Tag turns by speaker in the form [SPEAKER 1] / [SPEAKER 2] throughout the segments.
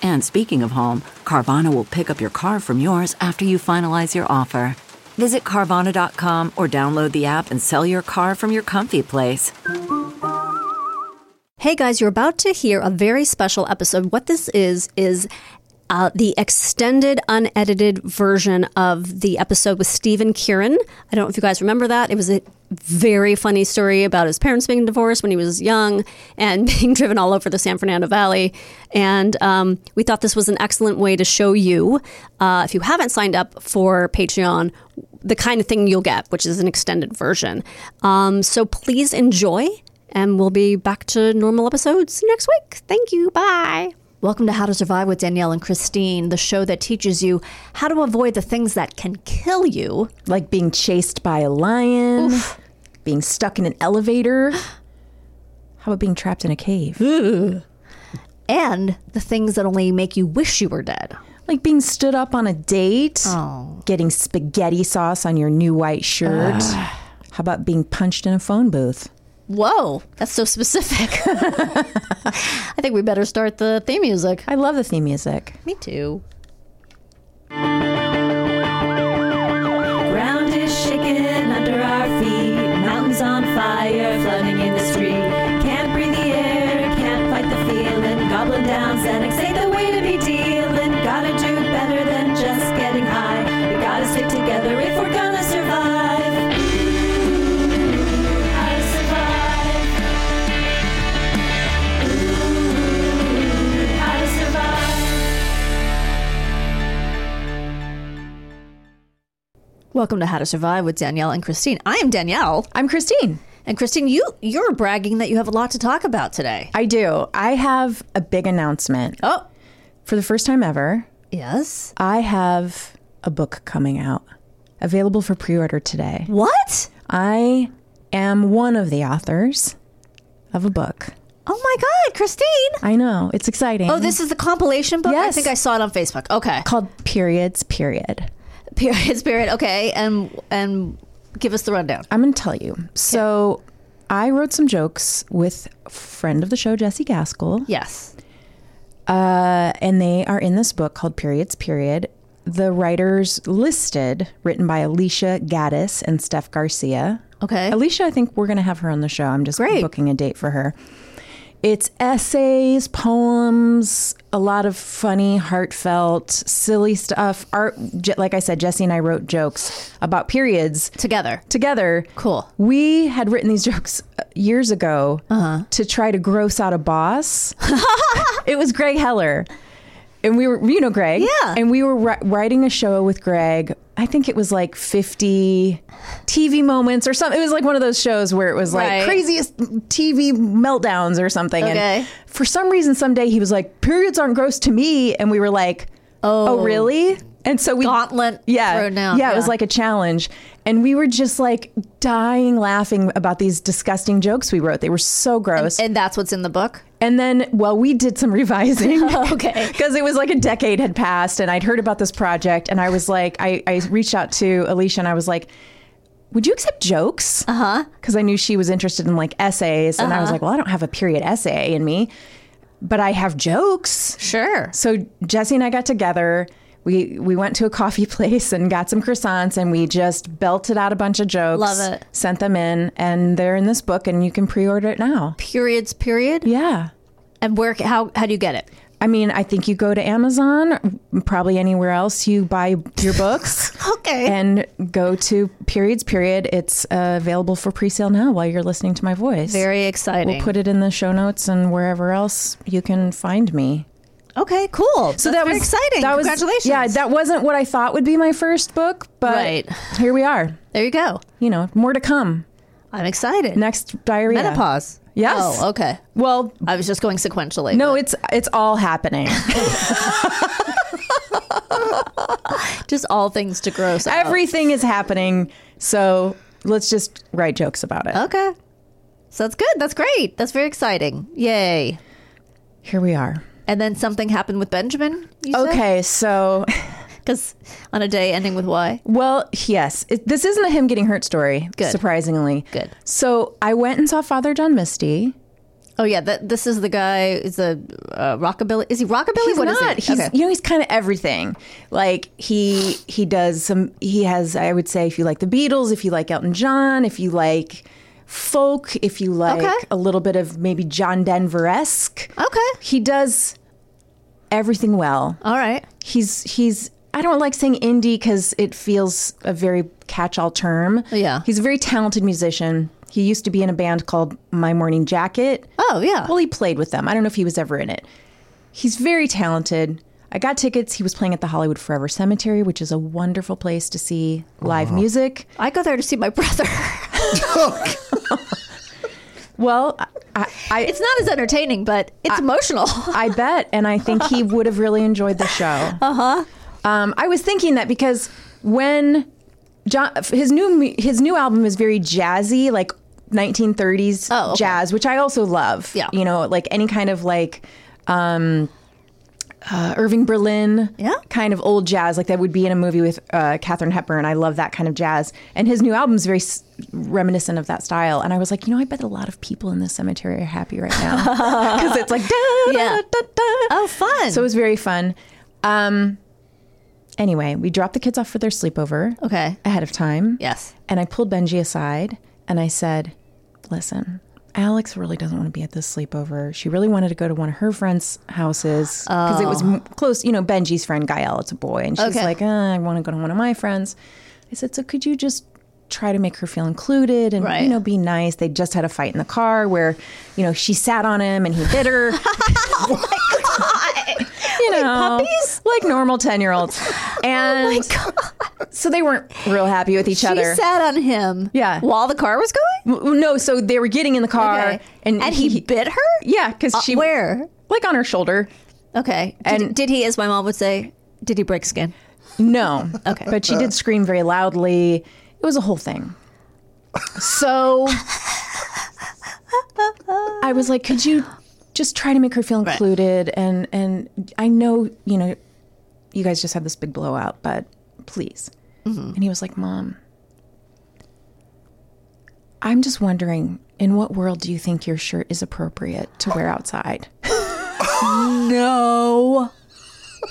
[SPEAKER 1] And speaking of home, Carvana will pick up your car from yours after you finalize your offer. Visit Carvana.com or download the app and sell your car from your comfy place.
[SPEAKER 2] Hey guys, you're about to hear a very special episode. What this is, is uh, the extended, unedited version of the episode with Stephen Kieran. I don't know if you guys remember that. It was a very funny story about his parents being divorced when he was young and being driven all over the San Fernando Valley. And um, we thought this was an excellent way to show you, uh, if you haven't signed up for Patreon, the kind of thing you'll get, which is an extended version. Um, so please enjoy, and we'll be back to normal episodes next week. Thank you. Bye.
[SPEAKER 3] Welcome to How to Survive with Danielle and Christine, the show that teaches you how to avoid the things that can kill you.
[SPEAKER 4] like being chased by a lion, being stuck in an elevator. How about being trapped in a cave?
[SPEAKER 3] and the things that only make you wish you were dead.
[SPEAKER 4] Like being stood up on a date, getting spaghetti sauce on your new white shirt. How about being punched in a phone booth?
[SPEAKER 3] Whoa, that's so specific. I think we better start the theme music.
[SPEAKER 4] I love the theme music.
[SPEAKER 3] Me too.
[SPEAKER 5] Ground is shaking under our feet. Mountains on fire, flooding in the street. Can't breathe the air, can't fight the feeling. Goblin down, Xanax ain't the way to be dealing. Gotta do better than just getting high. We gotta stick together if we're gonna survive. Ooh, how to survive. Ooh, how to survive.
[SPEAKER 3] Welcome to How to Survive with Danielle and Christine. I am Danielle.
[SPEAKER 4] I'm Christine.
[SPEAKER 3] And Christine, you you're bragging that you have a lot to talk about today.
[SPEAKER 4] I do. I have a big announcement.
[SPEAKER 3] Oh,
[SPEAKER 4] For the first time ever,
[SPEAKER 3] yes.
[SPEAKER 4] I have a book coming out available for pre order today.
[SPEAKER 3] What?
[SPEAKER 4] I am one of the authors of a book.
[SPEAKER 3] Oh my god, Christine.
[SPEAKER 4] I know. It's exciting.
[SPEAKER 3] Oh, this is the compilation book. I
[SPEAKER 4] Yes.
[SPEAKER 3] think I saw it on Facebook.
[SPEAKER 6] Oh,
[SPEAKER 3] Okay.
[SPEAKER 4] called Periods Period.
[SPEAKER 3] Period Spirit. Okay, and and give us the rundown.
[SPEAKER 4] I'm going to tell you. So, I wrote some jokes with friend of the show Jesse Gaskell,
[SPEAKER 3] Yes.
[SPEAKER 4] uh, and they are in this book called Periods Period. The writers listed, written by Alicia Gaddis and Steph Garcia.
[SPEAKER 3] Okay.
[SPEAKER 4] Alicia, I think we're going to have her on the show. I'm just
[SPEAKER 3] Great.
[SPEAKER 4] booking a date for her. It's essays, poems, a lot of funny, heartfelt, silly stuff. Art, Je- like I said, Jesse and I wrote jokes about periods
[SPEAKER 3] Together.
[SPEAKER 4] together.
[SPEAKER 3] Cool.
[SPEAKER 4] We had written these jokes uh, years ago to try to gross out a boss. it was Greg Heller. And we were, you know, Greg.
[SPEAKER 3] Yeah.
[SPEAKER 4] And we were ri- writing a show with Greg. I think it was like 50 TV moments or something. It was like one of those shows where it was like
[SPEAKER 3] Right.
[SPEAKER 4] craziest TV meltdowns or something.
[SPEAKER 3] Okay.
[SPEAKER 4] And for some reason, someday he was like, periods aren't gross to me. And we were like, oh, really? And so we
[SPEAKER 3] Gauntlet
[SPEAKER 4] yeah,
[SPEAKER 3] thrown down.
[SPEAKER 4] Yeah, it was
[SPEAKER 3] Yeah.
[SPEAKER 4] like a challenge. And we were just like dying laughing about these disgusting jokes we wrote. They were so gross.
[SPEAKER 3] And that's what's in the book.
[SPEAKER 4] And then, well, we did some revising.
[SPEAKER 6] Okay.
[SPEAKER 4] Because it was like a decade had passed and I'd heard about this project. And I was like, I, I reached out to Alicia and I was like, would you accept jokes? Uh
[SPEAKER 6] Uh-huh.
[SPEAKER 4] huh. Because I knew she was interested in like essays. And I was like, well, I don't have a period essay in me, but I have jokes.
[SPEAKER 6] Sure.
[SPEAKER 4] So Jesse and I got together. We we went to a coffee place and got some croissants and we just belted out a bunch of jokes.
[SPEAKER 6] Love it.
[SPEAKER 4] Sent them in and they're in this book and you can pre-order it now.
[SPEAKER 6] Periods, period.
[SPEAKER 4] Yeah.
[SPEAKER 6] And where? How? How do you get it?
[SPEAKER 4] I mean, I think you go to Amazon, probably anywhere else you buy your books.
[SPEAKER 6] Okay.
[SPEAKER 4] And go to Periods Period. It's uh, available for pre-sale now while you're listening to my voice.
[SPEAKER 6] Very exciting.
[SPEAKER 4] We'll put it in the show notes and wherever else you can find me.
[SPEAKER 6] okay, cool. So that was exciting.
[SPEAKER 4] that was-
[SPEAKER 6] Congratulations.
[SPEAKER 4] Yeah, that wasn't what I thought would be my first book, but
[SPEAKER 6] Right.
[SPEAKER 4] here we are.
[SPEAKER 6] there you go.
[SPEAKER 4] You know, more to come.
[SPEAKER 6] I'm excited.
[SPEAKER 4] Next diarrhea.
[SPEAKER 6] Menopause.
[SPEAKER 4] Yes.
[SPEAKER 6] Oh, okay.
[SPEAKER 4] Well,
[SPEAKER 6] I Oh. was just going sequentially.
[SPEAKER 4] no, it's it's all happening.
[SPEAKER 6] just all things to gross. out.
[SPEAKER 4] Everything is happening. So let's just write jokes about it.
[SPEAKER 6] Okay. So that's good. That's great. That's very exciting. Yay.
[SPEAKER 4] Here we are.
[SPEAKER 6] And then something happened with Benjamin. You
[SPEAKER 4] Okay, so
[SPEAKER 6] Because on a day ending with Y.
[SPEAKER 4] well, yes, it, this isn't a him getting hurt story.
[SPEAKER 6] Good.
[SPEAKER 4] surprisingly.
[SPEAKER 6] Good.
[SPEAKER 4] So I went and saw Father John Misty.
[SPEAKER 6] Oh yeah, that, this is the guy. Is a uh, rockabilly? Is he rockabilly?
[SPEAKER 4] He's
[SPEAKER 6] What is
[SPEAKER 4] not.
[SPEAKER 6] it?
[SPEAKER 4] He's
[SPEAKER 6] Okay.
[SPEAKER 4] you know he's kind of everything. Like he he does some. He has. I would say if you like the Beatles, if you like Elton John, if you like folk, if you like
[SPEAKER 6] Okay.
[SPEAKER 4] a little bit of maybe John Denver esque.
[SPEAKER 6] Okay.
[SPEAKER 4] He does everything well.
[SPEAKER 6] All right.
[SPEAKER 4] he's he's I don't like saying indie because it feels a very catch-all term.
[SPEAKER 6] Yeah.
[SPEAKER 4] he's a very talented musician. He used to be in a band called My Morning Jacket.
[SPEAKER 6] Oh yeah.
[SPEAKER 4] Well, he played with them. I don't know if he was ever in it. He's very talented. I got tickets. He was playing at the Hollywood Forever Cemetery, which is a wonderful place to see live music.
[SPEAKER 6] I go there to see my brother.
[SPEAKER 4] Well, I, I, I,
[SPEAKER 6] it's not as entertaining, but it's emotional.
[SPEAKER 4] I bet, and I think he would have really enjoyed the show. Uh huh.
[SPEAKER 6] Uh-huh.
[SPEAKER 4] Um, I was thinking that because when John, his new mu- his new album is very jazzy, like 1930s
[SPEAKER 6] Oh, okay.
[SPEAKER 4] jazz, which I also love.
[SPEAKER 6] Yeah.
[SPEAKER 4] you know, like any kind of like. Um, uh, Irving Berlin,
[SPEAKER 6] Yeah.
[SPEAKER 4] kind of old jazz, like that would be in a movie with uh, Katherine Hepburn. I love that kind of jazz, and his new album is very s- reminiscent of that style. And I was like, you know, I bet a lot of people in this cemetery are happy right now because it's like, da, da,
[SPEAKER 6] Yeah.
[SPEAKER 4] da, da.
[SPEAKER 6] oh, fun.
[SPEAKER 4] So it was very fun. Um, anyway, we dropped the kids off for their sleepover
[SPEAKER 6] okay.
[SPEAKER 4] ahead of time.
[SPEAKER 6] Yes.
[SPEAKER 4] And I pulled Benji aside and I said, listen, Alex really doesn't want to be at this sleepover. She really wanted to go to one of her friends' houses because it was m- close. You know, Benji's friend, Gael, it's a boy. And she's
[SPEAKER 6] Oh. Okay.
[SPEAKER 4] like, uh, I want to go to one of my friends. I said, so could you just try to make her feel included and,
[SPEAKER 6] Right.
[SPEAKER 4] you know, be nice? They just had a fight in the car where, you know, she sat on him and he bit her. you know,
[SPEAKER 6] puppies? Oh
[SPEAKER 4] like normal 10 year olds. And so they weren't real happy with Oh each
[SPEAKER 6] She
[SPEAKER 4] other.
[SPEAKER 6] sat on him.
[SPEAKER 4] Yeah.
[SPEAKER 6] While the car was going.
[SPEAKER 4] W- No, so they were getting in the car,
[SPEAKER 6] Okay. And, he, bit her.
[SPEAKER 4] Yeah, because
[SPEAKER 6] Uh,
[SPEAKER 4] she
[SPEAKER 6] where?
[SPEAKER 4] like on her shoulder.
[SPEAKER 6] Okay. Did,
[SPEAKER 4] And-
[SPEAKER 6] did he, as my mom would say, did he break skin?
[SPEAKER 4] No,
[SPEAKER 6] Okay.
[SPEAKER 4] but she did scream very loudly. It was a whole thing. So I was like, could you just try to make her feel included? And and I know you know you guys just had this big blowout, but please. And he was like, Mom, I'm just wondering, in what world do you think your shirt is appropriate to wear outside?
[SPEAKER 6] No.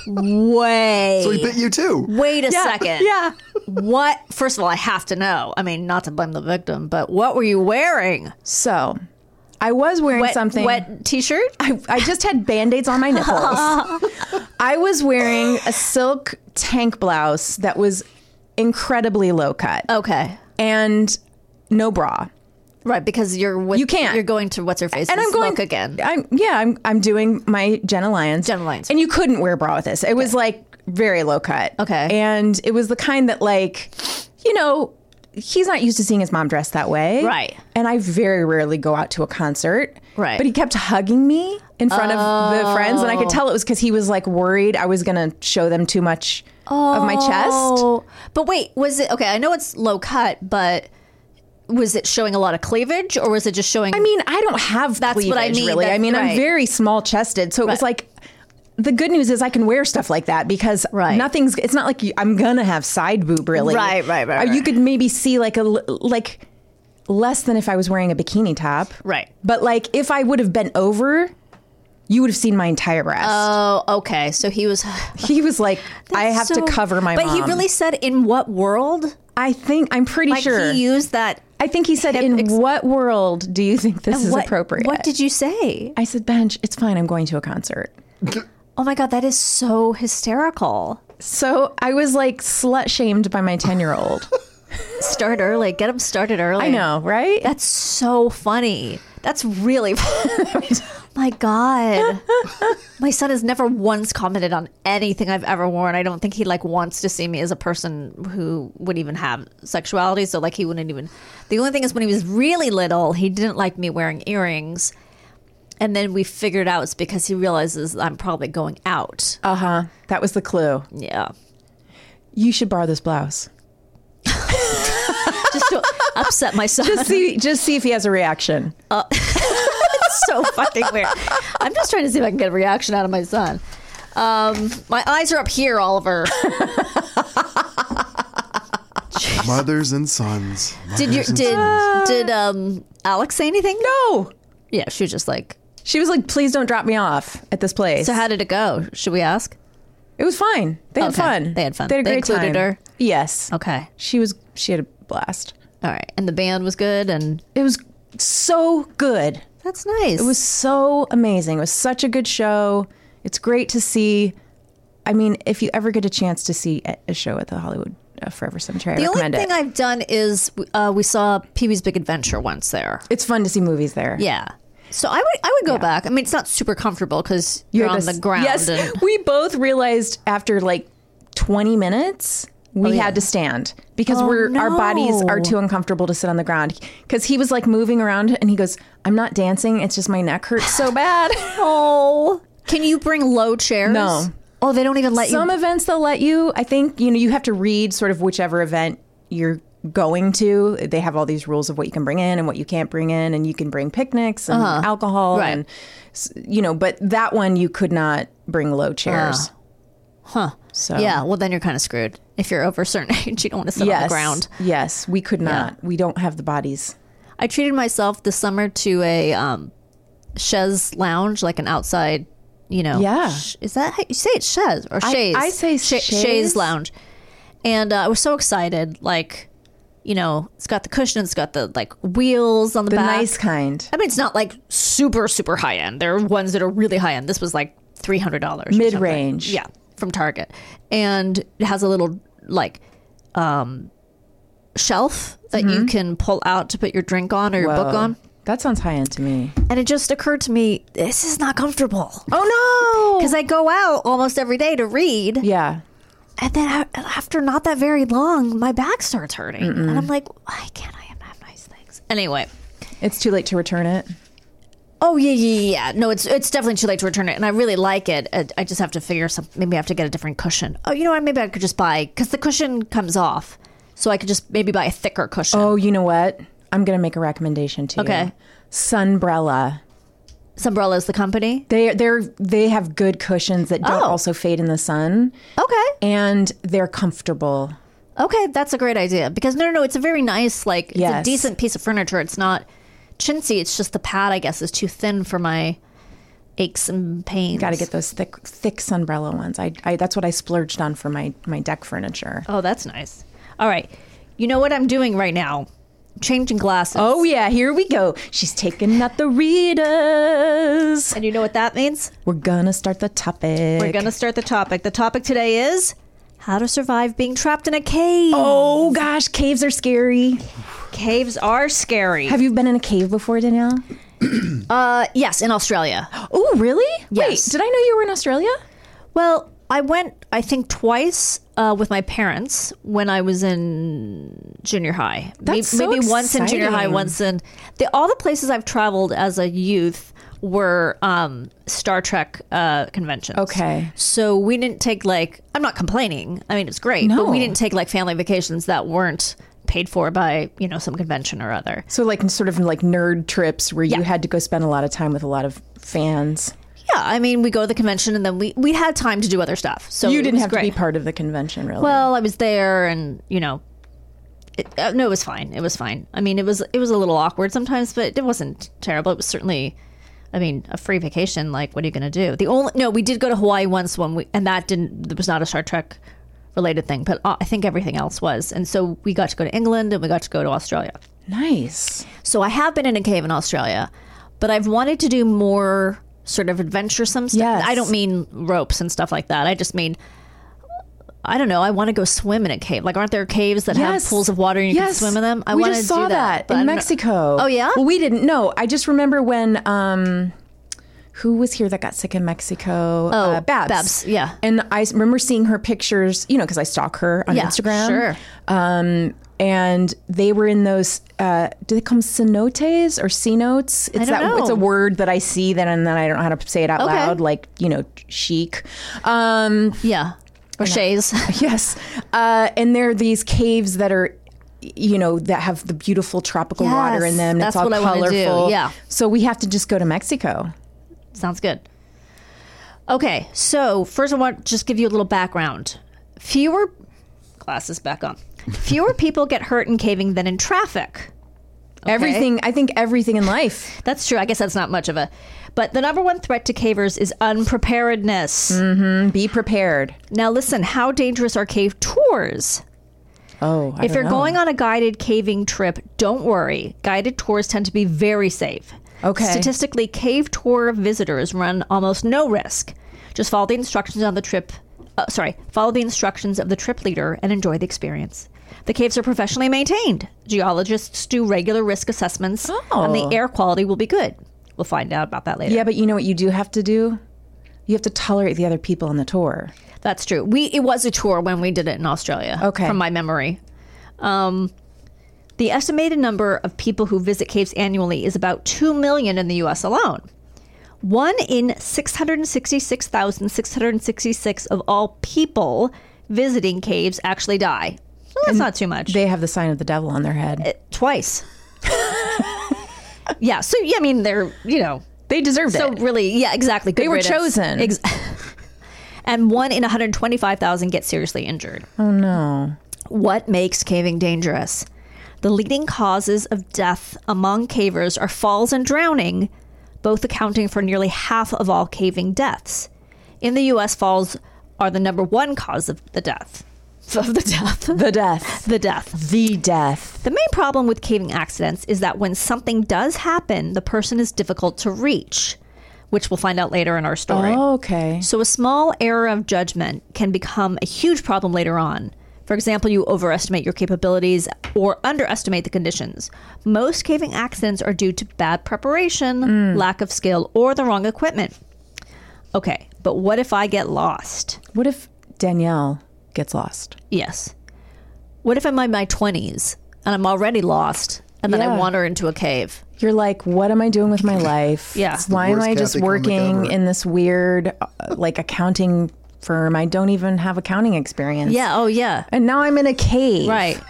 [SPEAKER 6] Way.
[SPEAKER 7] So he bit you too.
[SPEAKER 6] Wait a second.
[SPEAKER 4] Yeah.
[SPEAKER 6] What? First of all, I have to know. I mean, not to blame the victim, but what were you wearing?
[SPEAKER 4] So I was wearing
[SPEAKER 6] Wet,
[SPEAKER 4] something.
[SPEAKER 6] Wet T-shirt.
[SPEAKER 4] I, I just had band aids on my nipples. I was wearing a silk tank blouse that was incredibly low cut
[SPEAKER 6] Okay.
[SPEAKER 4] and no bra.
[SPEAKER 6] Right, because you're with,
[SPEAKER 4] You can't.
[SPEAKER 6] You're going to what's her face
[SPEAKER 4] And I'm going
[SPEAKER 6] again.
[SPEAKER 4] I'm yeah. I'm I'm doing my Jen Alliance.
[SPEAKER 6] Jen Alliance.
[SPEAKER 4] And you couldn't wear a bra with this. It was like very low cut.
[SPEAKER 6] Okay.
[SPEAKER 4] And it was the kind that like, you know, he's not used to seeing his mom dressed that way.
[SPEAKER 6] Right.
[SPEAKER 4] And I very rarely go out to a concert.
[SPEAKER 6] Right. Oh.
[SPEAKER 4] But he kept hugging me in front of the friends, and I could tell it was because he was like worried I was gonna show them too much of my chest.
[SPEAKER 6] Oh, but wait, was it okay? I know it's low cut, but was it showing a lot of cleavage or was it just showing?
[SPEAKER 4] I mean, I don't have
[SPEAKER 6] That's what I
[SPEAKER 4] cleavage,
[SPEAKER 6] mean.
[SPEAKER 4] Really, I
[SPEAKER 6] That's
[SPEAKER 4] mean, I'm
[SPEAKER 6] right.
[SPEAKER 4] very small chested, so it was like. The good news is I can wear stuff like that because
[SPEAKER 6] Right.
[SPEAKER 4] nothing's. It's not like you, I'm gonna have side boob really.
[SPEAKER 6] Right, right, right,
[SPEAKER 4] Or you
[SPEAKER 6] right.
[SPEAKER 4] could maybe see like a l- like less than if I was wearing a bikini top.
[SPEAKER 6] Right.
[SPEAKER 4] But like if I would have bent over, you would have seen my entire breast.
[SPEAKER 6] oh, okay. So he was.
[SPEAKER 4] he was like, I have
[SPEAKER 6] So-
[SPEAKER 4] to cover my.
[SPEAKER 6] But he
[SPEAKER 4] mom.
[SPEAKER 6] really said, "In what world?"
[SPEAKER 4] I think I'm pretty
[SPEAKER 6] Like
[SPEAKER 4] sure.
[SPEAKER 6] he used that.
[SPEAKER 4] I think he said,
[SPEAKER 6] hip
[SPEAKER 4] "In
[SPEAKER 6] ex-
[SPEAKER 4] what world do you think this is
[SPEAKER 6] what,
[SPEAKER 4] appropriate?"
[SPEAKER 6] What did you say?
[SPEAKER 4] I said, "Bench, it's fine. I'm going to a concert."
[SPEAKER 6] Oh my god, that is so hysterical.
[SPEAKER 4] So I was like slut shamed by my 10 year old.
[SPEAKER 6] Start early. Get him started early.
[SPEAKER 4] I know, right?
[SPEAKER 6] That's so funny. That's really My God. My son has never once commented on anything I've ever worn. I don't think he like wants to see me as a person who would even have sexuality. So like he wouldn't even the only thing is when he was really little, he didn't like me wearing earrings. And then we figured out it's because he realizes I'm probably going out.
[SPEAKER 4] Uh huh. That was the clue.
[SPEAKER 6] yeah.
[SPEAKER 4] You should borrow this blouse.
[SPEAKER 6] Just to upset my son.
[SPEAKER 4] Just see, just see if he has a reaction.
[SPEAKER 6] so fucking weird. I'm just trying to see if I can get a reaction out of my son. Um, my eyes are up here, Oliver.
[SPEAKER 8] Mothers and sons.
[SPEAKER 6] Did you
[SPEAKER 8] Mothers and
[SPEAKER 6] did
[SPEAKER 8] sons.
[SPEAKER 6] did um Alex say anything?
[SPEAKER 4] No.
[SPEAKER 6] Yeah, she was just like.
[SPEAKER 4] Oh, She was like, please don't drop me off at this place.
[SPEAKER 6] So how did it go? Should we ask?
[SPEAKER 4] it was fine. They had
[SPEAKER 6] Okay.
[SPEAKER 4] fun.
[SPEAKER 6] They had fun.
[SPEAKER 4] They had a
[SPEAKER 6] They
[SPEAKER 4] great
[SPEAKER 6] included
[SPEAKER 4] time.
[SPEAKER 6] her?
[SPEAKER 4] Yes.
[SPEAKER 6] Okay,
[SPEAKER 4] She was, she had a blast.
[SPEAKER 6] all right. And the band was good, and
[SPEAKER 4] It was so good.
[SPEAKER 6] that's nice.
[SPEAKER 4] It was so amazing. It was such a good show. It's great to see. I mean, if you ever get a chance to see a- a show at the Hollywood uh, Forever Cemetery, I
[SPEAKER 6] the only
[SPEAKER 4] recommend
[SPEAKER 6] thing
[SPEAKER 4] it.
[SPEAKER 6] I've done is uh, we saw Pee Wee's Big Adventure once there.
[SPEAKER 4] it's fun to see movies there.
[SPEAKER 6] Yeah. So I would I would go back. I mean, it's not super comfortable because you're, on the
[SPEAKER 4] this-
[SPEAKER 6] ground.
[SPEAKER 4] Yes,
[SPEAKER 6] and-
[SPEAKER 4] we both realized after like 20 minutes we
[SPEAKER 6] Oh,
[SPEAKER 4] had to stand because we're our bodies are too uncomfortable to sit on the ground. Because he was like moving around and he goes, "I'm not dancing. It's just my neck hurts so bad."
[SPEAKER 6] oh, can you bring low chairs?
[SPEAKER 4] No.
[SPEAKER 6] Oh, they don't even let
[SPEAKER 4] Some
[SPEAKER 6] you.
[SPEAKER 4] events they'll let you. I think you know you have to read sort of whichever event you're going to. They have all these rules of what you can bring in and what you can't bring in, and you can bring picnics and alcohol
[SPEAKER 6] Uh-huh. Right.
[SPEAKER 4] and s- you know. But that one you could not bring low
[SPEAKER 6] Uh-huh.
[SPEAKER 4] chairs.
[SPEAKER 6] huh.
[SPEAKER 4] So
[SPEAKER 6] Yeah. Well, then you're kind of screwed if you're over a certain age. You don't want to sit on the ground.
[SPEAKER 4] Yes, we could not. We don't have the bodies.
[SPEAKER 6] I treated myself this summer to a um, chaise lounge, like an outside, you know.
[SPEAKER 4] Yeah.
[SPEAKER 6] sh- is that how you say it? Chaise or
[SPEAKER 4] I-
[SPEAKER 6] chaise?
[SPEAKER 4] I say
[SPEAKER 6] Cha- chaise.
[SPEAKER 4] chaise.
[SPEAKER 6] lounge. And uh, I was so excited. Like, you know, it's got the cushion, it's got the like wheels on the,
[SPEAKER 4] The
[SPEAKER 6] back.
[SPEAKER 4] nice kind.
[SPEAKER 6] I mean, it's not like super, super high end. There are ones that are really high end. This was like three hundred dollars,
[SPEAKER 4] Mid-range.
[SPEAKER 6] Yeah, from Target, and it has a little like um, shelf that you can pull out to put your drink on or your book
[SPEAKER 4] Mm-hmm. Whoa.
[SPEAKER 6] on.
[SPEAKER 4] That sounds high end to me.
[SPEAKER 6] And it just occurred to me, this is not comfortable
[SPEAKER 4] Oh
[SPEAKER 6] because I go out almost every day to read,
[SPEAKER 4] Yeah.
[SPEAKER 6] and then a- after not that very long, my back starts hurting, and I'm like, why can't I have nice things? Anyway.
[SPEAKER 4] It's too late to return it.
[SPEAKER 6] Oh yeah, yeah, yeah. yeah. No, it's it's definitely too late to return it, and I really like it. I, I just have to figure some. Maybe I have to get a different cushion. Oh, you know what? Maybe I could just buy because the cushion comes off, so I could just maybe buy a thicker cushion.
[SPEAKER 4] Oh, you know what? I'm going to make a recommendation to you.
[SPEAKER 6] Okay.
[SPEAKER 4] Sunbrella.
[SPEAKER 6] Sombrella is the company.
[SPEAKER 4] They they're they have good cushions that don't
[SPEAKER 6] Oh.
[SPEAKER 4] also fade in the sun
[SPEAKER 6] Okay,
[SPEAKER 4] and they're comfortable.
[SPEAKER 6] okay, that's a great idea because no, no, no. It's a very nice, like it's
[SPEAKER 4] Yes.
[SPEAKER 6] a decent piece of furniture. It's not chintzy. It's just the pad, I guess, is too thin for my aches and pains.
[SPEAKER 4] Got to get those thick thick sunbrella ones. I, I that's what I splurged on for my my deck furniture.
[SPEAKER 6] Oh, that's nice. All right, you know what I'm doing right now? Changing glasses.
[SPEAKER 4] Oh yeah, here we go. She's taking out the readers.
[SPEAKER 6] and you know what that means?
[SPEAKER 4] We're gonna start the topic.
[SPEAKER 6] We're going to start the topic. The topic today is how to survive being trapped in a cave.
[SPEAKER 4] Oh gosh, caves are scary.
[SPEAKER 6] Caves are scary.
[SPEAKER 4] Have you been in a cave before, Danielle?
[SPEAKER 6] Uh, yes, in Australia.
[SPEAKER 4] Oh, really?
[SPEAKER 6] Yes.
[SPEAKER 4] Wait, did I know you were in Australia?
[SPEAKER 6] Well, I went, I think, twice uh, with my parents when I was in junior high. May-
[SPEAKER 4] That's so
[SPEAKER 6] maybe once in junior high,
[SPEAKER 4] exciting.
[SPEAKER 6] once in the, all the places I've traveled as a youth were um, Star Trek uh, conventions.
[SPEAKER 4] Okay.
[SPEAKER 6] So we didn't take like I'm not complaining. I mean it's great, but we
[SPEAKER 4] No.
[SPEAKER 6] didn't take like family vacations that weren't paid for by you know some convention or other.
[SPEAKER 4] So like sort of like nerd trips where
[SPEAKER 6] Yeah.
[SPEAKER 4] you had to go spend a lot of time with a lot of fans.
[SPEAKER 6] Yeah, I mean, we go to the convention and then we we had time to do other stuff. So
[SPEAKER 4] you
[SPEAKER 6] it
[SPEAKER 4] didn't
[SPEAKER 6] was
[SPEAKER 4] have
[SPEAKER 6] great.
[SPEAKER 4] to be part of the convention, really.
[SPEAKER 6] Well, I was there, and you know, it, uh, no, it was fine. It was fine. I mean, it was it was a little awkward sometimes, but it wasn't terrible. It was certainly, I mean, a free vacation. Like, what are you going to do? The only no, we did go to Hawaii once when we, and that didn't that was not a Star Trek related thing, but uh, I think everything else was. And so we got to go to England and we got to go to Australia.
[SPEAKER 4] nice.
[SPEAKER 6] So I have been in a cave in Australia, but I've wanted to do more sort of adventuresome stuff.
[SPEAKER 4] Yes.
[SPEAKER 6] I don't mean ropes and stuff like that. I just mean I don't know. I want to go swim in a cave. Like, aren't there caves that have pools of water and you
[SPEAKER 4] Yes.
[SPEAKER 6] can swim in them? I
[SPEAKER 4] we
[SPEAKER 6] want
[SPEAKER 4] just
[SPEAKER 6] to
[SPEAKER 4] saw
[SPEAKER 6] do that, but I
[SPEAKER 4] in
[SPEAKER 6] don't know-
[SPEAKER 4] Mexico.
[SPEAKER 6] Oh, yeah?
[SPEAKER 4] Well, we didn't know. I just remember when um, who was here that got sick in Mexico? Oh, uh, Babs.
[SPEAKER 6] Babs, yeah.
[SPEAKER 4] And I s- remember seeing her pictures. You know, because I stalk her on
[SPEAKER 6] Yeah,
[SPEAKER 4] Instagram.
[SPEAKER 6] sure.
[SPEAKER 4] Um, and they were in those. Uh, do they call them cenotes or cenotes? It's
[SPEAKER 6] don't
[SPEAKER 4] that.
[SPEAKER 6] know.
[SPEAKER 4] It's a word that I see then and then I don't know how to say it out
[SPEAKER 6] Okay.
[SPEAKER 4] loud. Like you know, chic. Um,
[SPEAKER 6] Yeah. Or Shays.
[SPEAKER 4] Yes. Uh, and there are these caves that are, you know, that have the beautiful tropical
[SPEAKER 6] Yes,
[SPEAKER 4] water in them. and
[SPEAKER 6] that's
[SPEAKER 4] it's all
[SPEAKER 6] what I wanna do,
[SPEAKER 4] colorful.
[SPEAKER 6] yeah.
[SPEAKER 4] So we have to just go to Mexico.
[SPEAKER 6] Sounds good. Okay, so first I want to just give you a little background. Fewer glasses back on. Fewer people get hurt in caving than in traffic.
[SPEAKER 4] Everything, I think everything in life.
[SPEAKER 6] That's true. I guess that's not much of a. But the number one threat to cavers is unpreparedness.
[SPEAKER 4] Mm. Be prepared.
[SPEAKER 6] Now, listen, how dangerous are cave tours?
[SPEAKER 4] Oh, I
[SPEAKER 6] if you're going on a guided caving trip, don't worry. Guided tours tend to be very safe.
[SPEAKER 4] Okay.
[SPEAKER 6] Statistically, cave tour visitors run almost no risk. Just follow the instructions on the trip. Uh, sorry, follow the instructions of the trip leader and enjoy the experience. The caves are professionally maintained. Geologists do regular risk assessments, and
[SPEAKER 4] Oh.
[SPEAKER 6] the air quality will be good. We'll find out about that later.
[SPEAKER 4] Yeah, but you know what you do have to do? You have to tolerate the other people on the tour.
[SPEAKER 6] That's true. We it was a tour when we did it in Australia.
[SPEAKER 4] Okay.
[SPEAKER 6] from my memory. Um, the estimated number of people who visit caves annually is about two million in the U.S. alone. One in six hundred sixty-six thousand six hundred sixty-six of all people visiting caves actually die. Well, that's not too much.
[SPEAKER 4] They have the sign of the devil on their head.
[SPEAKER 6] Twice. yeah. So yeah, I mean, they're you know
[SPEAKER 4] they deserved
[SPEAKER 6] so
[SPEAKER 4] it.
[SPEAKER 6] really, yeah, exactly. Good
[SPEAKER 4] They were
[SPEAKER 6] riddance.
[SPEAKER 4] chosen.
[SPEAKER 6] Ex- and one in 125,000 get seriously injured. Oh no. What makes caving dangerous? The leading causes of death among cavers are falls and drowning, both accounting for nearly half of all caving deaths. In the US, falls are the number one cause of the death. Of the death.
[SPEAKER 4] the death.
[SPEAKER 6] The death.
[SPEAKER 4] The death.
[SPEAKER 6] The main problem with caving accidents is that when something does happen, the person is difficult to reach, which we'll find out later in our story.
[SPEAKER 4] Oh. okay.
[SPEAKER 6] So, a small error of judgment can become a huge problem later on. For example, you overestimate your capabilities or underestimate the conditions. Most caving accidents are due to bad preparation, lack of skill, or the wrong equipment. Okay, but what if I get lost?
[SPEAKER 4] What if Danielle gets lost?
[SPEAKER 6] Yes. What if I'm in my 20s and I'm already lost and then I
[SPEAKER 4] Yeah.
[SPEAKER 6] wander into a cave?
[SPEAKER 4] You're like, what am I doing with my life?
[SPEAKER 6] Yeah. It's the
[SPEAKER 4] Why am
[SPEAKER 8] worst
[SPEAKER 4] I just
[SPEAKER 8] Kathy comic
[SPEAKER 4] working
[SPEAKER 8] ever.
[SPEAKER 4] in this weird, uh, like, accounting firm? I don't even have accounting experience.
[SPEAKER 6] Yeah, oh yeah.
[SPEAKER 4] And now I'm in a cave.
[SPEAKER 6] Right.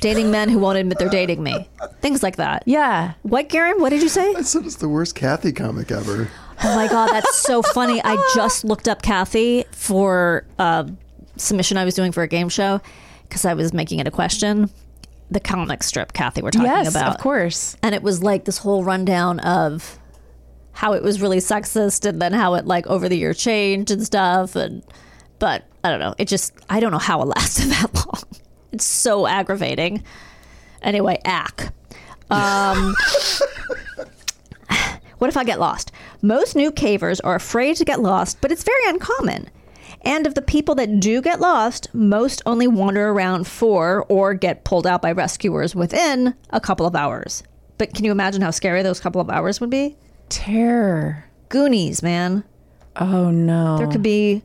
[SPEAKER 6] dating men who won't admit they're dating me. Things like that.
[SPEAKER 4] Yeah.
[SPEAKER 6] What, Garen? What did you say?
[SPEAKER 8] I said it's the worst Kathy comic ever.
[SPEAKER 6] Oh my god, that's so funny. I just looked up Kathy for a submission I was doing for a game show because I was making it a question. The comic strip Kathy we're talking
[SPEAKER 4] Yes,
[SPEAKER 6] about.
[SPEAKER 4] of course.
[SPEAKER 6] and it was like this whole rundown of how it was really sexist and then how it like over the year changed and stuff and but i don't know it just i don't know how it lasted that long it's so aggravating anyway ack um what if i get lost most new cavers are afraid to get lost but it's very uncommon and of the people that do get lost, most only wander around for or get pulled out by rescuers within a couple of hours. But can you imagine how scary those couple of hours would be?
[SPEAKER 4] Terror.
[SPEAKER 6] Goonies, man.
[SPEAKER 4] Oh, no.
[SPEAKER 6] There could be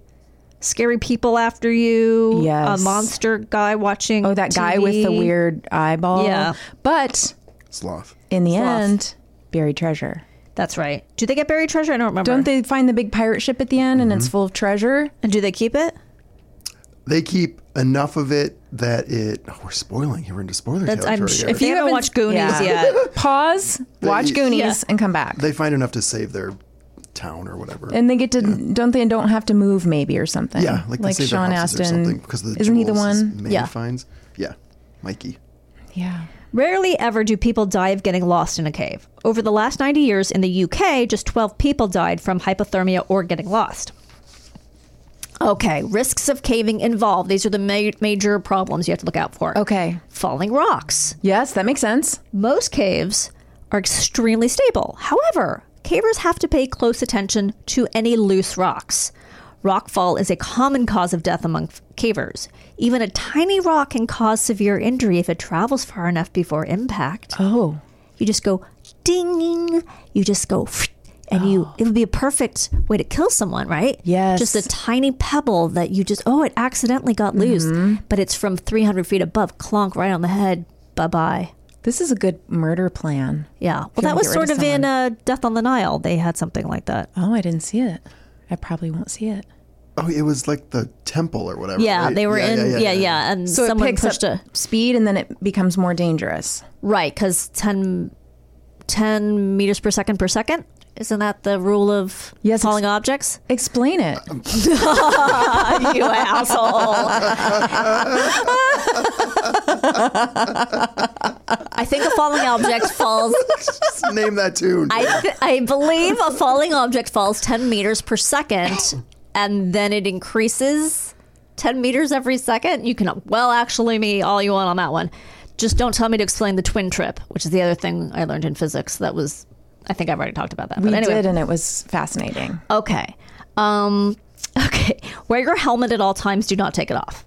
[SPEAKER 6] scary people after you.
[SPEAKER 4] Yes.
[SPEAKER 6] A monster guy watching.
[SPEAKER 4] oh, that guy with the
[SPEAKER 6] TV.
[SPEAKER 4] weird eyeball.
[SPEAKER 6] Yeah.
[SPEAKER 4] But
[SPEAKER 8] Sloth.
[SPEAKER 4] in the
[SPEAKER 6] Sloth.
[SPEAKER 4] end, buried treasure.
[SPEAKER 6] That's right. Do they get buried treasure? I don't remember.
[SPEAKER 8] Mm-hmm.
[SPEAKER 4] Don't they find the big pirate ship at the end and it's full of treasure?
[SPEAKER 6] And do they keep it?
[SPEAKER 8] they keep enough of it that it. Oh, we're spoiling here. We're into spoiler
[SPEAKER 5] That's, I'm
[SPEAKER 8] territory.
[SPEAKER 5] sure,
[SPEAKER 8] here.
[SPEAKER 5] if you haven't watched Goonies yet,
[SPEAKER 4] Pause, watch Goonies, and come back.
[SPEAKER 8] they find enough to save their town or whatever.
[SPEAKER 4] and they get to don't they don't have to move maybe or something.
[SPEAKER 8] yeah, like, they save
[SPEAKER 4] Sean
[SPEAKER 8] their houses or
[SPEAKER 4] Astin.
[SPEAKER 8] something because of the
[SPEAKER 4] isn't he the
[SPEAKER 8] jewels his
[SPEAKER 4] one?
[SPEAKER 8] man
[SPEAKER 5] Yeah.
[SPEAKER 8] finds. Yeah, Mikey.
[SPEAKER 4] Yeah.
[SPEAKER 5] Rarely ever do people die of getting lost in a cave. Over the last 90 years in the UK, just 12 people died from hypothermia or getting lost. Okay, risks of caving involved. These are the ma- major problems you have to look out for.
[SPEAKER 4] Okay.
[SPEAKER 5] Falling rocks.
[SPEAKER 4] Yes, that makes sense.
[SPEAKER 5] Most caves are extremely stable. However, cavers have to pay close attention to any loose rocks. Rockfall is a common cause of death among f- cavers. Even a tiny rock can cause severe injury if it travels far enough before impact.
[SPEAKER 4] Oh.
[SPEAKER 5] You just go ding. You just go, and you. It would be a perfect way to kill someone, right?
[SPEAKER 4] Yes.
[SPEAKER 5] Just a tiny pebble that you just. Oh, it accidentally got loose,
[SPEAKER 4] Mm-hmm.
[SPEAKER 5] but it's from 300 feet above. Clonk right on the head. Bye bye.
[SPEAKER 4] This is a good murder plan.
[SPEAKER 5] Yeah. Well,
[SPEAKER 4] you
[SPEAKER 5] that
[SPEAKER 4] wanna
[SPEAKER 5] was
[SPEAKER 4] get rid
[SPEAKER 5] sort
[SPEAKER 4] of
[SPEAKER 5] of in uh, Death on the Nile. They had something like that.
[SPEAKER 4] Oh, I didn't see it. I probably won't see it.
[SPEAKER 8] Oh, it was like the temple or whatever.
[SPEAKER 5] Yeah,
[SPEAKER 8] right?
[SPEAKER 5] they were in. Yeah, yeah, and
[SPEAKER 4] So
[SPEAKER 5] someone
[SPEAKER 4] it picks
[SPEAKER 5] pushed
[SPEAKER 4] up
[SPEAKER 5] a
[SPEAKER 4] speed and then it becomes more dangerous.
[SPEAKER 5] right because 10, 10 meters per second per second. Isn't that the rule of
[SPEAKER 4] Yes,
[SPEAKER 5] falling objects?
[SPEAKER 4] Explain it.
[SPEAKER 5] you asshole. I think a falling object falls.
[SPEAKER 8] Just name that tune.
[SPEAKER 5] I, th- I believe a falling object falls 10 meters per second, and then it increases 10 meters every second. You can well actually me all you want on that one. Just don't tell me to explain the twin trip, which is the other thing I learned in physics. That was, I think I've already talked about that.
[SPEAKER 4] We
[SPEAKER 5] but anyway,
[SPEAKER 4] did and it was fascinating.
[SPEAKER 5] Okay. Um, okay. Wear your helmet at all times. Do not take it off,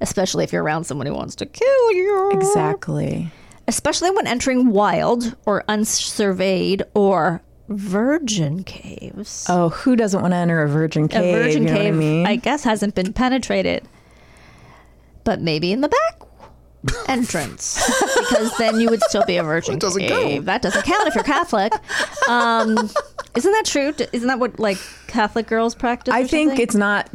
[SPEAKER 5] especially if you're around someone who wants to kill you.
[SPEAKER 4] Exactly.
[SPEAKER 5] Especially when entering wild or unsurveyed or virgin caves.
[SPEAKER 4] Oh, who doesn't want to enter a virgin cave?
[SPEAKER 5] A virgin
[SPEAKER 4] you know
[SPEAKER 5] cave,
[SPEAKER 4] What I mean?
[SPEAKER 5] guess, hasn't been penetrated, but maybe in the back entrance because then you would still be a virgin
[SPEAKER 8] That doesn't count.
[SPEAKER 5] cave. That doesn't count if you're Catholic. Um, isn't that true? D- Isn't that what like Catholic girls practice?
[SPEAKER 4] I
[SPEAKER 5] or
[SPEAKER 4] think
[SPEAKER 5] something?
[SPEAKER 4] it's not.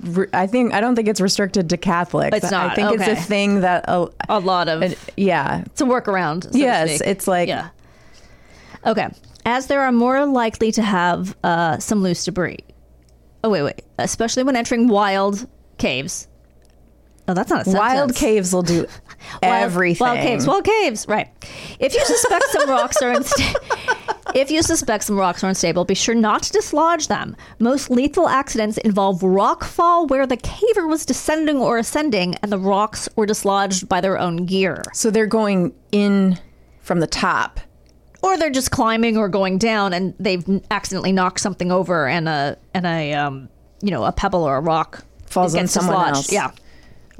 [SPEAKER 4] re- I think I don't think it's restricted to Catholics.
[SPEAKER 5] It's
[SPEAKER 4] I
[SPEAKER 5] not,
[SPEAKER 4] think
[SPEAKER 5] okay.
[SPEAKER 4] it's a thing that. Uh,
[SPEAKER 5] a lot of
[SPEAKER 4] yeah.
[SPEAKER 5] it's a workaround. So to
[SPEAKER 4] Yes,
[SPEAKER 5] speak.
[SPEAKER 4] it's like-
[SPEAKER 5] yeah. Okay, as there are more likely to have uh, some loose debris. Oh wait, wait. Especially when entering wild caves. Oh, that's not a sentence.
[SPEAKER 4] Wild caves will do
[SPEAKER 5] Wild-
[SPEAKER 4] everything.
[SPEAKER 5] Wild caves. Wild caves. Right. If you suspect some rocks are unstable, if you suspect some rocks are unstable, be sure not to dislodge them. Most lethal accidents involve rock fall where the caver was descending or ascending, and the rocks were dislodged by their own gear,
[SPEAKER 4] So they're going in from the top.
[SPEAKER 5] or they're just climbing or going down, and they've accidentally knocked something over, and a and a um, you know a pebble or a rock
[SPEAKER 4] Falls on
[SPEAKER 5] gets
[SPEAKER 4] someone
[SPEAKER 5] dislodged.
[SPEAKER 4] else.
[SPEAKER 5] Yeah.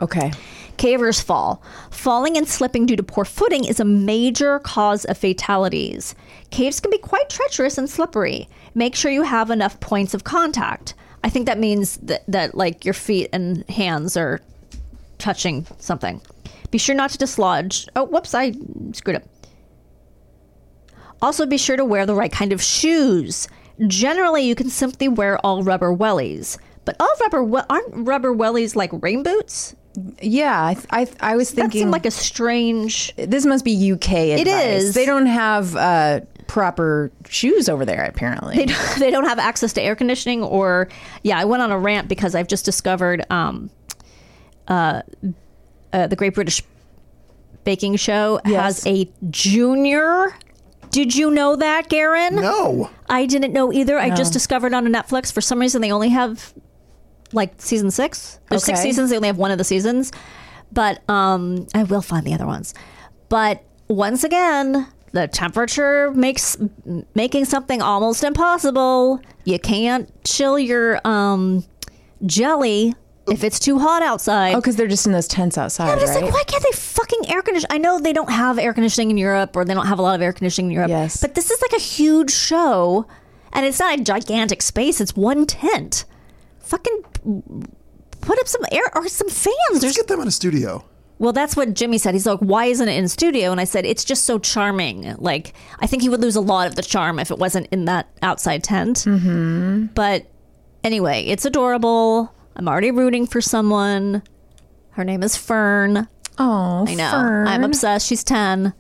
[SPEAKER 4] Okay.
[SPEAKER 5] Cavers fall. Falling and slipping due to poor footing is a major cause of fatalities. Caves can be quite treacherous and slippery. Make sure you have enough points of contact. I think that means that, that like your feet and hands are touching something. Be sure not to dislodge. Oh, whoops, I screwed up. Also, be sure to wear the right kind of shoes. Generally, you can simply wear all rubber wellies. But all rubber we- aren't rubber wellies like rain boots?
[SPEAKER 4] Yeah, I I, I was
[SPEAKER 5] That
[SPEAKER 4] thinking
[SPEAKER 5] seemed like a strange.
[SPEAKER 4] this must be UK. It
[SPEAKER 5] is.
[SPEAKER 4] They don't have uh, proper shoes over there. Apparently,
[SPEAKER 5] They don't, they don't have access to air conditioning, or yeah, I went on a rant because I've just discovered um, uh, uh, the Great British Baking Show
[SPEAKER 4] Yes.
[SPEAKER 5] has a junior. Did you know that, Garen?
[SPEAKER 8] no.
[SPEAKER 5] I didn't know either. I just discovered on Netflix. For some reason, they only have like season six. There's six
[SPEAKER 4] Okay.
[SPEAKER 5] seasons. They only have one of the seasons, but um, I will find the other ones. But once again, the temperature makes m- making something almost impossible. You can't chill your um, jelly if it's too hot outside.
[SPEAKER 4] Oh, because they're just in those tents outside,
[SPEAKER 5] But it's
[SPEAKER 4] right?
[SPEAKER 5] like, why can't they fucking air condition? I know they don't have air conditioning in Europe, or they don't have a lot of air conditioning in Europe.
[SPEAKER 4] Yes.
[SPEAKER 5] But this is like a huge show, and it's not a gigantic space. It's one tent. Fucking put up some air or some fans.
[SPEAKER 8] Let's
[SPEAKER 5] There's,
[SPEAKER 8] get them in a studio.
[SPEAKER 5] well, that's what Jimmy said. He's like, why isn't it in studio? And I said, it's just so charming. Like, I think he would lose a lot of the charm if it wasn't in that outside tent. Mm-hmm. But anyway, it's adorable. I'm already rooting for someone. Her name is Fern.
[SPEAKER 4] Oh,
[SPEAKER 5] I know. I'm obsessed. She's 10.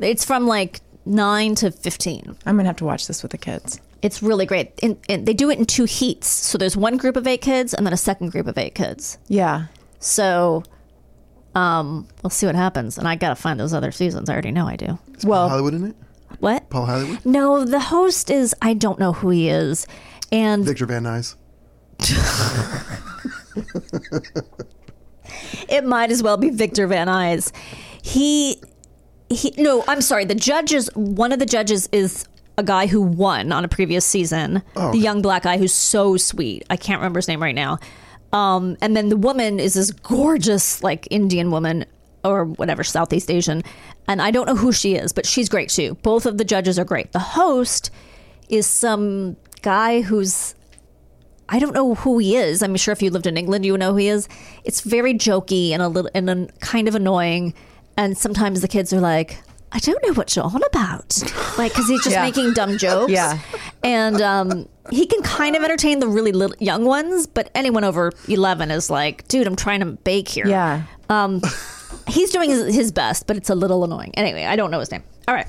[SPEAKER 5] It's from like 9 to 15.
[SPEAKER 4] I'm gonna have to watch this with the kids.
[SPEAKER 5] It's really great. And, and they do it in two heats. So there's one group of eight kids and then a second group of eight kids.
[SPEAKER 4] Yeah.
[SPEAKER 5] So um, we'll see what happens. And I got to find those other seasons. I already know I do.
[SPEAKER 4] Well,
[SPEAKER 8] Hollywood in it?
[SPEAKER 5] What?
[SPEAKER 8] Paul Hollywood?
[SPEAKER 5] No, the host is, I don't know who he is. And
[SPEAKER 8] Victor Van Nuys?
[SPEAKER 5] it might as well be Victor Van Nuys. He, he. No, I'm sorry. The judges. One of the judges is a guy who won on a previous season. The young black guy who's so sweet. I can't remember his name right now. Um, and then the woman is this gorgeous, like Indian woman or whatever, Southeast Asian. And I don't know who she is, but she's great too. Both of the judges are great. The host is some guy who's I don't know who he is. I'm sure if you lived in England, you would know who he is. It's very jokey and a little and an- kind of annoying. And sometimes the kids are like, "I don't know what you're on about," like because he's just making dumb jokes.
[SPEAKER 4] Yeah.
[SPEAKER 5] and um, he can kind of entertain the really little young ones, but anyone over 11 is like, "Dude, I'm trying to bake here."
[SPEAKER 4] yeah.
[SPEAKER 5] he's doing his, his best, but it's a little annoying. Anyway, I don't know his name. All right.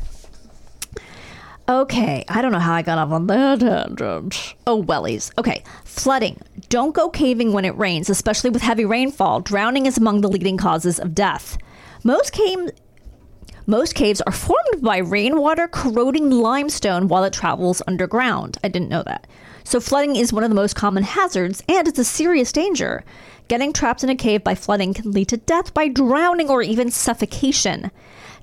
[SPEAKER 5] Okay, I don't know how I got off on that tangent. Oh, wellies. Okay, flooding. Don't go caving when it rains, especially with heavy rainfall. Drowning is among the leading causes of death. Most came. Most caves are formed by rainwater corroding limestone while it travels underground. I didn't know that. So, flooding is one of the most common hazards, and it's a serious danger. Getting trapped in a cave by flooding can lead to death by drowning or even suffocation.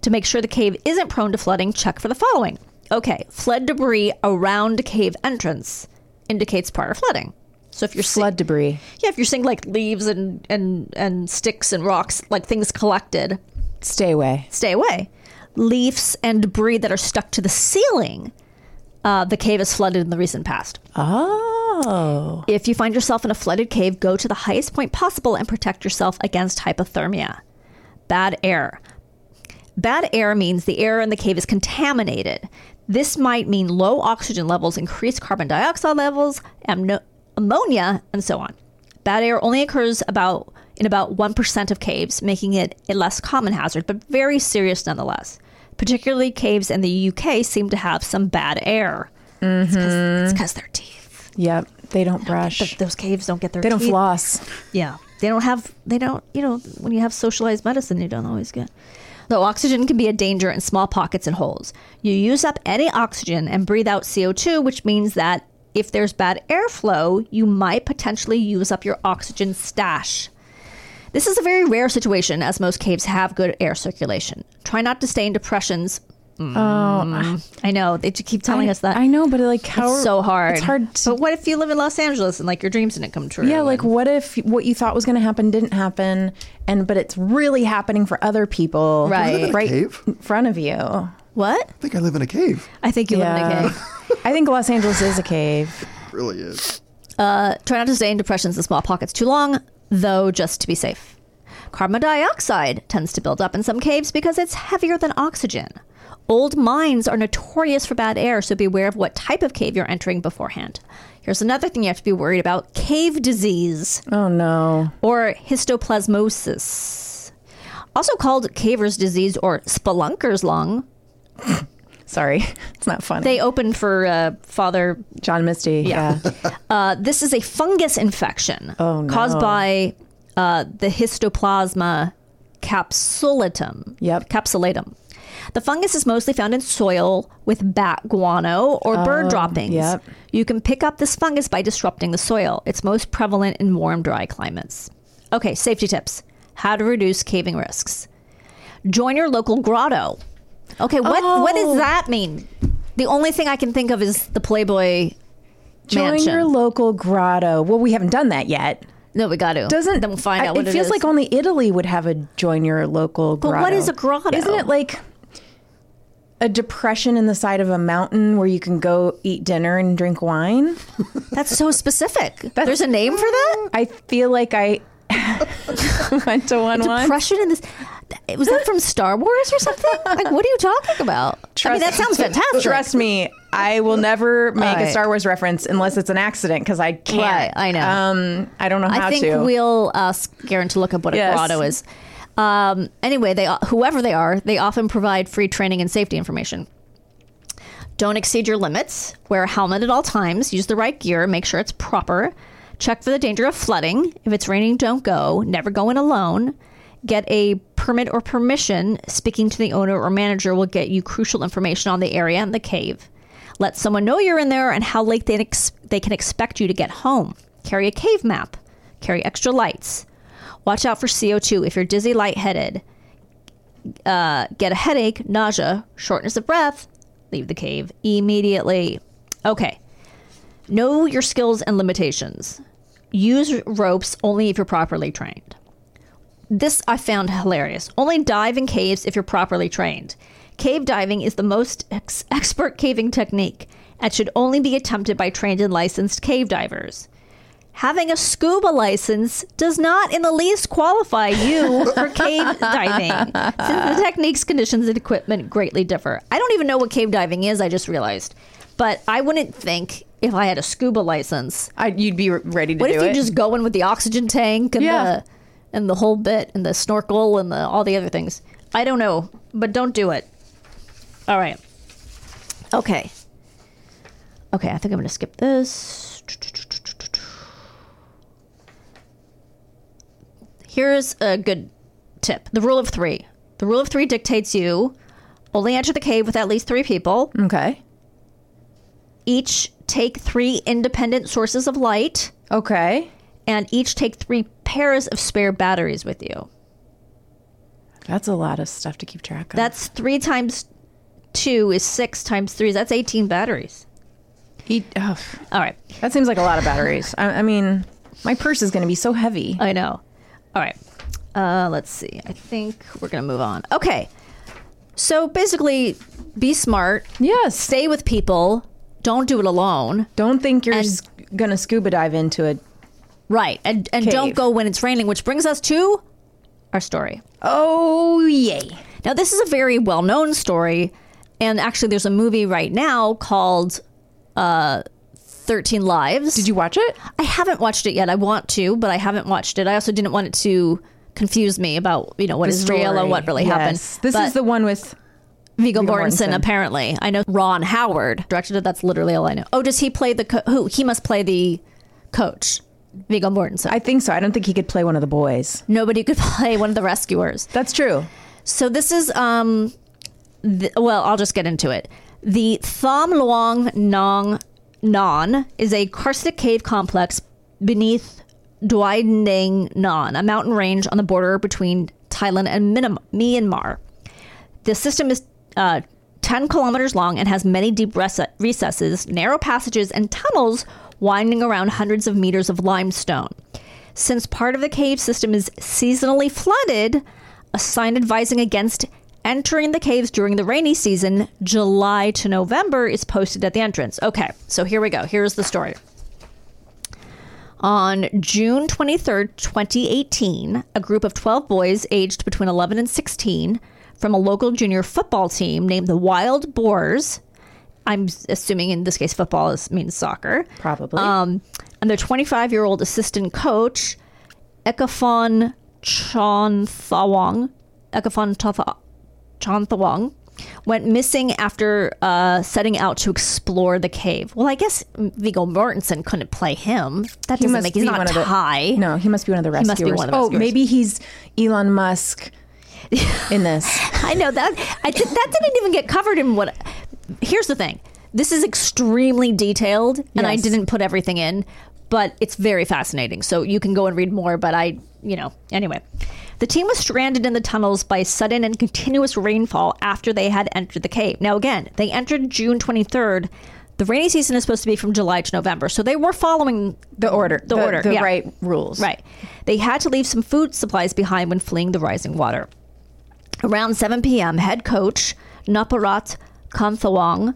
[SPEAKER 5] To make sure the cave isn't prone to flooding, check for the following. Okay, flood debris around cave entrance indicates prior flooding. So, if you're see-
[SPEAKER 4] Blood debris.
[SPEAKER 5] yeah, if you're seeing like leaves and, and, and sticks and rocks, like things collected,
[SPEAKER 4] Stay away.
[SPEAKER 5] stay away. Leaves and debris that are stuck to the ceiling. Uh, the cave is flooded in the recent past.
[SPEAKER 4] Oh.
[SPEAKER 5] If you find yourself in a flooded cave, go to the highest point possible and protect yourself against hypothermia. Bad air. Bad air means the air in the cave is contaminated. This might mean low oxygen levels, increased carbon dioxide levels, amno- ammonia, and so on. Bad air only occurs about in about 1% of caves, making it a less common hazard, but very serious nonetheless. Particularly caves in the UK seem to have some bad air. It's because their teeth.
[SPEAKER 4] Yep. They don't
[SPEAKER 5] Th-
[SPEAKER 4] brush.
[SPEAKER 5] those caves don't get their
[SPEAKER 4] They don't
[SPEAKER 5] teeth.
[SPEAKER 4] floss.
[SPEAKER 5] Yeah. They don't have, they don't, you know, when you have socialized medicine, you don't always get. Though oxygen can be a danger in small pockets and holes. You use up any oxygen and breathe out CO2, which means that if there's bad airflow, you might potentially use up your oxygen stash. This is a very rare situation, as most caves have good air circulation. Try not to stay in depressions. Oh, I know. They just keep telling us that.
[SPEAKER 4] I know, but like how
[SPEAKER 5] It's so hard.
[SPEAKER 4] It's hard to
[SPEAKER 5] But what if you live in Los Angeles and like your dreams didn't come true?
[SPEAKER 4] Yeah, like what if what you thought was going to happen didn't happen, and but it's really happening for other people,
[SPEAKER 5] Right.
[SPEAKER 4] Right
[SPEAKER 8] Cave?
[SPEAKER 4] in front of you. I
[SPEAKER 5] what?
[SPEAKER 8] I think I live in a cave.
[SPEAKER 5] I think you live in a
[SPEAKER 4] Yeah.
[SPEAKER 5] cave.
[SPEAKER 4] I think Los Angeles is a cave.
[SPEAKER 8] It really is.
[SPEAKER 5] Try not to stay in depressions and small pockets too long, though, just to be safe. Carbon dioxide tends to build up in some caves because it's heavier than oxygen. Old mines are notorious for bad air, so beware of what type of cave you're entering beforehand. Here's another thing you have to be worried about cave disease
[SPEAKER 4] Oh no,
[SPEAKER 5] or histoplasmosis, also called caver's disease or spelunker's lung.
[SPEAKER 4] sorry, it's not funny.
[SPEAKER 5] They opened for uh, Father
[SPEAKER 4] John Misty, yeah.
[SPEAKER 5] Uh, this is a fungus infection
[SPEAKER 4] Oh,
[SPEAKER 5] caused by uh, the histoplasma capsulatum.
[SPEAKER 4] Yep.
[SPEAKER 5] Capsulatum. The fungus is mostly found in soil with bat guano or bird droppings.
[SPEAKER 4] Oh, yep.
[SPEAKER 5] You can pick up this fungus by disrupting the soil. It's most prevalent in warm, dry climates. Okay, safety tips. How to reduce caving risks. Join your local grotto. Okay, what what
[SPEAKER 4] Oh.
[SPEAKER 5] does that mean? The only thing I can think of is the Playboy
[SPEAKER 4] Join
[SPEAKER 5] mansion.
[SPEAKER 4] your local grotto. Well, we haven't done that yet.
[SPEAKER 5] No, we got to.
[SPEAKER 4] Doesn't
[SPEAKER 5] then we'll find
[SPEAKER 4] I-
[SPEAKER 5] out what it,
[SPEAKER 4] feels
[SPEAKER 5] is.
[SPEAKER 4] like only Italy would have a join your local
[SPEAKER 5] But
[SPEAKER 4] grotto.
[SPEAKER 5] what is a grotto?
[SPEAKER 4] Isn't it like a depression in the side of a mountain where you can go eat dinner and drink wine?
[SPEAKER 5] that's so specific. There's a name for that.
[SPEAKER 4] I feel like I went to one once.
[SPEAKER 5] Depression in this. Was that from Star Wars or something? Like, what are you talking about? I mean, that sounds fantastic.
[SPEAKER 4] Trust me, I will never make
[SPEAKER 5] Right.
[SPEAKER 4] a Star Wars reference unless it's an accident because I can't.
[SPEAKER 5] Right, I know.
[SPEAKER 4] Um, I don't know how
[SPEAKER 5] I think
[SPEAKER 4] to.
[SPEAKER 5] we'll ask Garen to look up what
[SPEAKER 4] Yes.
[SPEAKER 5] a grotto is. Um, anyway, they whoever they are, they often provide free training and safety information. Don't exceed your limits. Wear a helmet at all times. Use the right gear. Make sure it's proper. Check for the danger of flooding. If it's raining, don't go. Never go in alone. Get a permit or permission. Speaking to the owner or manager will get you crucial information on the area and the cave. Let someone know you're in there and how late they, ex- they can expect you to get home. Carry a cave map. Carry extra lights. Watch out for CO2 if you're dizzy, lightheaded. Uh, get a headache, nausea, shortness of breath. Leave the cave immediately. Okay. Know your skills and limitations. Use ropes only if you're properly trained. This I found hilarious. Only dive in caves if you're properly trained. Cave diving is the most ex- expert caving technique and should only be attempted by trained and licensed cave divers. Having a scuba license does not in the least qualify you for cave diving, since the techniques, conditions, and equipment greatly differ. I don't even know what cave diving is, I just realized. But I wouldn't think if I had a scuba license
[SPEAKER 4] I, you'd be re- ready to
[SPEAKER 5] what
[SPEAKER 4] do
[SPEAKER 5] if you
[SPEAKER 4] it.
[SPEAKER 5] just go in with the oxygen tank and
[SPEAKER 4] Yeah.
[SPEAKER 5] the and the whole bit and the snorkel and the all the other things? I don't know, but don't do it. All right. Okay. Okay, I think I'm going to skip this. Here's a good tip. The rule of 3. The rule of 3 dictates you only enter the cave with at least 3 people
[SPEAKER 4] okay.
[SPEAKER 5] each take three independent sources of light
[SPEAKER 4] Okay.
[SPEAKER 5] and each take three pairs of spare batteries with you.
[SPEAKER 4] That's a lot of stuff to keep track of.
[SPEAKER 5] That's three times two is six times three. That's 18 batteries.
[SPEAKER 4] he, oh,
[SPEAKER 5] All right.
[SPEAKER 4] that seems like a lot of batteries. I, I mean, my purse is going to be so heavy.
[SPEAKER 5] I know. All right. Uh, let's see. I think we're going to move on. Okay. So basically, be smart,
[SPEAKER 4] Yes.
[SPEAKER 5] stay with people, don't do it alone.
[SPEAKER 4] Don't think you're
[SPEAKER 5] And-
[SPEAKER 4] s going to scuba dive into it.
[SPEAKER 5] Right. And, and don't
[SPEAKER 4] Cave.
[SPEAKER 5] go when it's raining, which brings us to our story.
[SPEAKER 4] Oh, yay.
[SPEAKER 5] Now, this is a very well known story. And actually, there's a movie right now called uh, 13 Lives.
[SPEAKER 4] Did you watch it?
[SPEAKER 5] I haven't watched it yet. I want to, but I haven't watched it. I also didn't want it to confuse me about, you know, what
[SPEAKER 4] The
[SPEAKER 5] is real
[SPEAKER 4] story.
[SPEAKER 5] and what really happened.
[SPEAKER 4] Yes. This
[SPEAKER 5] But
[SPEAKER 4] is the one with
[SPEAKER 5] Viggo
[SPEAKER 4] Viggo
[SPEAKER 5] Mortensen,
[SPEAKER 4] Mortensen.
[SPEAKER 5] apparently. I know Ron Howard directed it. That's literally all I know. Oh, does he play the co- who? He must play the coach, Viggo Mortensen.
[SPEAKER 4] I think so. I don't think he could play one of the boys.
[SPEAKER 5] Nobody could play one of the rescuers.
[SPEAKER 4] That's true.
[SPEAKER 5] So this is um, th- well, I'll just get into it. The Tham Luang Nong Non is a karstic cave complex beneath Doi Nang Non, a mountain range on the border between Thailand and Minim- Myanmar. The system is uh, 10 kilometers long and has many deep res- recesses, narrow passages, and tunnels winding around hundreds of meters of limestone. Since part of the cave system is seasonally flooded, a sign advising against entering the caves during the rainy season, July to November, is posted at the entrance. Okay, so here we go. Here's the story. On June 23rd, 2018, a group of 12 boys aged between 11 and 16 from a local junior football team named the Wild Boars. I'm assuming in this case football is, means soccer.
[SPEAKER 4] Probably.
[SPEAKER 5] Um, and their 25 year old assistant coach, Ekafon Chonthawang, Ekafon Chantha- Chonthawang, went missing after uh, setting out to explore the cave. Well, I guess Viggo Mortensen couldn't play him. That
[SPEAKER 4] He
[SPEAKER 5] doesn't
[SPEAKER 4] must
[SPEAKER 5] make he's
[SPEAKER 4] be
[SPEAKER 5] not
[SPEAKER 4] one of the-
[SPEAKER 5] Thai.
[SPEAKER 4] No, he must be one of the rescuers.
[SPEAKER 5] He must be one of the
[SPEAKER 4] oh,
[SPEAKER 5] rescuers.
[SPEAKER 4] maybe he's Elon Musk in this.
[SPEAKER 5] I know that. I did, that didn't even get covered in what. Here's the thing. This is extremely detailed, and I
[SPEAKER 4] Yes.
[SPEAKER 5] didn't put everything in, but it's very fascinating. So you can go and read more. But I, you know, anyway, the team was stranded in the tunnels by sudden and continuous rainfall after they had entered the cave. Now again, they entered June 23rd. The rainy season is supposed to be from July to November, so they were following
[SPEAKER 4] The order.
[SPEAKER 5] The order,
[SPEAKER 4] The
[SPEAKER 5] yeah.
[SPEAKER 4] right rules.
[SPEAKER 5] Right. They had to leave some food supplies behind when fleeing the rising water. Around 7 p.m., head coach Naparat Kanthawang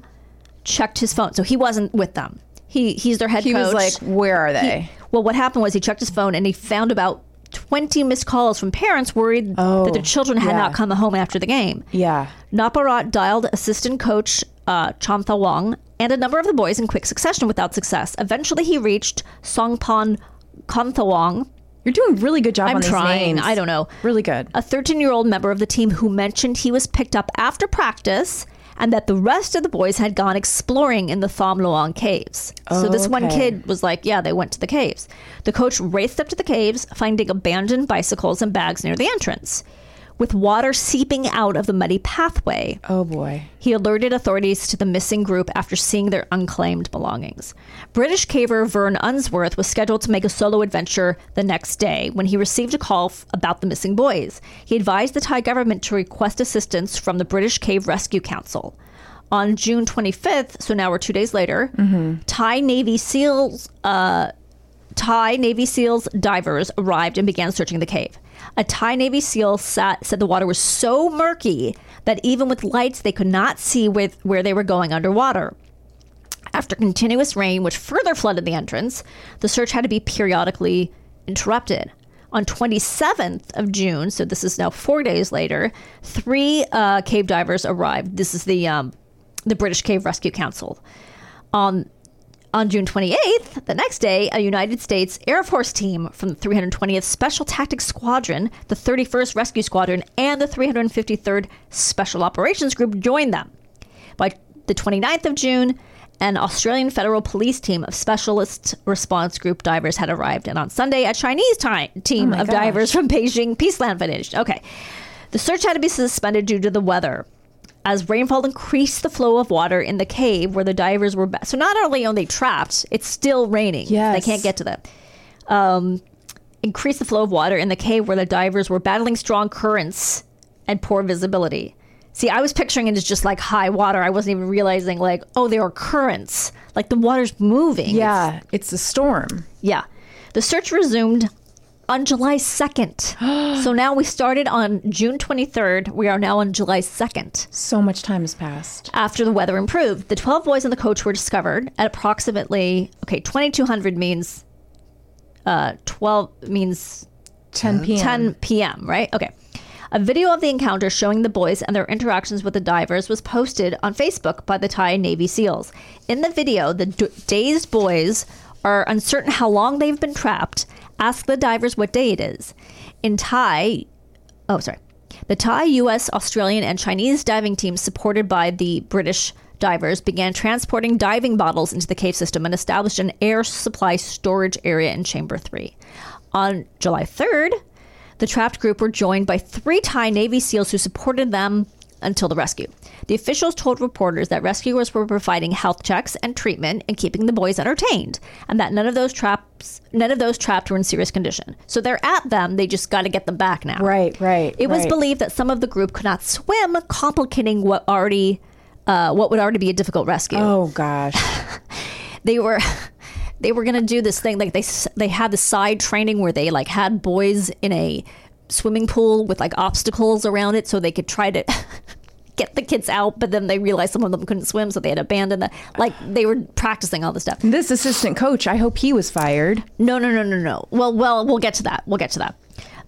[SPEAKER 5] checked his phone. So he wasn't with them. He he's their head
[SPEAKER 4] He
[SPEAKER 5] coach.
[SPEAKER 4] was like, where are
[SPEAKER 5] He-
[SPEAKER 4] they?
[SPEAKER 5] well, what happened was he checked his phone and he found about 20 missed calls from parents worried that their children had
[SPEAKER 4] Oh, yeah.
[SPEAKER 5] not come home after the game.
[SPEAKER 4] yeah.
[SPEAKER 5] Naparat dialed assistant coach uh, Chantha Wong and a number of the boys in quick succession without success. Eventually, he reached Songpon Konthawang,
[SPEAKER 4] You're doing really good job
[SPEAKER 5] I'm
[SPEAKER 4] on these
[SPEAKER 5] trying.
[SPEAKER 4] names.
[SPEAKER 5] I don't know.
[SPEAKER 4] Really good.
[SPEAKER 5] a 13 year old member of the team who mentioned he was picked up after practice and that the rest of the boys had gone exploring in the Tham Luang caves. so this one
[SPEAKER 4] Oh, Okay.
[SPEAKER 5] kid was like, Yeah, they went to the caves. The coach raced up to the caves, finding abandoned bicycles and bags near the entrance. With water seeping out of the muddy pathway,
[SPEAKER 4] oh boy.
[SPEAKER 5] he alerted authorities to the missing group after seeing their unclaimed belongings. British caver Vern Unsworth was scheduled to make a solo adventure the next day when he received a call f- about the missing boys. He advised the Thai government to request assistance from the British Cave Rescue Council. On June 25th, so now we're two days later,
[SPEAKER 4] Mm-hmm.
[SPEAKER 5] Thai Navy SEALs uh, Thai Navy SEALs divers arrived and began searching the cave. A Thai Navy SEAL sat, said the water was so murky that even with lights, they could not see with, where they were going underwater. After continuous rain, which further flooded the entrance, the search had to be periodically interrupted. On 27th of June, so this is now four days later, three uh, cave divers arrived. This is the um, the British Cave Rescue Council. On on June 28th, the next day, a United States Air Force team from the 320th Special Tactics Squadron, the 31st Rescue Squadron, and the 353rd Special Operations Group joined them. By the 29th of June, an Australian Federal Police team of Specialist Response Group divers had arrived, and on Sunday, a Chinese ti- team of divers from Beijing Peaceland finished. Okay. The search had to be suspended due to the weather as rainfall increased the flow of water in the cave where the divers were. Ba- so not only are they trapped, it's still raining.
[SPEAKER 4] Yes.
[SPEAKER 5] They can't get to them. Um, increased the flow of water in the cave where the divers were battling strong currents and poor visibility. See, I was picturing it as just like high water. I wasn't even realizing like, oh, there are currents. Like the water's moving.
[SPEAKER 4] Yeah, it's a storm.
[SPEAKER 5] Yeah. The search resumed on July 2nd. so now we started on June 23rd. We are now on July 2nd.
[SPEAKER 4] So much time has passed.
[SPEAKER 5] After the weather improved, the 12 boys and the coach were discovered at approximately, okay, 2200 means uh, 12 means
[SPEAKER 4] 10 p.m.
[SPEAKER 5] 10 p.m., right? Okay. A video of the encounter showing the boys and their interactions with the divers was posted on Facebook by the Thai Navy SEALs. In the video, the d- dazed boys are uncertain how long they've been trapped, ask the divers what day it is. In Thai, oh, sorry. The Thai, U.S., Australian, and Chinese diving teams, supported by the British divers, began transporting diving bottles into the cave system and established an air supply storage area in Chamber 3. On July 3rd, the trapped group were joined by three Thai Navy SEALs who supported them until the rescue. The officials told reporters that rescuers were providing health checks and treatment and keeping the boys entertained, and that none of those traps, none of those trapped were in serious condition. So they're at them; they just got to get them back now.
[SPEAKER 4] Right, right.
[SPEAKER 5] It was
[SPEAKER 4] right.
[SPEAKER 5] believed that some of the group could not swim, complicating what already uh, what would already be a difficult rescue.
[SPEAKER 4] Oh gosh.
[SPEAKER 5] They were they were going to do this thing like they s- they had the side training where they like had boys in a swimming pool with like obstacles around it so they could try to get the kids out but then they realized some of them couldn't swim so they had abandoned that like they were practicing all this stuff
[SPEAKER 4] This assistant coach, I hope he was fired.
[SPEAKER 5] no, no, no, no, no. Well, well, we'll get to that. We'll get to that.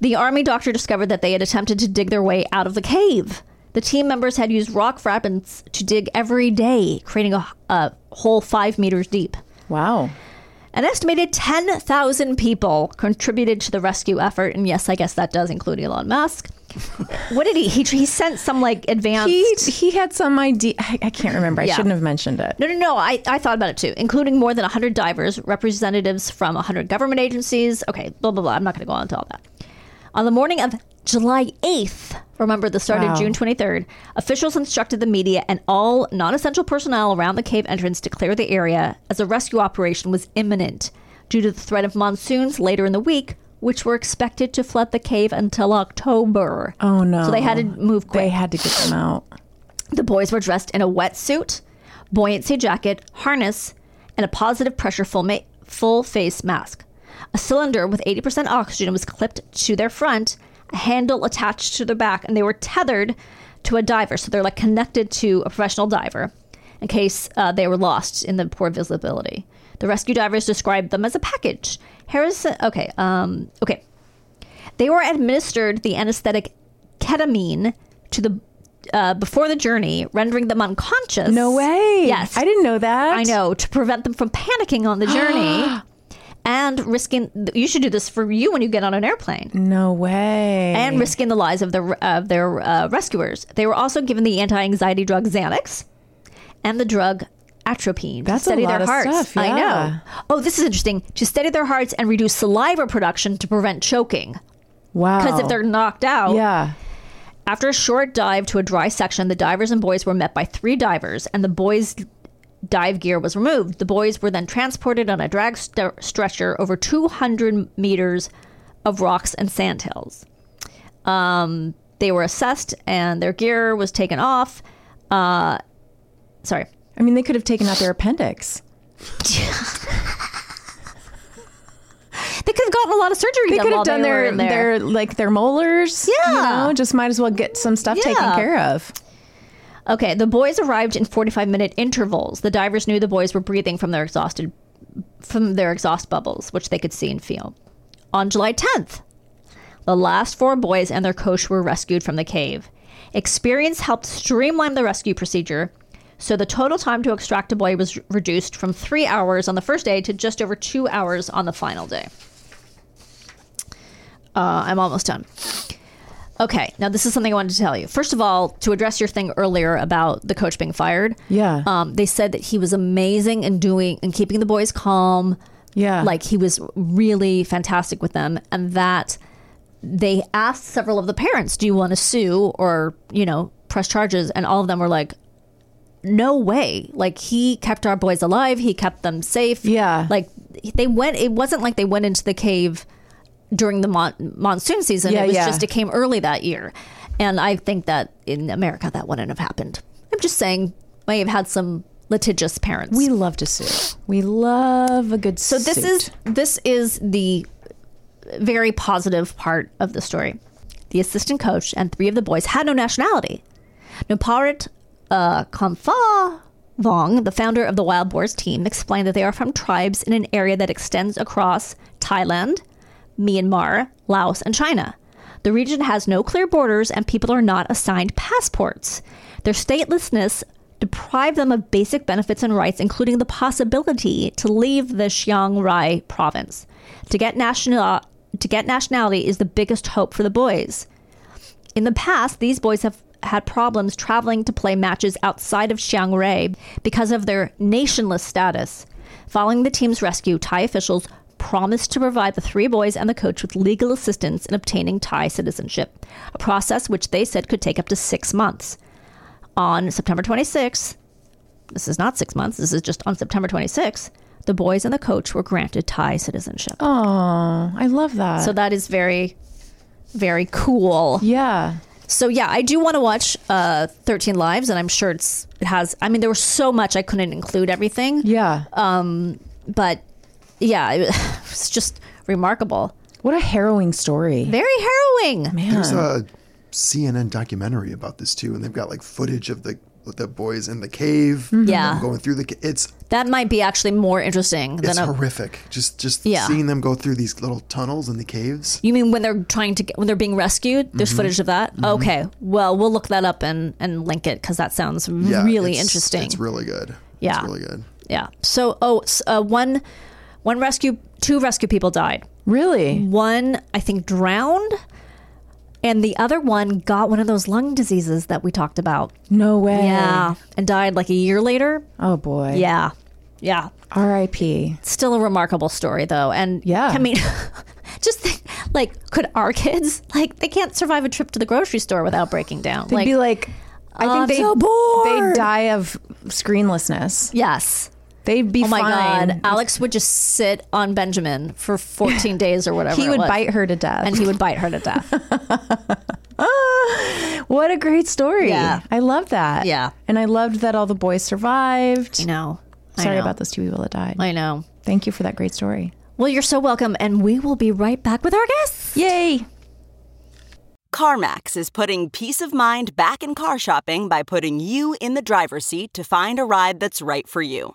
[SPEAKER 5] The army doctor discovered that they had attempted to dig their way out of the cave. The team members had used rock fragments to dig every day, creating a, a hole five meters deep.
[SPEAKER 4] Wow.
[SPEAKER 5] An estimated 10,000 people contributed to the rescue effort, and yes, I guess that does include Elon Musk. what did he, he? He sent some like advanced.
[SPEAKER 4] He he had some idea. I, I can't remember.
[SPEAKER 5] Yeah.
[SPEAKER 4] I shouldn't have mentioned it.
[SPEAKER 5] No, no, no. I, I thought about it too, including more than 100 divers, representatives from 100 government agencies. Okay, blah, blah, blah. I'm not going to go on to all that. On the morning of July 8th, remember the start
[SPEAKER 4] Wow.
[SPEAKER 5] of June 23rd, officials instructed the media and all non essential personnel around the cave entrance to clear the area as a rescue operation was imminent due to the threat of monsoons later in the week, which were expected to flood the cave until October.
[SPEAKER 4] Oh no.
[SPEAKER 5] So they had to move quick.
[SPEAKER 4] They had to get them out.
[SPEAKER 5] The boys were dressed in a wetsuit, buoyancy jacket, harness, and a positive pressure full, ma- full face mask. A cylinder with 80% oxygen was clipped to their front, a handle attached to their back, and they were tethered to a diver. So they're like connected to a professional diver in case uh, they were lost in the poor visibility. The rescue divers described them as a package. Harrison, okay, um, okay. They were administered the anesthetic ketamine to the uh, before the journey, rendering them unconscious.
[SPEAKER 4] No way.
[SPEAKER 5] Yes.
[SPEAKER 4] I didn't know that.
[SPEAKER 5] I know to prevent them from panicking on the journey and risking. You should do this for you when you get on an airplane
[SPEAKER 4] No way.
[SPEAKER 5] and risking the lives of their of their uh, rescuers. They were also given the anti-anxiety drug Xanax and the drug atropine
[SPEAKER 4] That's a
[SPEAKER 5] to steady
[SPEAKER 4] lot
[SPEAKER 5] their
[SPEAKER 4] of
[SPEAKER 5] hearts.
[SPEAKER 4] stuff,
[SPEAKER 5] I
[SPEAKER 4] yeah.
[SPEAKER 5] know. Oh, this is interesting. To steady their hearts and reduce saliva production to prevent choking.
[SPEAKER 4] wow.
[SPEAKER 5] Because if they're knocked out,
[SPEAKER 4] yeah.
[SPEAKER 5] after a short dive to a dry section, the divers and boys were met by three divers, and the boys' dive gear was removed. The boys were then transported on a drag st- stretcher over 200 meters of rocks and sand hills. Um, they were assessed, and their gear was taken off. Uh, sorry.
[SPEAKER 4] I mean, they could have taken out their appendix.
[SPEAKER 5] They could have gotten a lot of surgery
[SPEAKER 4] They
[SPEAKER 5] done
[SPEAKER 4] could
[SPEAKER 5] while
[SPEAKER 4] have done
[SPEAKER 5] they were
[SPEAKER 4] their,
[SPEAKER 5] in there.
[SPEAKER 4] their like their molars.
[SPEAKER 5] Yeah.
[SPEAKER 4] You know, just might as well get some stuff taken
[SPEAKER 5] Yeah.
[SPEAKER 4] care of.
[SPEAKER 5] Okay, the boys arrived in 45 minute intervals. The divers knew the boys were breathing from their exhausted from their exhaust bubbles, which they could see and feel. On July 10th, the last four boys and their coach were rescued from the cave. Experience helped streamline the rescue procedure, so the total time to extract a boy was reduced from 3 hours on the first day to just over 2 hours on the final day. Uh, I'm almost done. Okay, now this is something I wanted to tell you. First of all, to address your thing earlier about the coach being fired,
[SPEAKER 4] Yeah.
[SPEAKER 5] um, they said that he was amazing in doing and keeping the boys calm.
[SPEAKER 4] Yeah.
[SPEAKER 5] like he was really fantastic with them, and that they asked several of the parents, "Do you want to sue or you know press charges?" And all of them were like, "No way! Like he kept our boys alive. He kept them safe.
[SPEAKER 4] Yeah.
[SPEAKER 5] like they went. It wasn't like they went into the cave." during the mon- monsoon season.
[SPEAKER 4] Yeah,
[SPEAKER 5] it was
[SPEAKER 4] yeah.
[SPEAKER 5] just it came early that year, and I think that in America that wouldn't have happened. I'm just saying, may have had some litigious parents.
[SPEAKER 4] We love to sue. We love a good
[SPEAKER 5] so this is this is the very positive part of the story. The assistant coach and three of the boys had no nationality. Naparit uh, Kampha Vong, the founder of the Wild Boars team, explained that they are from tribes in an area that extends across Thailand, Myanmar, Laos, and China. The region has no clear borders and people are not assigned passports. Their statelessness deprived them of basic benefits and rights, including the possibility to leave the Chiang Rai province. To get, national, to get nationality is the biggest hope for the boys. In the past, these boys have had problems traveling to play matches outside of Chiang Rai because of their nationless status. Following the team's rescue, Thai officials promised to provide the three boys and the coach with legal assistance in obtaining Thai citizenship, a process which they said could take up to six months. On September 26th, this is not six months, this is just on September 26th, the boys and the coach were granted Thai citizenship.
[SPEAKER 4] Oh, I love that.
[SPEAKER 5] So that is very, very cool.
[SPEAKER 4] yeah.
[SPEAKER 5] So yeah, I do want to watch uh, Thirteen Lives, and I'm sure it's it has. I mean, there was so much I couldn't include everything,
[SPEAKER 4] Yeah.
[SPEAKER 5] Uh, but yeah, it was just remarkable,
[SPEAKER 4] what a harrowing story.
[SPEAKER 5] very harrowing.
[SPEAKER 8] There's a CNN documentary about this too, and they've got like footage of the the boys in the cave.
[SPEAKER 5] Mm-hmm. Yeah.
[SPEAKER 8] them going through the. ca- It's
[SPEAKER 5] That might be actually more interesting
[SPEAKER 8] it's
[SPEAKER 5] than a,
[SPEAKER 8] horrific. Just just
[SPEAKER 5] Yeah.
[SPEAKER 8] seeing them go through these little tunnels in the caves.
[SPEAKER 5] you mean when they're trying to get, when they're being rescued.
[SPEAKER 8] Mm-hmm.
[SPEAKER 5] There's footage of that. Okay, well we'll look that up and and link it because that sounds
[SPEAKER 8] Yeah,
[SPEAKER 5] really
[SPEAKER 8] it's-
[SPEAKER 5] interesting.
[SPEAKER 8] It's really good.
[SPEAKER 5] Yeah.
[SPEAKER 8] it's really good.
[SPEAKER 5] yeah. So oh, s- uh, one one rescue, two rescue people died.
[SPEAKER 4] Really?
[SPEAKER 5] one I think drowned, and the other one got one of those lung diseases that we talked about.
[SPEAKER 4] No way.
[SPEAKER 5] Yeah, and died like a year later.
[SPEAKER 4] Oh boy.
[SPEAKER 5] Yeah, yeah.
[SPEAKER 4] R.I.P.
[SPEAKER 5] Still a remarkable story though, and
[SPEAKER 4] Yeah.
[SPEAKER 5] I mean, just think like, could our kids like they can't survive a trip to the grocery store without breaking down?
[SPEAKER 4] They'd
[SPEAKER 5] like,
[SPEAKER 4] be like, I think
[SPEAKER 5] I'm
[SPEAKER 4] they
[SPEAKER 5] so bored.
[SPEAKER 4] they die of screenlessness.
[SPEAKER 5] yes.
[SPEAKER 4] They'd be
[SPEAKER 5] Oh my
[SPEAKER 4] fine.
[SPEAKER 5] God! Alex would just sit on Benjamin for 14 days or whatever.
[SPEAKER 4] He
[SPEAKER 5] it
[SPEAKER 4] would
[SPEAKER 5] was,
[SPEAKER 4] bite her to death.
[SPEAKER 5] and he would bite her to death.
[SPEAKER 4] what a great story.
[SPEAKER 5] Yeah.
[SPEAKER 4] I love that.
[SPEAKER 5] Yeah.
[SPEAKER 4] And I loved that all the boys survived.
[SPEAKER 5] You know. I
[SPEAKER 4] Sorry
[SPEAKER 5] know.
[SPEAKER 4] about those two people that died.
[SPEAKER 5] I know.
[SPEAKER 4] Thank you for that great story.
[SPEAKER 5] Well, you're so welcome, and we will be right back with our guests.
[SPEAKER 4] Yay.
[SPEAKER 9] CarMax is putting peace of mind back in car shopping by putting you in the driver's seat to find a ride that's right for you.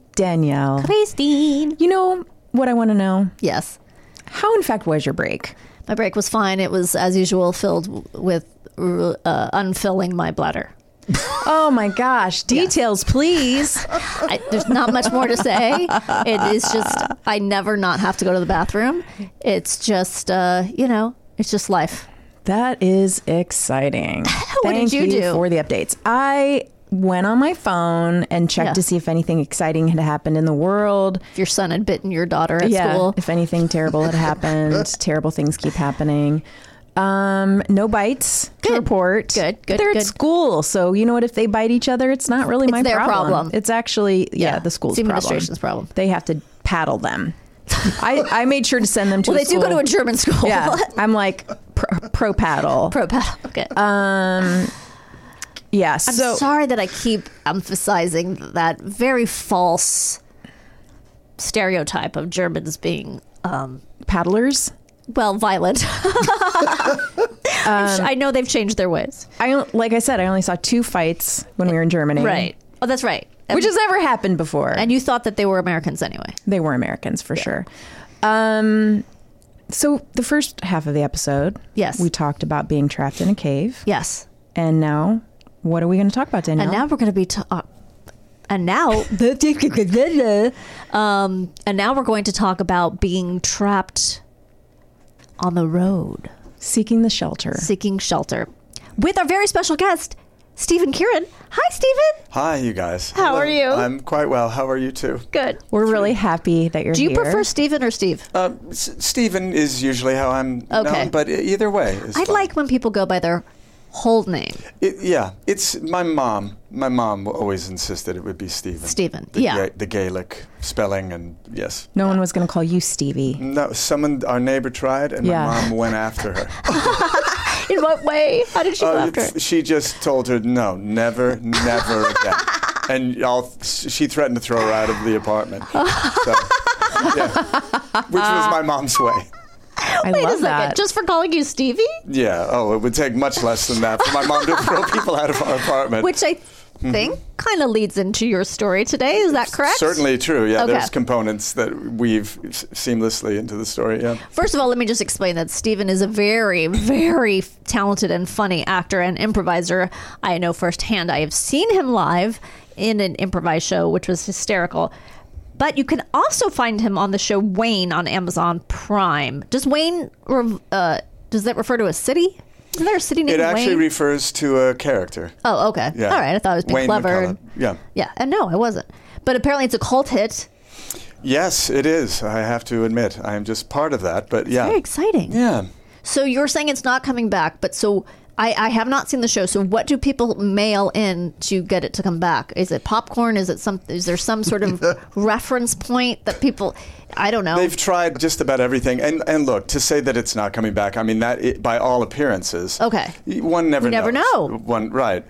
[SPEAKER 4] Danielle,
[SPEAKER 10] Christine.
[SPEAKER 4] you know what I want to know?
[SPEAKER 5] Yes.
[SPEAKER 4] How, in fact, was your break?
[SPEAKER 5] My break was fine. It was, as usual, filled w- with uh, unfilling my bladder.
[SPEAKER 4] Oh my gosh! Details, please.
[SPEAKER 5] I, there's not much more to say. It is just I never not have to go to the bathroom. It's just uh, you know, it's just life.
[SPEAKER 4] That is exciting.
[SPEAKER 5] What did
[SPEAKER 4] Thank
[SPEAKER 5] you do?
[SPEAKER 4] for the updates? I went on my phone and checked
[SPEAKER 5] Yeah.
[SPEAKER 4] to see if anything exciting had happened in the world.
[SPEAKER 5] If your son had bitten your daughter at school,
[SPEAKER 4] If anything terrible had happened, terrible things keep happening. Um, no bites to
[SPEAKER 5] Good.
[SPEAKER 4] report.
[SPEAKER 5] Good,
[SPEAKER 4] But
[SPEAKER 5] good,
[SPEAKER 4] They're at
[SPEAKER 5] good.
[SPEAKER 4] school, so you know what? If they bite each other, it's not really my
[SPEAKER 5] their problem.
[SPEAKER 4] It's actually yeah,
[SPEAKER 5] Yeah.
[SPEAKER 4] the school's
[SPEAKER 5] It's the
[SPEAKER 4] problem.
[SPEAKER 5] administration's problem.
[SPEAKER 4] They have to paddle them. I, I made sure to send them to.
[SPEAKER 5] well,
[SPEAKER 4] a
[SPEAKER 5] they do go to
[SPEAKER 4] school-
[SPEAKER 5] a German school.
[SPEAKER 4] Yeah, I'm like pro, pro paddle.
[SPEAKER 5] Pro paddle. Okay.
[SPEAKER 4] Um, yeah.
[SPEAKER 5] I'm
[SPEAKER 4] so
[SPEAKER 5] sorry that I keep emphasizing that very false stereotype of Germans being um,
[SPEAKER 4] paddlers.
[SPEAKER 5] well violent. I know they've changed their ways.
[SPEAKER 4] I don't- like I said, I only saw two fights when we were in Germany,
[SPEAKER 5] Oh, that's right.
[SPEAKER 4] Which has never happened before.
[SPEAKER 5] and you thought that they were Americans anyway.
[SPEAKER 4] they were Americans for sure. Um, so the first half of the episode,
[SPEAKER 5] Yes.
[SPEAKER 4] we talked about being trapped in a cave,
[SPEAKER 5] Yes.
[SPEAKER 4] and now what are we going to talk about, Danielle?
[SPEAKER 5] And now we're going to be ta- uh, and now um and now we're going to talk about being trapped on the road
[SPEAKER 4] seeking the shelter.
[SPEAKER 5] seeking shelter with our very special guest Stephen Kieran. Hi Stephen.
[SPEAKER 11] Hi, you guys.
[SPEAKER 5] How are you?
[SPEAKER 11] I'm quite well. How are you too?
[SPEAKER 5] Good.
[SPEAKER 4] We're really happy that you're
[SPEAKER 5] Do you
[SPEAKER 4] here.
[SPEAKER 5] prefer Stephen or Steve?
[SPEAKER 11] Uh, S- Stephen is usually how I'm
[SPEAKER 5] Okay.
[SPEAKER 11] known, but e- either way, is
[SPEAKER 5] I
[SPEAKER 11] fine.
[SPEAKER 5] like when people go by their whole name,
[SPEAKER 11] It, yeah, it's my mom. My mom always insisted it would be Stephen.
[SPEAKER 5] Stephen.
[SPEAKER 11] The,
[SPEAKER 5] yeah.
[SPEAKER 11] Ga- the Gaelic spelling, and yes.
[SPEAKER 4] no one was going to call you Stevie.
[SPEAKER 11] No, someone, our neighbor tried, and
[SPEAKER 4] Yeah.
[SPEAKER 11] my mom went after her.
[SPEAKER 5] In what way? How did she go
[SPEAKER 11] Uh,
[SPEAKER 5] after? it?
[SPEAKER 11] she just told her, no, never, never again. And I'll, she threatened to throw her out of the apartment. So, yeah. Which was my mom's way.
[SPEAKER 4] I
[SPEAKER 5] Wait a
[SPEAKER 4] love
[SPEAKER 5] second.
[SPEAKER 4] that.
[SPEAKER 5] Just for calling you Stevie,
[SPEAKER 11] Yeah. Oh, it would take much less than that for my mom to throw people out of our apartment.
[SPEAKER 5] which I think kind of leads into your story today. Is that correct?
[SPEAKER 11] Mm-hmm. certainly true. Yeah,
[SPEAKER 5] Okay.
[SPEAKER 11] there's components that weave s- seamlessly into the story. Yeah.
[SPEAKER 5] First of all, let me just explain that Steven is a very, very talented and funny actor and improviser. I know firsthand. I have seen him live in an improvised show, which was hysterical. But you can also find him on the show Wayne on Amazon Prime. Does Wayne, rev- uh, does that refer to a city? Isn't there a city named
[SPEAKER 11] It actually
[SPEAKER 5] Wayne?
[SPEAKER 11] refers to a character.
[SPEAKER 5] oh, okay.
[SPEAKER 11] Yeah.
[SPEAKER 5] All right. I thought it was being
[SPEAKER 11] Wayne
[SPEAKER 5] clever.
[SPEAKER 11] McCullough. Yeah.
[SPEAKER 5] Yeah. And no, I wasn't. But apparently it's a cult hit.
[SPEAKER 11] Yes, it is. I have to admit, I am just part of that. But yeah.
[SPEAKER 5] Very exciting.
[SPEAKER 11] Yeah.
[SPEAKER 5] So you're saying it's not coming back, but so I, I have not seen the show. So what do people mail in to get it to come back? Is it popcorn? Is it some? Is there some sort of reference point that people? I don't know.
[SPEAKER 11] They've tried just about everything, and and look to say that it's not coming back. I mean that it, by all appearances.
[SPEAKER 5] Okay.
[SPEAKER 11] y- One never.
[SPEAKER 5] You never
[SPEAKER 11] knows.
[SPEAKER 5] know.
[SPEAKER 11] One right,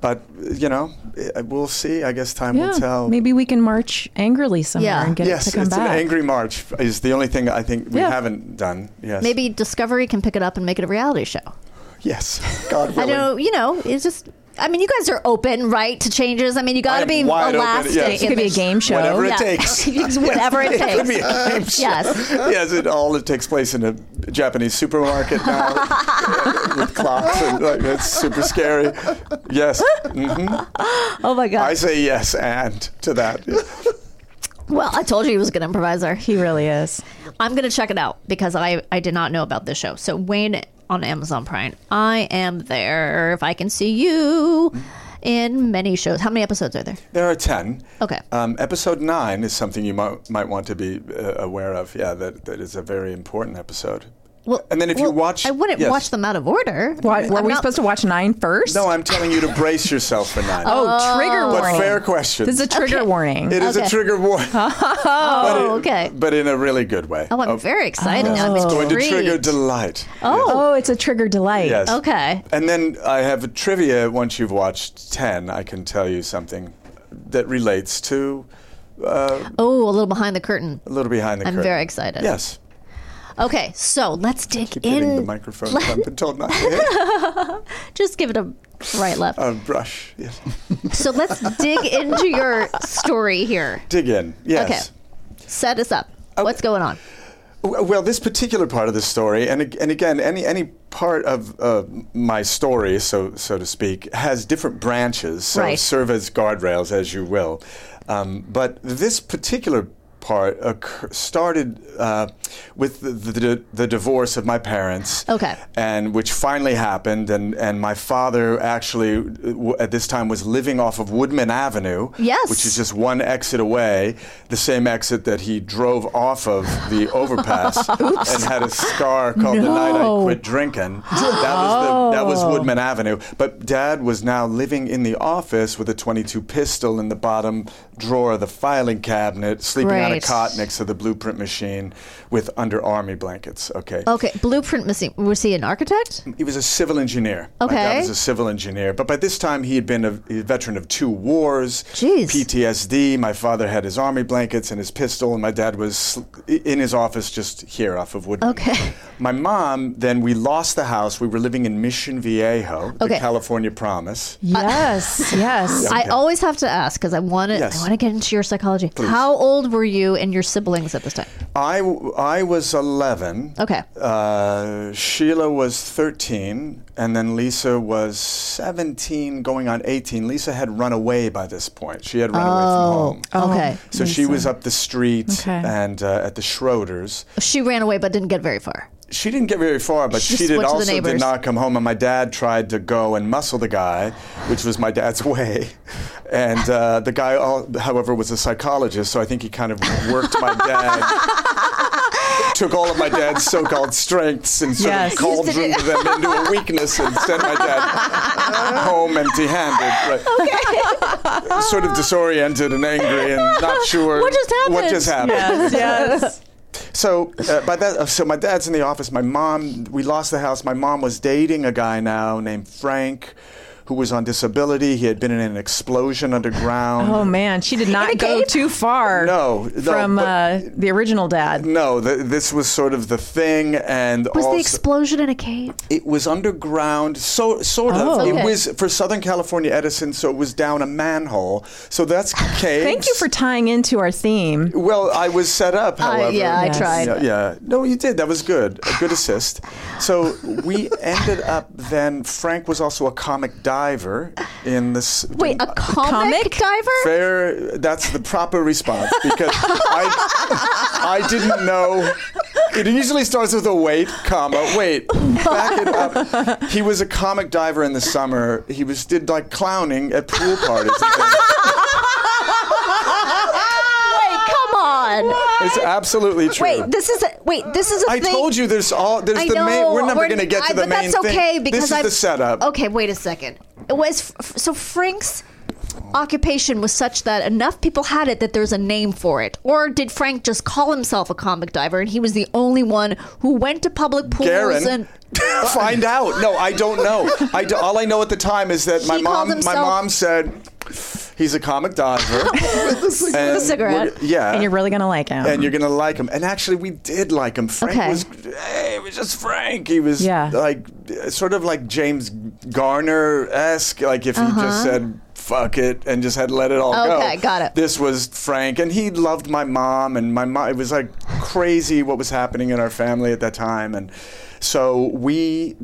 [SPEAKER 11] but you know eh, we'll see. I guess time will tell.
[SPEAKER 4] Maybe we can march angrily somewhere
[SPEAKER 5] Yeah.
[SPEAKER 4] and get
[SPEAKER 11] yes,
[SPEAKER 4] it to come
[SPEAKER 11] it's
[SPEAKER 4] back.
[SPEAKER 11] an angry march is the only thing I think we
[SPEAKER 4] Yeah.
[SPEAKER 11] haven't done. Yes,
[SPEAKER 5] Maybe Discovery can pick it up and make it a reality show.
[SPEAKER 11] Yes, God
[SPEAKER 5] I don't.
[SPEAKER 11] willing.
[SPEAKER 5] know, You know, it's just. I mean, you guys are open, right, to changes. I mean, you got to
[SPEAKER 11] I'm
[SPEAKER 5] be
[SPEAKER 11] wide open,
[SPEAKER 5] elastic.
[SPEAKER 11] yes.
[SPEAKER 4] it could be a
[SPEAKER 5] in
[SPEAKER 4] game show.
[SPEAKER 11] Whatever
[SPEAKER 5] Yeah.
[SPEAKER 11] it takes.
[SPEAKER 5] Whatever it
[SPEAKER 11] It could be
[SPEAKER 5] takes.
[SPEAKER 11] a game show.
[SPEAKER 5] Yes.
[SPEAKER 11] yes, it all it takes place in a Japanese supermarket now with clocks and like, it's super scary. Yes, hmm
[SPEAKER 5] Oh my
[SPEAKER 11] I
[SPEAKER 5] god!
[SPEAKER 11] say yes and to that.
[SPEAKER 5] Well, I told you he was a good improviser.
[SPEAKER 4] He really is.
[SPEAKER 5] I'm gonna check it out because I I did not know about this show. So Wayne on Amazon Prime. I am there if I can see you in many shows. How many episodes are there?
[SPEAKER 11] There are 10.
[SPEAKER 5] Okay.
[SPEAKER 11] Um, episode 9 is something you might, might want to be uh, aware of. Yeah, that, that is a very important episode.
[SPEAKER 5] Well,
[SPEAKER 11] and then if you
[SPEAKER 5] well,
[SPEAKER 11] watch.
[SPEAKER 5] I wouldn't
[SPEAKER 11] yes.
[SPEAKER 5] watch them out of order.
[SPEAKER 4] What, were
[SPEAKER 5] I'm
[SPEAKER 4] we
[SPEAKER 5] not-
[SPEAKER 4] supposed to watch nine first?
[SPEAKER 11] No, I'm telling you to brace yourself for 9.
[SPEAKER 4] oh, trigger
[SPEAKER 11] But
[SPEAKER 4] warning.
[SPEAKER 11] fair question.
[SPEAKER 4] This is a trigger warning.
[SPEAKER 11] It is
[SPEAKER 5] Okay.
[SPEAKER 11] a trigger warning.
[SPEAKER 5] Oh, okay.
[SPEAKER 11] But in a really good way.
[SPEAKER 5] Oh, I'm
[SPEAKER 11] Of-
[SPEAKER 5] very Oh. excited. now. I'm
[SPEAKER 11] It's going to trigger
[SPEAKER 5] intrigued.
[SPEAKER 11] delight.
[SPEAKER 4] oh, it's a trigger delight.
[SPEAKER 11] Yes.
[SPEAKER 5] Okay.
[SPEAKER 11] And then I have a trivia. Once you've watched 10, I can tell you something that relates to
[SPEAKER 5] Oh, a little behind the curtain.
[SPEAKER 11] a little behind the
[SPEAKER 5] I'm
[SPEAKER 11] curtain.
[SPEAKER 5] very excited.
[SPEAKER 11] Yes.
[SPEAKER 5] Okay, so let's dig
[SPEAKER 11] Hitting the
[SPEAKER 5] in.
[SPEAKER 11] microphone. I've been told not to hit.
[SPEAKER 5] Just give it a right left.
[SPEAKER 11] A brush. Yes.
[SPEAKER 5] so let's dig into your story here.
[SPEAKER 11] Dig in. Yes.
[SPEAKER 5] Set us up. What's going on?
[SPEAKER 11] W- Well, this particular part of the story, and, ag- and again, any, any part of uh, my story, so, so to speak, has different branches, so
[SPEAKER 5] Right.
[SPEAKER 11] serve as guardrails as you will. Um, but this particular part occur- started uh, with the, the, the divorce of my parents.
[SPEAKER 5] Okay.
[SPEAKER 11] And which finally happened, and, and my father actually, uh, w- at this time, was living off of Woodman Avenue.
[SPEAKER 5] Yes.
[SPEAKER 11] Which is just one exit away, the same exit that he drove off of the overpass and had a scar called the night I quit drinking. That was, the,
[SPEAKER 5] Oh.
[SPEAKER 11] that was Woodman Avenue. But dad was now living in the office with a 22 pistol in the bottom drawer of the filing cabinet, sleeping on a
[SPEAKER 5] Right.
[SPEAKER 11] cot next to the blueprint machine with under army blankets. Okay.
[SPEAKER 5] Okay, blueprint machine. Was he an architect?
[SPEAKER 11] He was a civil engineer. My dad
[SPEAKER 5] Okay.
[SPEAKER 11] was a civil engineer. But by this time, he had been a, a veteran of two wars,
[SPEAKER 5] Jeez.
[SPEAKER 11] PTSD. My father had his army blankets and his pistol, and my dad was sl- i- in his office just here off of Woodman.
[SPEAKER 5] Okay.
[SPEAKER 11] My mom, then we lost the house. We were living in Mission Viejo, the
[SPEAKER 5] Okay.
[SPEAKER 11] California Promise.
[SPEAKER 4] Yes, yes.
[SPEAKER 5] I always have to ask because I want to.
[SPEAKER 11] Yes.
[SPEAKER 5] I want to get into your psychology. How old were you and your siblings at this time?
[SPEAKER 11] I, w- I was 11.
[SPEAKER 5] Okay.
[SPEAKER 11] Uh, Sheila was 13, and then Lisa was 17, going on 18. Lisa had run away by this point. She had run away from home.
[SPEAKER 4] Oh.
[SPEAKER 12] Oh,
[SPEAKER 5] Okay.
[SPEAKER 11] So she was up the street
[SPEAKER 4] Okay.
[SPEAKER 11] and uh, at the Schroeder's.
[SPEAKER 5] She ran away but didn't get very far.
[SPEAKER 11] She didn't get very far, but
[SPEAKER 5] She
[SPEAKER 11] she,
[SPEAKER 5] just
[SPEAKER 11] did
[SPEAKER 5] went to the
[SPEAKER 11] also did
[SPEAKER 5] neighbors.
[SPEAKER 11] not come home. And my dad tried to go and muscle the guy, which was my dad's way. And uh, the guy, al- however, was a psychologist, so I think he kind of worked my dad. Took all of my dad's so-called strengths and sort
[SPEAKER 4] Yes.
[SPEAKER 11] of cauldroned them into a weakness and sent my dad home empty-handed, right. sort of disoriented and angry and not sure
[SPEAKER 5] What just
[SPEAKER 11] What just
[SPEAKER 5] happened?
[SPEAKER 11] happened?
[SPEAKER 4] yes, yes.
[SPEAKER 11] So uh, by that, uh, so my dad's in the office. My mom, we lost the house. My mom was dating a guy now named Frank, who was on disability. He had been in an explosion underground.
[SPEAKER 4] Oh man, she did not go too far.
[SPEAKER 11] No, no,
[SPEAKER 4] from
[SPEAKER 11] but-
[SPEAKER 4] uh, the original dad.
[SPEAKER 11] No, th- this was sort of the thing, and
[SPEAKER 5] Was
[SPEAKER 11] also
[SPEAKER 5] the explosion in a cave?
[SPEAKER 11] it was underground. So sort of,
[SPEAKER 5] Oh.
[SPEAKER 11] it
[SPEAKER 5] Okay.
[SPEAKER 11] was for Southern California Edison. So it was down a manhole. So that's caves.
[SPEAKER 4] Thank you for tying into our theme.
[SPEAKER 11] Well, I was set up, however.
[SPEAKER 5] Uh, yeah, I
[SPEAKER 4] Yes. tried.
[SPEAKER 11] Yeah, yeah. No, you did. That was good. A good assist. So we ended up then, Frank was also a comic diver in this.
[SPEAKER 5] Wait, a comic, diver?
[SPEAKER 11] Fair. That's the proper response because I, I didn't know. It usually starts with a wait, comma wait. Back it up. He was a comic diver in the summer. He was did like clowning at pool parties. and things.
[SPEAKER 5] Wait, come on.
[SPEAKER 11] It's absolutely true.
[SPEAKER 5] Wait, this is a wait. This is a
[SPEAKER 11] I
[SPEAKER 5] thing.
[SPEAKER 11] told you there's all there's
[SPEAKER 5] I
[SPEAKER 11] the
[SPEAKER 5] know.
[SPEAKER 11] main we're never going to get
[SPEAKER 5] I-
[SPEAKER 11] to the
[SPEAKER 5] but
[SPEAKER 11] main
[SPEAKER 5] that's
[SPEAKER 11] thing.
[SPEAKER 5] okay because
[SPEAKER 11] this is
[SPEAKER 5] I've,
[SPEAKER 11] the setup.
[SPEAKER 5] Okay, wait a second. It was f- so Frank's occupation was such that enough people had it that there's a name for it. Or did Frank just call himself a comic diver and he was the only one who went to public pools
[SPEAKER 11] Garen,
[SPEAKER 5] and
[SPEAKER 11] find out. No, I don't know. I do- all I know at the time is that my
[SPEAKER 5] He called
[SPEAKER 11] mom my
[SPEAKER 5] himself-
[SPEAKER 11] mom said he's a comic diver with
[SPEAKER 5] a cigarette.
[SPEAKER 11] Yeah.
[SPEAKER 4] And you're really gonna like him.
[SPEAKER 11] and you're gonna like him. And actually, we did like him. Frank
[SPEAKER 5] Okay.
[SPEAKER 11] was, hey, it was just Frank. He was
[SPEAKER 4] Yeah.
[SPEAKER 11] like sort of like James Garner esque. Like if he just said fuck it and just had let it all go.
[SPEAKER 5] Uh-huh. Okay, got it.
[SPEAKER 11] This was Frank, and he loved my mom, and my mom. It was like crazy what was happening in our family at that time, and so we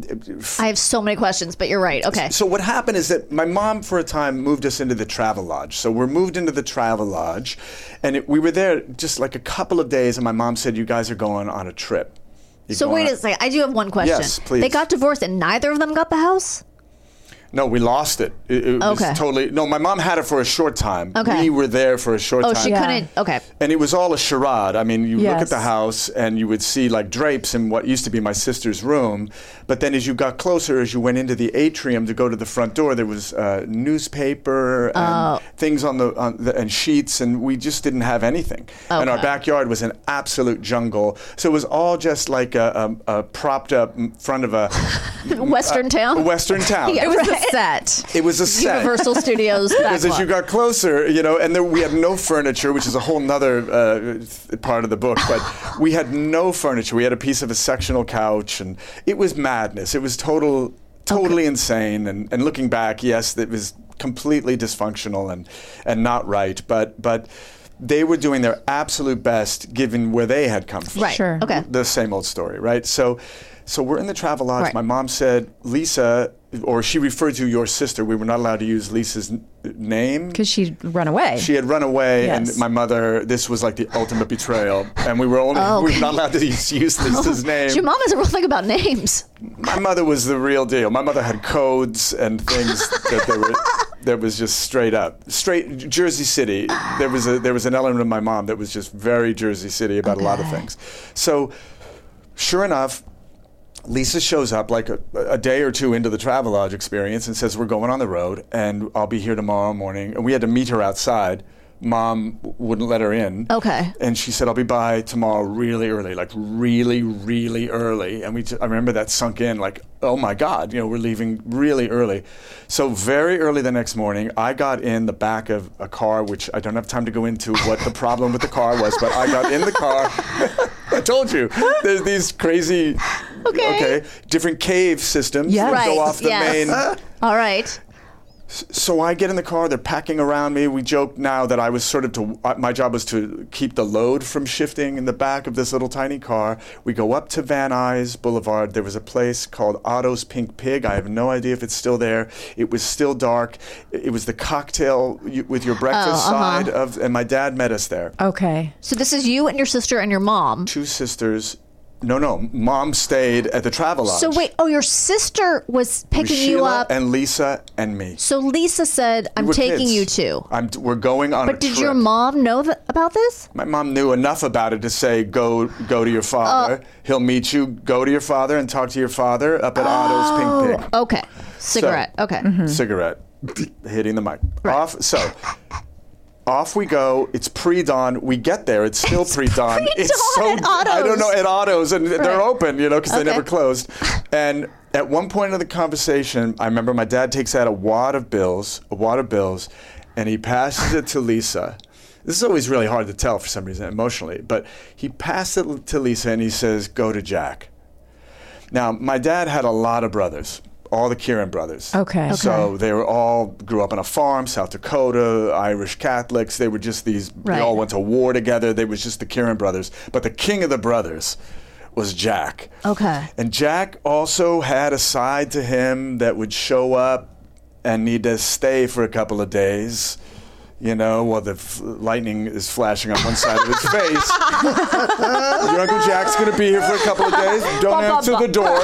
[SPEAKER 5] I have so many questions, but you're right. Okay.
[SPEAKER 11] so what happened is that my mom, for a time, moved us into the travel lodge. So we're moved into the travel lodge, and it, we were there just like a couple of days. And my mom said, "You guys are going on a trip."
[SPEAKER 5] So wait a second. I do have one question.
[SPEAKER 11] Yes, please.
[SPEAKER 5] They got divorced and neither of them got the house.
[SPEAKER 11] No, we lost it. It, it
[SPEAKER 5] Okay.
[SPEAKER 11] was totally. No, my mom had it for a short time.
[SPEAKER 5] Okay.
[SPEAKER 11] We were there for a short
[SPEAKER 5] Oh,
[SPEAKER 11] time.
[SPEAKER 5] she couldn't. Okay.
[SPEAKER 11] And it was all a charade. I mean, you look
[SPEAKER 4] Yes.
[SPEAKER 11] at the house and you would see like drapes in what used to be my sister's room. But then as you got closer, as you went into the atrium to go to the front door, there was uh, newspaper
[SPEAKER 5] Oh.
[SPEAKER 11] and things on the, on the, and sheets, and we just didn't have anything. And our backyard was an absolute jungle. So it was all just like a, a, a propped up in front of a
[SPEAKER 5] Western town?
[SPEAKER 11] a Western town.
[SPEAKER 5] Yeah,
[SPEAKER 4] It was
[SPEAKER 5] right.
[SPEAKER 4] a set.
[SPEAKER 11] It was a set.
[SPEAKER 5] Universal Studios.
[SPEAKER 11] Because as you got closer, you know, and there, we had no furniture, which is a whole nother uh, th- part of the book, but we had no furniture. We had a piece of a sectional couch, and it was madness. It was total, totally insane. And, and looking back, yes, it was completely dysfunctional and, and not right, but, but they were doing their absolute best given where they had come from
[SPEAKER 5] Right.
[SPEAKER 4] Sure.
[SPEAKER 5] Okay.
[SPEAKER 11] the same old story, right? So, so we're in the travel lodge.
[SPEAKER 5] Right.
[SPEAKER 11] My mom said Lisa, or she referred to your sister. We were not allowed to use Lisa's n- name
[SPEAKER 4] Because she'd run away.
[SPEAKER 11] she had run away,
[SPEAKER 4] Yes.
[SPEAKER 11] and my mother. This was like the ultimate betrayal, and we were only we were not allowed to use, use Lisa's name.
[SPEAKER 5] Your mom has a real thing about names.
[SPEAKER 11] my mother was the real deal. My mother had codes and things that they were. That was just straight up, straight Jersey City. There was a there was an element of my mom that was just very Jersey City about a lot of things. So, sure enough, Lisa shows up like a, a day or two into the Travelodge experience and says, We're going on the road and I'll be here tomorrow morning. And we had to meet her outside. Mom w- wouldn't let her in.
[SPEAKER 5] Okay.
[SPEAKER 11] And she said, I'll be by tomorrow really early, like really, really early. And we ju- I remember that sunk in like, oh my God, you know, we're leaving really early. So, very early the next morning, I got in the back of a car, which I don't have time to go into what the problem with the car was, but I got in the car. I told you, there's these crazy
[SPEAKER 5] Okay.
[SPEAKER 11] different cave systems
[SPEAKER 4] Yeah.
[SPEAKER 11] that
[SPEAKER 5] Right,
[SPEAKER 11] go off the
[SPEAKER 5] yes.
[SPEAKER 11] main.
[SPEAKER 5] All right.
[SPEAKER 11] So I get in the car. They're packing around me. We joke now that I was sort of to. uh, My job was to keep the load from shifting in the back of this little tiny car. We go up to Van Nuys Boulevard. There was a place called Otto's Pink Pig. I have no idea if it's still there. It was still dark. It was the cocktail you- with your breakfast
[SPEAKER 5] Oh, uh-huh.
[SPEAKER 11] side of, and my dad met us there.
[SPEAKER 4] okay.
[SPEAKER 5] So this is you and your sister and your mom.
[SPEAKER 11] Two sisters. No, no. Mom stayed at the Travelodge.
[SPEAKER 5] So wait, oh, your sister was
[SPEAKER 11] It was
[SPEAKER 5] picking you
[SPEAKER 11] Sheila
[SPEAKER 5] up.
[SPEAKER 11] and Lisa and me.
[SPEAKER 5] so Lisa said, "I'm
[SPEAKER 11] We're
[SPEAKER 5] taking
[SPEAKER 11] kids.
[SPEAKER 5] you to."
[SPEAKER 11] I'm, we're going on. a
[SPEAKER 5] But did your
[SPEAKER 11] trip.
[SPEAKER 5] mom know th- about this?
[SPEAKER 11] My mom knew enough about it to say, "Go, go to your father. He'll meet you. Go to your father and talk to your father up at Otto's Pink Pig."
[SPEAKER 5] Oh, Okay. Cigarette. okay.
[SPEAKER 11] Mm-hmm. Cigarette, hitting the mic. Off. So. Off we go. It's pre-dawn. We get there. It's still pre-dawn. It's so
[SPEAKER 5] pre-dawn at
[SPEAKER 11] I don't know
[SPEAKER 5] Otto's.
[SPEAKER 11] at Autos, and they're open, you know, because
[SPEAKER 5] Okay.
[SPEAKER 11] they never closed. And at one point in the conversation, I remember my dad takes out a wad of bills, a wad of bills, and he passes it to Lisa. This is always really hard to tell for some reason emotionally, but he passed it to Lisa and he says, "Go to Jack." Now, my dad had a lot of brothers, all the Kieran brothers.
[SPEAKER 4] Okay. Okay.
[SPEAKER 11] So they were all grew up on a farm, South Dakota, Irish Catholics. They were just these.
[SPEAKER 5] Right.
[SPEAKER 11] They all went to war together. They was just the Kieran brothers. But the king of the brothers was Jack.
[SPEAKER 5] Okay.
[SPEAKER 11] And Jack also had a side to him that would show up and need to stay for a couple of days. You know, while the f- lightning is flashing on one side of his face. Your Uncle Jack's going to be here for a couple of days. Don't answer the door.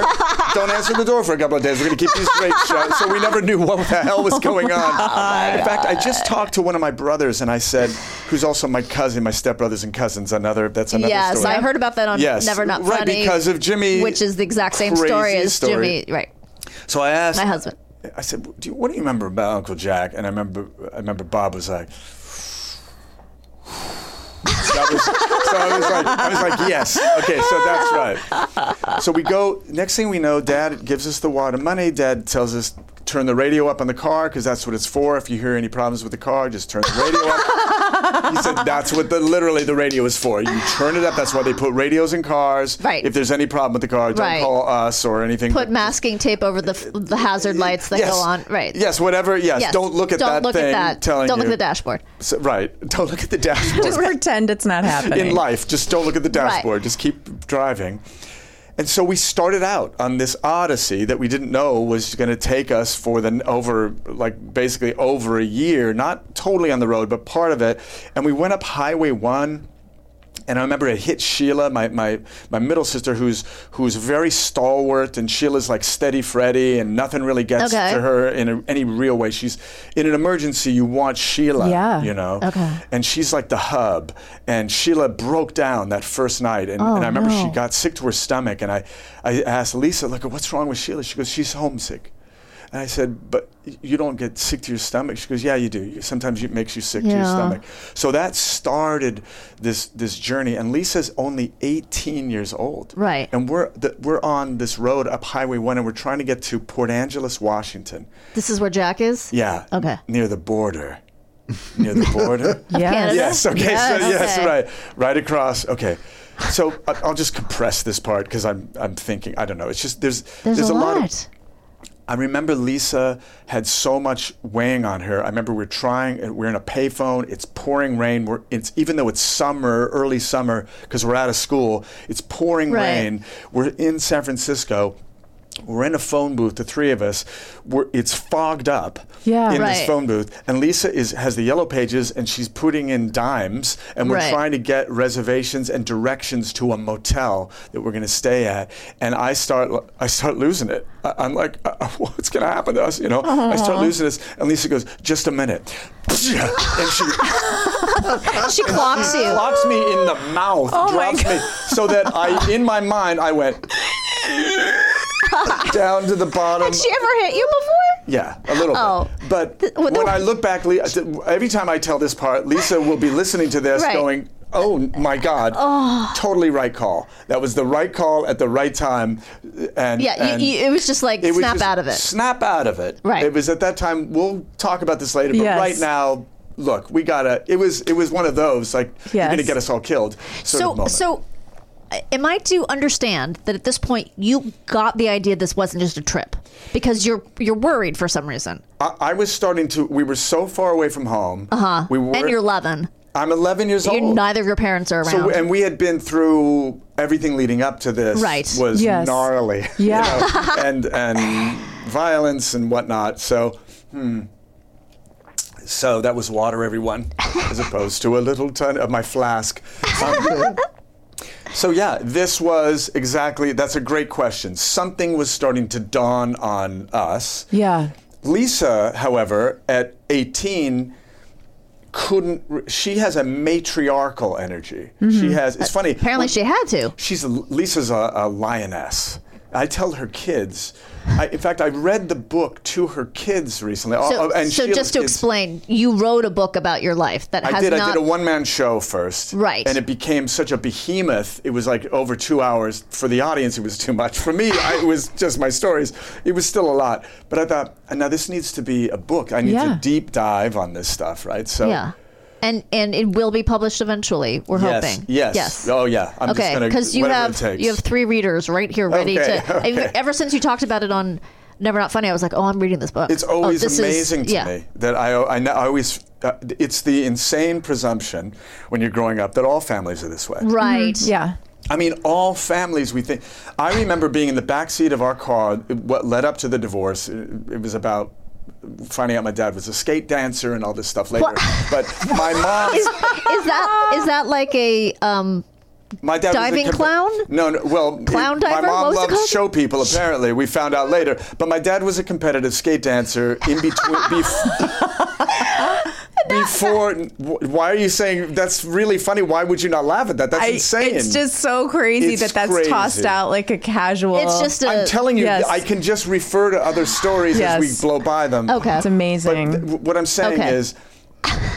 [SPEAKER 11] Don't answer the door for a couple of days. We're going to keep these rates shut. So we never knew what the hell was going on. In fact, I just talked to one of my brothers and I said, who's also my cousin, my stepbrothers and cousins, another, that's another
[SPEAKER 5] yes,
[SPEAKER 11] story.
[SPEAKER 5] I heard about that on
[SPEAKER 11] Yes,
[SPEAKER 5] Never Not
[SPEAKER 11] right,
[SPEAKER 5] Funny.
[SPEAKER 11] because of Jimmy-
[SPEAKER 5] which is the exact same story
[SPEAKER 11] crazy
[SPEAKER 5] as
[SPEAKER 11] story.
[SPEAKER 5] Jimmy. Right.
[SPEAKER 11] So I asked
[SPEAKER 5] My husband.
[SPEAKER 11] I said, do you, "What do you remember about Uncle Jack?" And I remember, I remember Bob was like, so I was, so I was like, I was like, "Yes, okay, so that's right." So we go. Next thing we know, Dad gives us the wad of money. Dad tells us turn the radio up on the car because that's what it's for. If you hear any problems with the car, just turn the radio up. He said that's what the literally the radio is for. You turn it up. That's why they put radios in cars.
[SPEAKER 5] Right.
[SPEAKER 11] If there's any problem with the car, don't
[SPEAKER 5] Right.
[SPEAKER 11] call us or anything.
[SPEAKER 5] Put masking tape over the f- the hazard lights that
[SPEAKER 11] Yes.
[SPEAKER 5] go on. Right.
[SPEAKER 11] Yes, whatever. Yes,
[SPEAKER 5] Yes.
[SPEAKER 11] don't look at
[SPEAKER 5] Don't
[SPEAKER 11] that
[SPEAKER 5] look at
[SPEAKER 11] thing.
[SPEAKER 5] that.
[SPEAKER 11] Telling
[SPEAKER 5] Don't
[SPEAKER 11] you.
[SPEAKER 5] look at the dashboard.
[SPEAKER 11] So- right. Don't look at the dashboard.
[SPEAKER 4] Just pretend it's not happening.
[SPEAKER 11] In life, just don't look at the
[SPEAKER 5] Right.
[SPEAKER 11] dashboard. Just keep driving. And so we started out on this odyssey that we didn't know was going to take us for the n- over, like basically over a year, not totally on the road, but part of it. And we went up Highway 1 and I remember it hit Sheila, my, my, my middle sister, who's who's very stalwart, and Sheila's like steady Freddy, and nothing really gets
[SPEAKER 5] Okay.
[SPEAKER 11] to her in a, any real way. She's in an emergency, you want Sheila,
[SPEAKER 4] Yeah.
[SPEAKER 11] you know,
[SPEAKER 5] Okay.
[SPEAKER 11] and she's like the hub. And Sheila broke down that first night, and,
[SPEAKER 5] Oh,
[SPEAKER 11] and I remember she got sick to her stomach, and I, I asked Lisa, like, what's wrong with Sheila? She goes, she's homesick. And I said, but you don't get sick to your stomach. She goes, yeah, you do. You- Sometimes it makes you sick to your
[SPEAKER 5] Yeah.
[SPEAKER 11] stomach. So that started this this journey. And Lisa's only 18 years old.
[SPEAKER 5] Right.
[SPEAKER 11] And we're the, we're on this road up Highway 1 and we're trying to get to Port Angeles, Washington.
[SPEAKER 5] This is where Jack is.
[SPEAKER 11] Yeah.
[SPEAKER 5] Okay.
[SPEAKER 11] Near the border. Near the border.
[SPEAKER 4] Yes.
[SPEAKER 11] Yes. Okay.
[SPEAKER 5] Yes,
[SPEAKER 11] So yes,
[SPEAKER 5] okay.
[SPEAKER 11] right, right across. Okay. So I- I'll just compress this part because I'm I'm thinking I don't know. It's just there's
[SPEAKER 5] There's, a, lot.
[SPEAKER 11] of I remember Lisa had so much weighing on her. I remember we're trying, we're in a payphone, it's pouring rain. We're, it's, even though it's summer, early summer, because we're out of school, it's pouring
[SPEAKER 5] Right.
[SPEAKER 11] rain. We're in San Francisco. We're in a phone booth, the three of us. We're, it's fogged up
[SPEAKER 4] Yeah.
[SPEAKER 11] in
[SPEAKER 5] Right.
[SPEAKER 11] this phone booth, and Lisa is has the yellow pages, and she's putting in dimes, and we're
[SPEAKER 5] Right.
[SPEAKER 11] trying to get reservations and directions to a motel that we're going to stay at. And I start, I start losing it. I, I'm like, uh, what's going to happen to us? You know, I start losing this, and Lisa goes, just a minute, and she
[SPEAKER 5] She clocks you. Oh
[SPEAKER 11] locks me in the mouth, drops me, so that I, in my mind, I went down to the bottom.
[SPEAKER 5] Had she ever hit you before?
[SPEAKER 11] Yeah, a little
[SPEAKER 5] Oh.
[SPEAKER 11] bit. But
[SPEAKER 5] Th- well,
[SPEAKER 11] when
[SPEAKER 5] the-
[SPEAKER 11] I look back, Li- every time I tell this part, Lisa will be listening to this
[SPEAKER 5] Right. Oh.
[SPEAKER 11] going, Oh my God! Totally right call. That was the right call at the right time, and
[SPEAKER 5] Yeah,
[SPEAKER 11] and
[SPEAKER 5] you, you, it was just like
[SPEAKER 11] it was
[SPEAKER 5] snap
[SPEAKER 11] just
[SPEAKER 5] out of it.
[SPEAKER 11] Snap out of it.
[SPEAKER 5] Right.
[SPEAKER 11] It was at that time. We'll talk about this later, but
[SPEAKER 4] Yes.
[SPEAKER 11] right now, look, we gotta. It was it was one of those like you're
[SPEAKER 4] Yes.
[SPEAKER 11] gonna get us all killed. Sort of
[SPEAKER 5] So,
[SPEAKER 11] moment.
[SPEAKER 5] so uh, am I to understand that at this point you got the idea this wasn't just a trip because you're you're worried for some reason
[SPEAKER 11] I, I was starting to. We were so far away from home. Uh huh. We were.
[SPEAKER 5] Uh-huh. and you're 11.
[SPEAKER 11] I'm 11 years
[SPEAKER 5] You're
[SPEAKER 11] old.
[SPEAKER 5] neither of your parents are around.
[SPEAKER 11] So, and we had been through everything leading up to this.
[SPEAKER 5] Right.
[SPEAKER 11] Was
[SPEAKER 4] Yes.
[SPEAKER 11] gnarly. you
[SPEAKER 4] Yeah.
[SPEAKER 11] know, and and violence and whatnot. So, hmm. So that was water, everyone, as opposed to a little ton of my flask. Um, so yeah, this was exactly. That's a great question. Something was starting to dawn on us.
[SPEAKER 4] Yeah.
[SPEAKER 11] Lisa, however, at 18, couldn't. re- She has a matriarchal energy. She has. It's funny.
[SPEAKER 5] Mm-hmm. Apparently,
[SPEAKER 11] when-
[SPEAKER 5] she had to.
[SPEAKER 11] She's a, Lisa's a, a lioness. I tell her kids. I, in fact, I read the book to her kids recently. Oh,
[SPEAKER 5] So,
[SPEAKER 11] oh, and
[SPEAKER 5] so
[SPEAKER 11] Sheila's
[SPEAKER 5] just to
[SPEAKER 11] kids.
[SPEAKER 5] explain, you wrote a book about your life that
[SPEAKER 11] I
[SPEAKER 5] has
[SPEAKER 11] did.
[SPEAKER 5] not.
[SPEAKER 11] I did a one-man show first,
[SPEAKER 5] Right.
[SPEAKER 11] And it became such a behemoth. It was like over two hours for the audience. It was too much for me. I, it was just my stories. It was still a lot, but I thought "Uh, now this needs to be a book. I need
[SPEAKER 4] Yeah.
[SPEAKER 11] to deep dive on this stuff, right? So
[SPEAKER 5] yeah, and and it will be published eventually. We're
[SPEAKER 11] Yes,
[SPEAKER 5] hoping.
[SPEAKER 11] yes.
[SPEAKER 5] Yes.
[SPEAKER 11] Oh, yeah. I'm just
[SPEAKER 5] okay.
[SPEAKER 11] gonna-
[SPEAKER 5] you
[SPEAKER 11] whatever
[SPEAKER 5] have
[SPEAKER 11] it takes.
[SPEAKER 5] you have three readers right here ready
[SPEAKER 11] Okay,
[SPEAKER 5] to.
[SPEAKER 11] okay.
[SPEAKER 5] Ever since you talked about it on Never Not Funny, I was like, oh, I'm reading this book.
[SPEAKER 11] it's
[SPEAKER 5] Oh,
[SPEAKER 11] always
[SPEAKER 5] this is-
[SPEAKER 11] amazing to
[SPEAKER 5] yeah.
[SPEAKER 11] me that I I, know- I always. Uh, it's the insane presumption when you're growing up that all families are this way.
[SPEAKER 5] Right.
[SPEAKER 4] Yeah.
[SPEAKER 11] I mean, all families we think. I remember being in the back seat of our car. What led up to the divorce? It, it was about finding out my dad was a skate dancer and all this stuff later. But my mom,
[SPEAKER 5] Is that is that like a um?
[SPEAKER 11] my dad
[SPEAKER 5] diving
[SPEAKER 11] was a,
[SPEAKER 5] clown?
[SPEAKER 11] No, no. Well,
[SPEAKER 5] Clown
[SPEAKER 11] my
[SPEAKER 5] diver? What
[SPEAKER 11] mom
[SPEAKER 5] was it
[SPEAKER 11] loved
[SPEAKER 5] called?
[SPEAKER 11] show people. Apparently, we found out later. But my dad was a competitive skate dancer in between. bef- Before, why are you saying that's really funny? Why would you not laugh at that? That's insane.
[SPEAKER 12] It's just so crazy
[SPEAKER 11] It's
[SPEAKER 12] that that's
[SPEAKER 11] crazy.
[SPEAKER 12] tossed out like a casual.
[SPEAKER 5] It's just a.
[SPEAKER 11] I'm telling you,
[SPEAKER 4] yes.
[SPEAKER 11] I can just refer to other stories as
[SPEAKER 4] Yes.
[SPEAKER 11] we blow by them.
[SPEAKER 5] Okay.
[SPEAKER 4] It's amazing.
[SPEAKER 11] But th- what I'm saying
[SPEAKER 5] Okay.
[SPEAKER 11] is,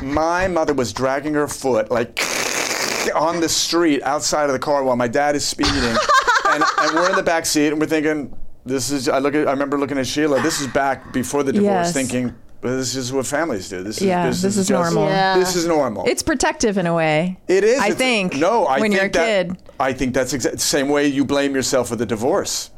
[SPEAKER 11] my mother was dragging her foot like on the street outside of the car while my dad is speeding, and, and we're in the back seat and we're thinking, "This is." I look at. I remember looking at Sheila. This is back before the divorce,
[SPEAKER 4] Yes.
[SPEAKER 11] thinking. "Well, This is what families do. This is
[SPEAKER 4] Yeah,
[SPEAKER 11] this,
[SPEAKER 4] this
[SPEAKER 11] is,
[SPEAKER 4] is
[SPEAKER 11] just-
[SPEAKER 4] normal.
[SPEAKER 5] Yeah.
[SPEAKER 11] This is normal.
[SPEAKER 4] it's protective in a way.
[SPEAKER 11] It is.
[SPEAKER 4] I
[SPEAKER 11] It's-
[SPEAKER 4] think.
[SPEAKER 11] No, I
[SPEAKER 4] when
[SPEAKER 11] think
[SPEAKER 4] you're a
[SPEAKER 11] that,
[SPEAKER 4] kid.
[SPEAKER 11] I think that's exact same way you blame yourself for the divorce.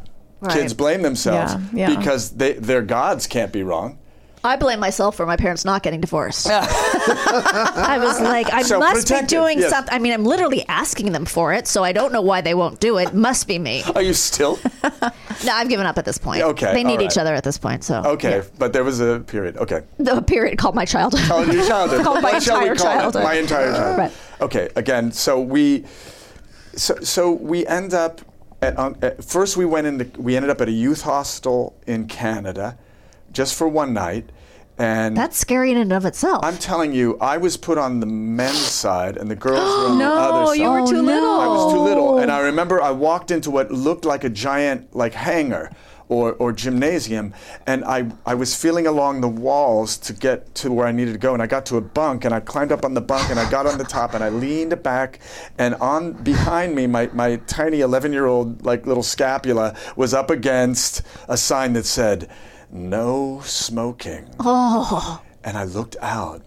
[SPEAKER 11] Kids blame themselves
[SPEAKER 4] Yeah, yeah.
[SPEAKER 11] because they, their gods can't be wrong.
[SPEAKER 5] I blame myself for my parents not getting divorced. I was like, I
[SPEAKER 11] So
[SPEAKER 5] must
[SPEAKER 11] protected,
[SPEAKER 5] be doing
[SPEAKER 11] yes.
[SPEAKER 5] something. I mean, I'm literally asking them for it, so I don't know why they won't do it. Must be me.
[SPEAKER 11] Are you still?
[SPEAKER 5] No, I've given up at this point.
[SPEAKER 11] Okay,
[SPEAKER 5] They need
[SPEAKER 11] all right. Oh.
[SPEAKER 5] each other at this point, so.
[SPEAKER 11] Okay, but there was a period. Okay.
[SPEAKER 5] The period called my childhood.
[SPEAKER 11] Oh, your childhood.
[SPEAKER 5] Called my
[SPEAKER 11] What shall we
[SPEAKER 5] entire
[SPEAKER 11] call it?
[SPEAKER 5] childhood.
[SPEAKER 11] My entire childhood. Okay. Again, so we, so, so we end up at, um, at first we went into we ended up at a youth hostel in Canada, just for one night, and
[SPEAKER 5] That's scary in and of itself.
[SPEAKER 11] I'm telling you, I was put on the men's side and the girls were on the other
[SPEAKER 5] no,
[SPEAKER 11] side.
[SPEAKER 5] Oh, you were too little.
[SPEAKER 11] I was too little, and I remember I walked into what looked like a giant like hangar or, or gymnasium, and I, I was feeling along the walls to get to where I needed to go, and I got to a bunk, and I climbed up on the bunk, and I got on the top, and I leaned back, and on behind me, my, my tiny 11 year old like little scapula was up against a sign that said, "No smoking." And I looked out,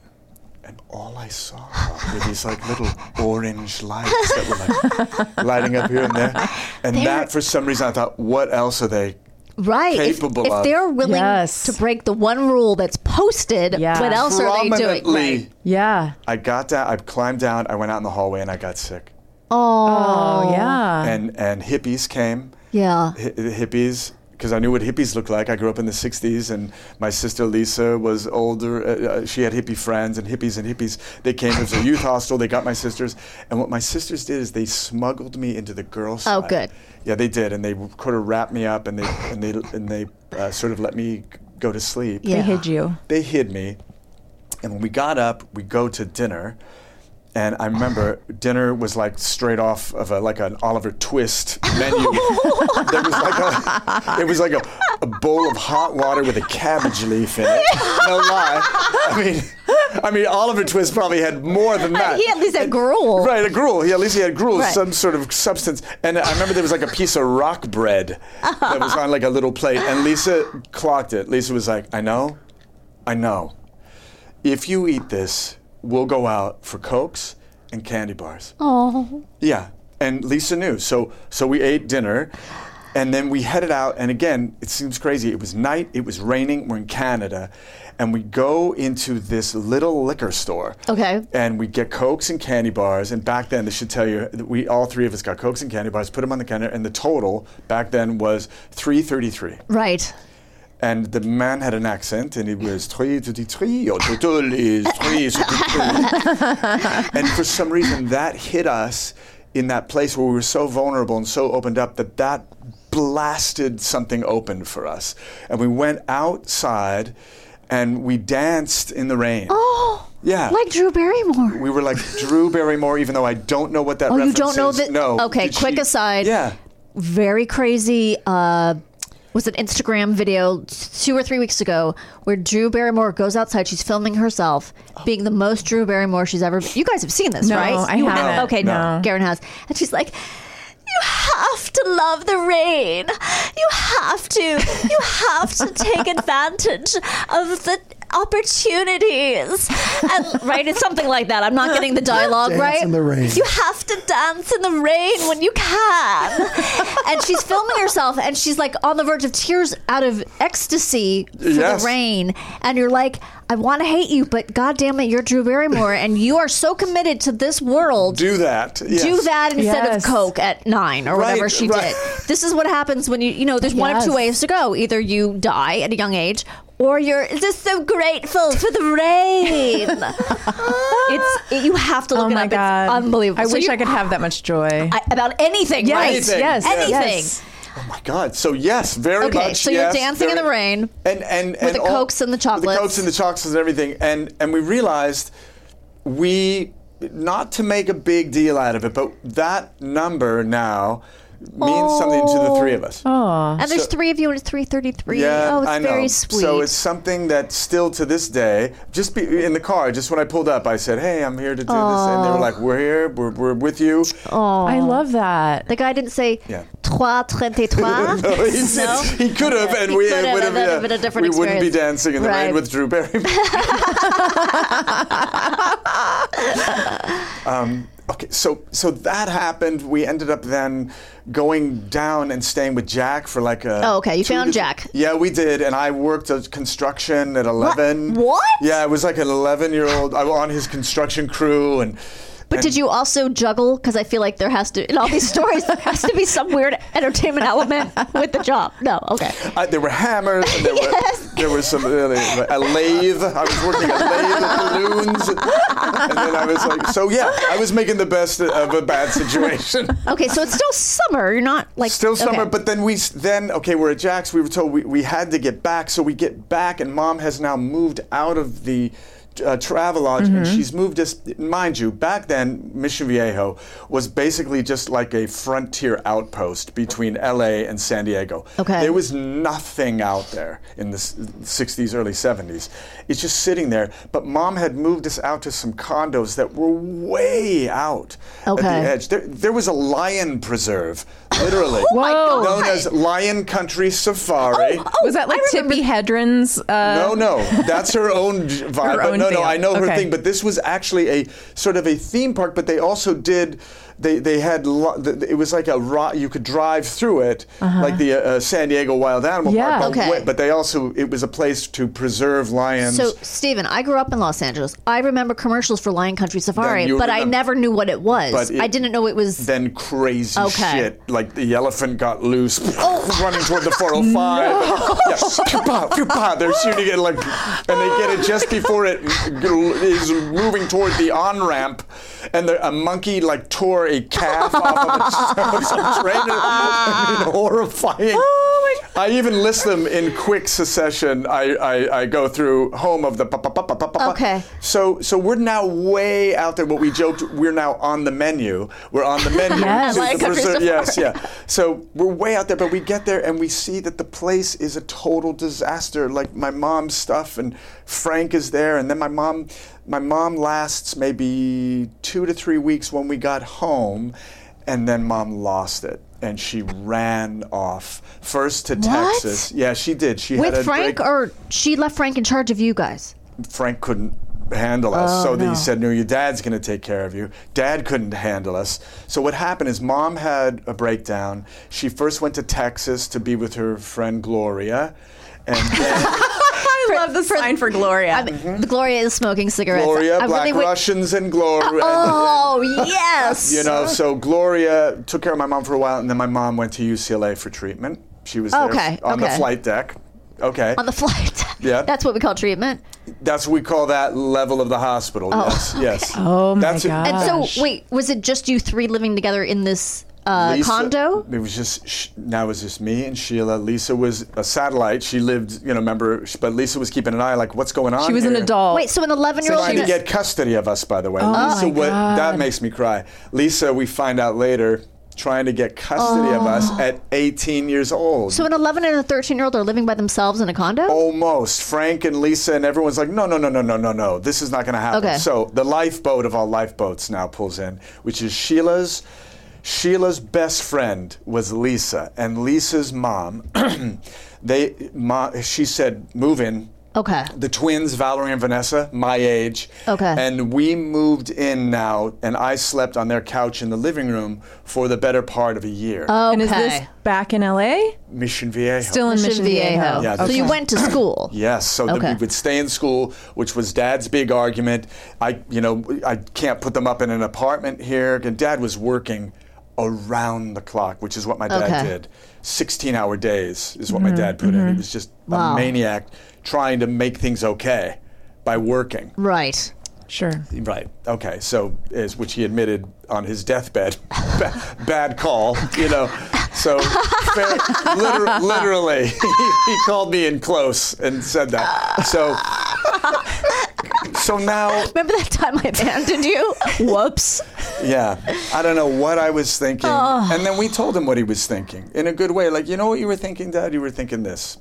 [SPEAKER 11] and all I saw were these like little orange lights that were like lighting up here and there. And that, for some reason, I thought, what else are they?
[SPEAKER 5] Right. If,
[SPEAKER 11] capable
[SPEAKER 5] if
[SPEAKER 11] of.
[SPEAKER 5] they're willing
[SPEAKER 4] Yes.
[SPEAKER 5] to break the one rule that's posted,
[SPEAKER 4] Yeah.
[SPEAKER 5] what else are they doing?
[SPEAKER 11] Prominently,
[SPEAKER 5] Right.
[SPEAKER 4] Yeah.
[SPEAKER 11] I got down. I climbed down. I went out in the hallway, and I got sick.
[SPEAKER 4] Oh, yeah.
[SPEAKER 11] and and hippies came.
[SPEAKER 5] Uh. Yeah.
[SPEAKER 11] hi- hippies because I knew what hippies looked like. I grew up in the 60s, and my sister Lisa was older. Uh, uh, she had hippie friends, and hippies and hippies. They came. It was a youth hostel. They got my sisters. And what my sisters did is they smuggled me into the girls'
[SPEAKER 5] Oh,
[SPEAKER 11] side.
[SPEAKER 5] good.
[SPEAKER 11] Yeah, they did. And they sort of wrapped me up, and they, and they, and they uh, sort of let me go to sleep
[SPEAKER 5] Yeah.
[SPEAKER 4] They hid you.
[SPEAKER 11] they hid me. And when we got up, we go to dinner. And I remember dinner was like straight off of a, like an Oliver Twist menu. there was like a, it was like a, a bowl of hot water with a cabbage leaf in it. No lie. I mean, I mean Oliver Twist probably had more than that.
[SPEAKER 5] He at least had gruel.
[SPEAKER 11] Right, a gruel. He at least he had gruel,
[SPEAKER 5] Right.
[SPEAKER 11] some sort of substance. And I remember there was like a piece of rock bread that was on like a little plate. And Lisa clocked it. Lisa was like, "I know, I know. If you eat this, we'll go out for cokes and candy bars." Oh. Yeah, and Lisa knew. So so we ate dinner. And then we headed out, and again, it seems crazy. It was night, it was raining, we're in Canada, and we go into this little liquor store
[SPEAKER 5] Okay.
[SPEAKER 11] and we get cokes and candy bars. And back then, they should tell you that we all three of us got cokes and candy bars, put them on the counter, and the total back then was three thirty-three.
[SPEAKER 5] Right.
[SPEAKER 11] And the man had an accent, and it was three thirty-three. Your total is three thirty-three. And for some reason, that hit us in that place where we were so vulnerable and so opened up that that blasted something open for us. And we went outside, and we danced in the rain.
[SPEAKER 5] Oh,
[SPEAKER 11] Yeah.
[SPEAKER 5] like Drew Barrymore.
[SPEAKER 11] We were like Drew Barrymore, even though I don't know what that.
[SPEAKER 5] Oh, you
[SPEAKER 11] reference
[SPEAKER 5] don't know
[SPEAKER 11] is.
[SPEAKER 5] that-
[SPEAKER 11] No.
[SPEAKER 5] okay,
[SPEAKER 11] Did
[SPEAKER 5] quick aside.
[SPEAKER 11] Yeah.
[SPEAKER 5] Very crazy. Uh, was an Instagram video two or three weeks ago where Drew Barrymore goes outside. She's filming herself being the most Drew Barrymore she's ever. You guys have seen this,
[SPEAKER 4] No,
[SPEAKER 5] right?
[SPEAKER 4] I
[SPEAKER 5] You
[SPEAKER 4] haven't.
[SPEAKER 5] Okay,
[SPEAKER 4] No.
[SPEAKER 5] Garen has, and she's like. You have to love the rain. You have to. You have to take advantage of the opportunities. And right, it's something like that. I'm not getting the dialogue
[SPEAKER 8] Dance
[SPEAKER 5] right.
[SPEAKER 8] in the rain.
[SPEAKER 5] You have to dance in the rain when you can. and she's filming herself, and she's like on the verge of tears out of ecstasy for
[SPEAKER 11] Yes.
[SPEAKER 5] the rain. And you're like, I want to hate you, but God damn it, you're Drew Barrymore, and you are so committed to this world
[SPEAKER 11] Do that. Yes.
[SPEAKER 5] do that instead
[SPEAKER 4] Yes.
[SPEAKER 5] of coke at nine or
[SPEAKER 11] Right,
[SPEAKER 5] whatever she
[SPEAKER 11] right.
[SPEAKER 5] did this is what happens when you you know there's one of
[SPEAKER 4] Yes.
[SPEAKER 5] two ways to go either you die at a young age or you're just so grateful for the rain it's it- you have to look
[SPEAKER 4] Oh
[SPEAKER 5] it
[SPEAKER 4] my
[SPEAKER 5] up
[SPEAKER 4] God.
[SPEAKER 5] it's unbelievable
[SPEAKER 4] I
[SPEAKER 5] So
[SPEAKER 4] wish
[SPEAKER 5] you-
[SPEAKER 4] I could have that much joy.
[SPEAKER 5] I- about anything
[SPEAKER 4] Yes,
[SPEAKER 5] right
[SPEAKER 11] Anything.
[SPEAKER 4] yes,
[SPEAKER 5] anything
[SPEAKER 4] yes.
[SPEAKER 11] Oh my God. So yes, very
[SPEAKER 5] Okay,
[SPEAKER 11] much.
[SPEAKER 5] so you're
[SPEAKER 11] yes,
[SPEAKER 5] dancing in
[SPEAKER 11] very-
[SPEAKER 5] the rain
[SPEAKER 11] and and, and
[SPEAKER 5] the
[SPEAKER 11] all-
[SPEAKER 5] Cokes and the
[SPEAKER 11] with
[SPEAKER 5] chocolates.
[SPEAKER 11] the cokes and the chocolates and everything, and and we realized we not to make a big deal out of it, but that number now means something to the three of us.
[SPEAKER 5] and there's three of you and it's 333
[SPEAKER 11] Yeah,
[SPEAKER 5] oh it's
[SPEAKER 11] I know.
[SPEAKER 5] very sweet
[SPEAKER 11] So it's something that still to this day, just be, in the car, just when I pulled up, I said, "Hey, I'm here to do this," and they were like, "We're here, we're, we're with you."
[SPEAKER 4] I love that.
[SPEAKER 5] the guy didn't say
[SPEAKER 11] Yeah.
[SPEAKER 5] trois trente-trois
[SPEAKER 11] No, he, he could have, and
[SPEAKER 5] He
[SPEAKER 11] we uh,
[SPEAKER 5] could have,
[SPEAKER 11] would
[SPEAKER 5] and that'd
[SPEAKER 11] have, yeah,
[SPEAKER 5] have been a different
[SPEAKER 11] we wouldn't be
[SPEAKER 5] experience.
[SPEAKER 11] dancing in the
[SPEAKER 5] Right.
[SPEAKER 11] rain with Drew Barrymore. um, Okay, so so that happened. We ended up then going down and staying with Jack for like a.
[SPEAKER 5] Oh, okay, you
[SPEAKER 11] two
[SPEAKER 5] found
[SPEAKER 11] to-
[SPEAKER 5] Jack.
[SPEAKER 11] Yeah, we did, and I worked at construction at eleven.
[SPEAKER 5] What?
[SPEAKER 11] Yeah, I was like an eleven-year-old. I was on his construction crew, and
[SPEAKER 5] But did you also juggle? Because I feel like there has to, in all these stories, there has to be some weird entertainment element with the job. No, okay.
[SPEAKER 11] I, there were hammers. And there were there was some uh, a lathe. I was working a lathe of balloons, and then I was like, so yeah, I was making the best of a bad situation.
[SPEAKER 5] Okay, so it's still summer. You're not like
[SPEAKER 11] Still summer,
[SPEAKER 5] okay.
[SPEAKER 11] but then we s- then okay, we're at Jack's. We were told we, we had to get back, so we get back, and Mom has now moved out of the uh, Travelodge, and
[SPEAKER 5] Mm-hmm.
[SPEAKER 11] she's moved us. Mind you, back then Mission Viejo was basically just like a frontier outpost between L.A. and San Diego.
[SPEAKER 5] Okay.
[SPEAKER 11] there was nothing out there in the s- '60s, early '70s. It's just sitting there. But Mom had moved us out to some condos that were way out at
[SPEAKER 5] Okay.
[SPEAKER 11] the edge. There, there was a lion preserve, literally.
[SPEAKER 4] my Whoa.
[SPEAKER 11] Known as Lion Country
[SPEAKER 5] Oh,
[SPEAKER 11] Safari.
[SPEAKER 4] was that like Tippy Hedren's? Uh,
[SPEAKER 11] No, no, that's her own j- vibe.
[SPEAKER 4] Her
[SPEAKER 11] but
[SPEAKER 4] own
[SPEAKER 11] no, no,
[SPEAKER 4] deal.
[SPEAKER 11] I know her
[SPEAKER 4] Okay.
[SPEAKER 11] thing. But this was actually a sort of a theme park. But they also did. They they had lo- th- th- it was like a ro- you could drive through it like the uh, uh, San Diego Wild Animal
[SPEAKER 4] Uh-huh. Yeah.
[SPEAKER 11] Park. But,
[SPEAKER 5] Okay.
[SPEAKER 11] wa- but they also it was a place to preserve lions.
[SPEAKER 5] So, Steven, I grew up in Los Angeles. I remember commercials for Lion Country Safari,
[SPEAKER 11] Then you
[SPEAKER 5] but I
[SPEAKER 11] remember-
[SPEAKER 5] never knew what it was.
[SPEAKER 11] But it-
[SPEAKER 5] I didn't know it was.
[SPEAKER 11] then crazy
[SPEAKER 5] Okay.
[SPEAKER 11] shit. Like the elephant got loose, running toward the 405. Yeah. Phew, pow, phew, pow. They're shooting it like, and they get it just before it is moving toward the on ramp. And the, a monkey like tore a calf off of, a, of some trainer. I mean, horrifying.
[SPEAKER 5] Oh
[SPEAKER 11] I even list them in quick succession. I, I, I go through home of the pa pa pa pa pa pa. pa.
[SPEAKER 5] Okay.
[SPEAKER 11] So so we're now way out there. What we joked, we're now on the menu. We're on the menu.
[SPEAKER 4] Yes.
[SPEAKER 11] which
[SPEAKER 5] Like
[SPEAKER 11] is the
[SPEAKER 5] a
[SPEAKER 11] preser-
[SPEAKER 5] Christopher.
[SPEAKER 11] yes, yeah. So we're way out there, but we get there and we see that the place is a total disaster. Like my mom's stuff and Frank is there, and then my mom, my mom lasts maybe two to three weeks when we got home, and then mom lost it. And she ran off first to Texas. Yeah, she did. She had
[SPEAKER 5] with
[SPEAKER 11] a
[SPEAKER 5] Frank,
[SPEAKER 11] break-
[SPEAKER 5] or she left Frank in charge of you guys.
[SPEAKER 11] Frank couldn't handle us. so they
[SPEAKER 5] Oh, no.
[SPEAKER 11] said, No, your dad's going to take care of you. Dad couldn't handle us. So what happened is mom had a breakdown. She first went to Texas to be with her friend Gloria. And then
[SPEAKER 4] I love the sign for Gloria.
[SPEAKER 5] I mean, Gloria is smoking cigarettes.
[SPEAKER 11] Mm-hmm. Gloria,
[SPEAKER 5] I
[SPEAKER 11] Black
[SPEAKER 5] really would-
[SPEAKER 11] Russians, and Gloria.
[SPEAKER 5] Oh yes.
[SPEAKER 11] You know, so Gloria took care of my mom for a while, and then my mom went to UCLA for treatment. She was there
[SPEAKER 5] Okay,
[SPEAKER 11] on the
[SPEAKER 5] okay.
[SPEAKER 11] flight deck. Okay.
[SPEAKER 5] on the flight.
[SPEAKER 11] Yeah.
[SPEAKER 5] That's what we call treatment.
[SPEAKER 11] That's what we call that level of the hospital. yes, yes.
[SPEAKER 4] Oh my
[SPEAKER 11] That's it.
[SPEAKER 4] God.
[SPEAKER 5] And so, wait, was it just you three living together in this uh,
[SPEAKER 11] Lisa-
[SPEAKER 5] condo?
[SPEAKER 11] It was just sh- now it was just me and Sheila. Lisa was a satellite. She lived, you know, remember, sh- but Lisa was keeping an eye, like what's going on.
[SPEAKER 4] she was an
[SPEAKER 11] here?
[SPEAKER 4] adult. Oh
[SPEAKER 5] Wait, so an 11 year old.
[SPEAKER 11] Trying to get custody of us, by the way. Lisa,
[SPEAKER 4] my God.
[SPEAKER 11] that makes me cry. Lisa, we find out later, trying to get custody of us
[SPEAKER 4] Oh.
[SPEAKER 11] at 18 years old.
[SPEAKER 5] So an 11 and a 13 year old are living by themselves in a condo?
[SPEAKER 11] Almost. Frank and Lisa and everyone's like, no, no, no, no, no, no, no. This is not going to happen.
[SPEAKER 5] Okay.
[SPEAKER 11] So the lifeboat of all lifeboats now pulls in, which is Sheila's. Sheila's best friend was Lisa, and Lisa's mom. they, ma, she said, move in.
[SPEAKER 5] Okay.
[SPEAKER 11] The twins, Valerie and Vanessa, my age.
[SPEAKER 5] Okay.
[SPEAKER 11] And we moved in now, and I slept on their couch in the living room for the better part of a year.
[SPEAKER 5] Okay.
[SPEAKER 4] And is this back in LA?
[SPEAKER 11] Mission Viejo.
[SPEAKER 4] Still in Oh, Mission Viejo.
[SPEAKER 11] Yeah,
[SPEAKER 5] so
[SPEAKER 11] this
[SPEAKER 5] you
[SPEAKER 11] is-
[SPEAKER 5] went to school.
[SPEAKER 11] Yes, so then
[SPEAKER 5] Okay.
[SPEAKER 11] we would stay in school, which was Dad's big argument. I, you know, I can't put them up in an apartment here. And Dad was working around the clock, which is what my dad
[SPEAKER 5] Okay. Mm-hmm.
[SPEAKER 11] did. Sixteen-hour days is what my dad put in. He was just a
[SPEAKER 5] Wow.
[SPEAKER 11] maniac trying to make things okay by working.
[SPEAKER 5] Right.
[SPEAKER 4] Sure.
[SPEAKER 11] Right. Okay. So, is which he admitted on his deathbed, ba- bad call. You know. So, fair, liter- literally, he, he called me in close and said that. So, so now,
[SPEAKER 5] Remember that time I abandoned you? Whoops.
[SPEAKER 11] yeah, I don't know what I was thinking. And then we told him what he was thinking in a good way. Like, you know what you were thinking, Dad? You were thinking this.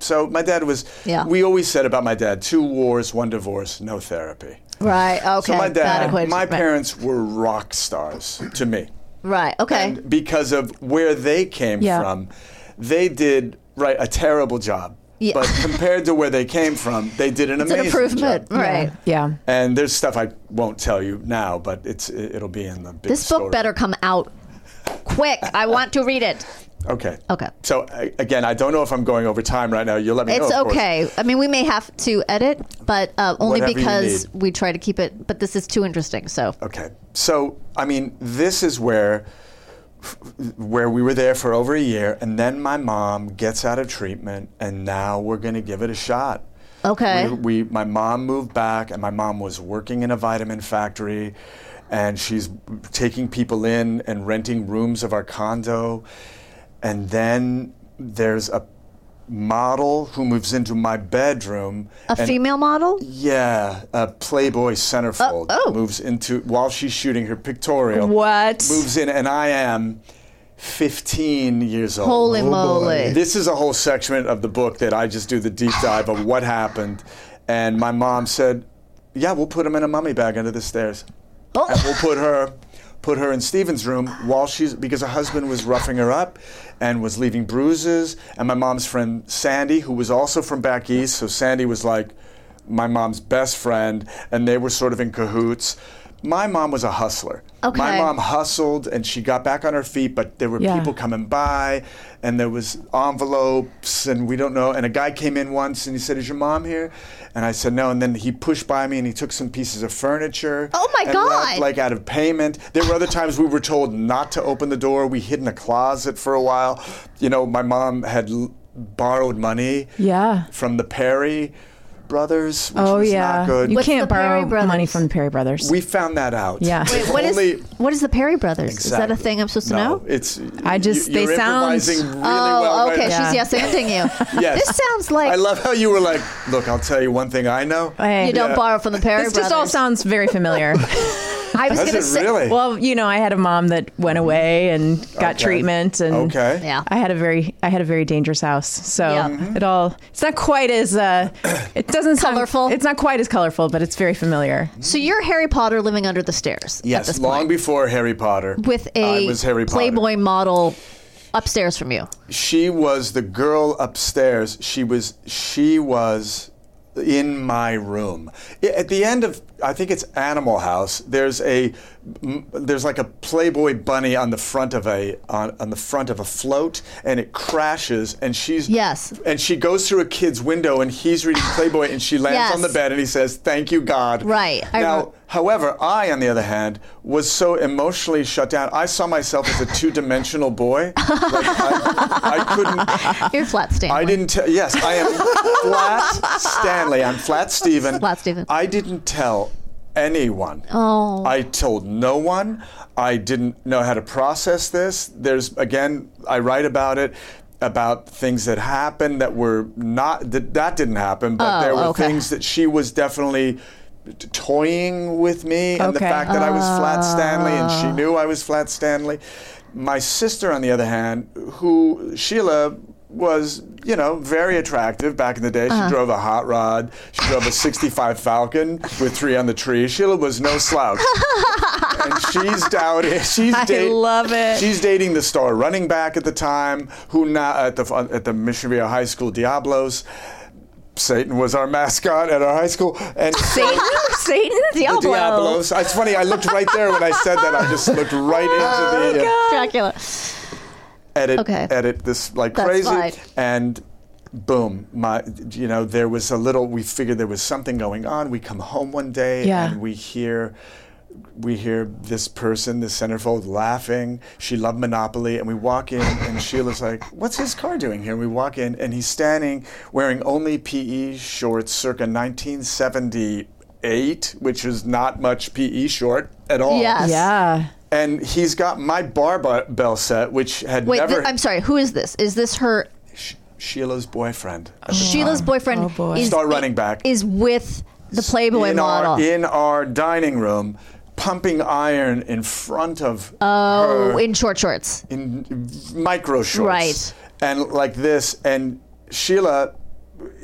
[SPEAKER 11] So my dad was.
[SPEAKER 5] Yeah.
[SPEAKER 11] We always said about my dad: two wars, one divorce, no therapy.
[SPEAKER 5] Right. Okay.
[SPEAKER 11] So my
[SPEAKER 5] That
[SPEAKER 11] dad,
[SPEAKER 5] equation.
[SPEAKER 11] my
[SPEAKER 5] Right.
[SPEAKER 11] parents were rock stars to me.
[SPEAKER 5] Right. Okay.
[SPEAKER 11] And because of where they came
[SPEAKER 4] Yeah.
[SPEAKER 11] from, they did right a terrible job
[SPEAKER 5] Yeah.
[SPEAKER 11] But compared to where they came from, they did an
[SPEAKER 5] It's an
[SPEAKER 11] amazing
[SPEAKER 5] improvement,
[SPEAKER 11] job.
[SPEAKER 5] right?
[SPEAKER 4] Yeah.
[SPEAKER 11] And there's stuff I won't tell you now, but it's it'll be in the big
[SPEAKER 5] This book
[SPEAKER 11] story.
[SPEAKER 5] better come out quick. I want to read it.
[SPEAKER 11] Okay.
[SPEAKER 5] Okay.
[SPEAKER 11] So a- again, I don't know if I'm going over time right now. You let me know.
[SPEAKER 5] It's
[SPEAKER 11] of course.
[SPEAKER 5] okay. I mean, we may have to edit, but uh, only
[SPEAKER 11] Whatever you
[SPEAKER 5] because
[SPEAKER 11] need.
[SPEAKER 5] we try to keep it. But this is too interesting. So
[SPEAKER 11] Okay. So, I mean, this is where where we were there for over a year and then my mom gets out of treatment and now we're going to give it a shot.
[SPEAKER 5] Okay.
[SPEAKER 11] We, we my mom moved back and my mom was working in a vitamin factory and she's taking people in and renting rooms of our condo and then there's a model who moves into my bedroom
[SPEAKER 5] a
[SPEAKER 11] and-
[SPEAKER 5] female model.
[SPEAKER 11] yeah, a Playboy centerfold
[SPEAKER 5] oh.
[SPEAKER 11] moves into while she's shooting her pictorial.
[SPEAKER 4] What?
[SPEAKER 11] moves in, and I am 15 years old.
[SPEAKER 5] Holy moly!
[SPEAKER 11] Oh, This is a whole section of the book that I just do the deep dive of what happened, and my mom said, "Yeah, we'll put him in a mummy bag under the stairs, and we'll put her." Put her in Steven's room while she's because her husband was roughing her up and was leaving bruises. And my mom's friend Sandy, who was also from back east, so Sandy was like, my mom's best friend, and they were sort of in cahoots. My mom was a hustler. My
[SPEAKER 5] Okay.
[SPEAKER 11] mom hustled and she got back on her feet, but there were
[SPEAKER 4] Yeah.
[SPEAKER 11] people coming by and there was envelopes and we don't know. And a guy came in once and he said, Is your mom here? And I said, No. And then he pushed by me and he took some pieces of furniture.
[SPEAKER 5] Oh, my
[SPEAKER 11] and
[SPEAKER 5] God.
[SPEAKER 11] left, like out of payment. There were other times we were told not to open the door. We hid in a closet for a while. You know, my mom had l- borrowed money
[SPEAKER 4] Yeah.
[SPEAKER 11] from the Perry brothers, which
[SPEAKER 4] Oh
[SPEAKER 11] was
[SPEAKER 4] yeah.
[SPEAKER 11] not good.
[SPEAKER 4] You
[SPEAKER 5] What's
[SPEAKER 4] can't
[SPEAKER 5] the Perry
[SPEAKER 4] borrow
[SPEAKER 5] Brothers?
[SPEAKER 4] money from the Perry Brothers.
[SPEAKER 11] we found that out.
[SPEAKER 4] Yeah. Wait,
[SPEAKER 11] If
[SPEAKER 5] What is
[SPEAKER 11] only-
[SPEAKER 5] what is the Perry brothers? Is that a
[SPEAKER 11] Exactly.
[SPEAKER 5] thing I'm supposed to
[SPEAKER 11] No,
[SPEAKER 5] know?
[SPEAKER 11] It's
[SPEAKER 4] I just-
[SPEAKER 11] you- you're
[SPEAKER 4] they sound-
[SPEAKER 11] improvising really
[SPEAKER 5] oh,
[SPEAKER 11] well. right
[SPEAKER 5] okay.
[SPEAKER 11] now.
[SPEAKER 5] She's yes ending you.
[SPEAKER 11] Yes.
[SPEAKER 5] This sounds like
[SPEAKER 11] I love how you were like, look, I'll tell you one thing I know.
[SPEAKER 4] Hey.
[SPEAKER 5] you don't
[SPEAKER 11] Yeah.
[SPEAKER 5] borrow from the Perry
[SPEAKER 4] this
[SPEAKER 5] brothers.
[SPEAKER 4] just all sounds very familiar.
[SPEAKER 5] I was
[SPEAKER 11] Does
[SPEAKER 5] gonna
[SPEAKER 11] it
[SPEAKER 5] say.
[SPEAKER 11] really?
[SPEAKER 4] well, you know, I had a mom that went away and got
[SPEAKER 11] Okay.
[SPEAKER 4] treatment, and
[SPEAKER 11] okay.
[SPEAKER 5] Yeah.
[SPEAKER 4] I had a very I had a very dangerous house. So
[SPEAKER 5] Yeah.
[SPEAKER 4] it all it's not quite as uh, it doesn't sound-
[SPEAKER 5] Colorful?
[SPEAKER 4] it's not quite as colorful, but it's very familiar.
[SPEAKER 5] So you're Harry Potter living under the stairs. at
[SPEAKER 11] Yes,
[SPEAKER 5] this
[SPEAKER 11] long
[SPEAKER 5] point,
[SPEAKER 11] before Harry Potter.
[SPEAKER 5] with
[SPEAKER 11] I
[SPEAKER 5] a
[SPEAKER 11] was Harry Potter.
[SPEAKER 5] Playboy model upstairs from you.
[SPEAKER 11] She was the girl upstairs. She was she was in my room. I- At the end of I think it's Animal House. There's a m- there's like a Playboy bunny on the front of a on, on the front of a float and it crashes and she's
[SPEAKER 5] Yes.
[SPEAKER 11] and she goes through a kid's window and he's reading Playboy and she lands on the
[SPEAKER 5] Yes.
[SPEAKER 11] bed and he says thank you God.
[SPEAKER 5] Right. I
[SPEAKER 11] now,
[SPEAKER 5] re-
[SPEAKER 11] However, I, on the other hand, was so emotionally shut down. I saw myself as a two-dimensional boy. Like, I, I couldn't.
[SPEAKER 5] You're flat Stanley.
[SPEAKER 11] I didn't. T- yes, I am flat Stanley. I'm flat Steven.
[SPEAKER 5] Flat Steven.
[SPEAKER 11] I didn't tell anyone. Oh. I told no one. I didn't know how to process this. There's again, I write about it. About things that happened that were not that, that didn't happen,
[SPEAKER 5] Oh,
[SPEAKER 11] but there were
[SPEAKER 5] okay.
[SPEAKER 11] things that she was definitely t- toying with me and the
[SPEAKER 4] Okay. Ah.
[SPEAKER 11] fact that I was Flat Stanley and she knew I was Flat Stanley. My sister, on the other hand, who Sheila was, you know, very attractive back in the day. She
[SPEAKER 4] Uh-huh.
[SPEAKER 11] drove a hot rod. She drove a 65 Falcon with three on the tree. Sheila was no slouch. and she's doubting. She's
[SPEAKER 4] I
[SPEAKER 11] da-
[SPEAKER 4] love it.
[SPEAKER 11] She's dating the star running back at the time, who now at the at the Mission Viejo High School Diablos. Satan was our mascot at our high school, and
[SPEAKER 5] Satan, Satan,
[SPEAKER 11] the Diablos. It's funny. I looked right there when I said that. I just looked right into the uh,
[SPEAKER 5] Dracula.
[SPEAKER 11] edit.
[SPEAKER 5] Okay.
[SPEAKER 11] Edit this like
[SPEAKER 5] That's
[SPEAKER 11] crazy.
[SPEAKER 5] fine.
[SPEAKER 11] And boom, my you know there was a little. We figured there was something going on. We come home one day
[SPEAKER 4] Yeah.
[SPEAKER 11] and we hear. We hear this person, this centerfold, laughing. She loved Monopoly, and we walk in, and Sheila's like, "What's his car doing here?" And we walk in, and he's standing wearing only PE shorts, circa 1978, which is not much PE short at all
[SPEAKER 5] Yes.
[SPEAKER 4] Yeah.
[SPEAKER 11] and he's got my barbell set, which had
[SPEAKER 5] Wait,
[SPEAKER 11] never.
[SPEAKER 5] th- I'm sorry. Who is this? Is this her?
[SPEAKER 11] Sh- Sheila's boyfriend.
[SPEAKER 5] Sheila's boyfriend
[SPEAKER 4] boy.
[SPEAKER 5] is
[SPEAKER 11] Star running back.
[SPEAKER 5] is with the Playboy
[SPEAKER 11] in
[SPEAKER 5] model.
[SPEAKER 11] Our, in our dining room, pumping iron in front of
[SPEAKER 5] oh,
[SPEAKER 11] her
[SPEAKER 5] in short shorts.
[SPEAKER 11] in micro shorts.
[SPEAKER 5] Right.
[SPEAKER 11] And like this, and Sheila,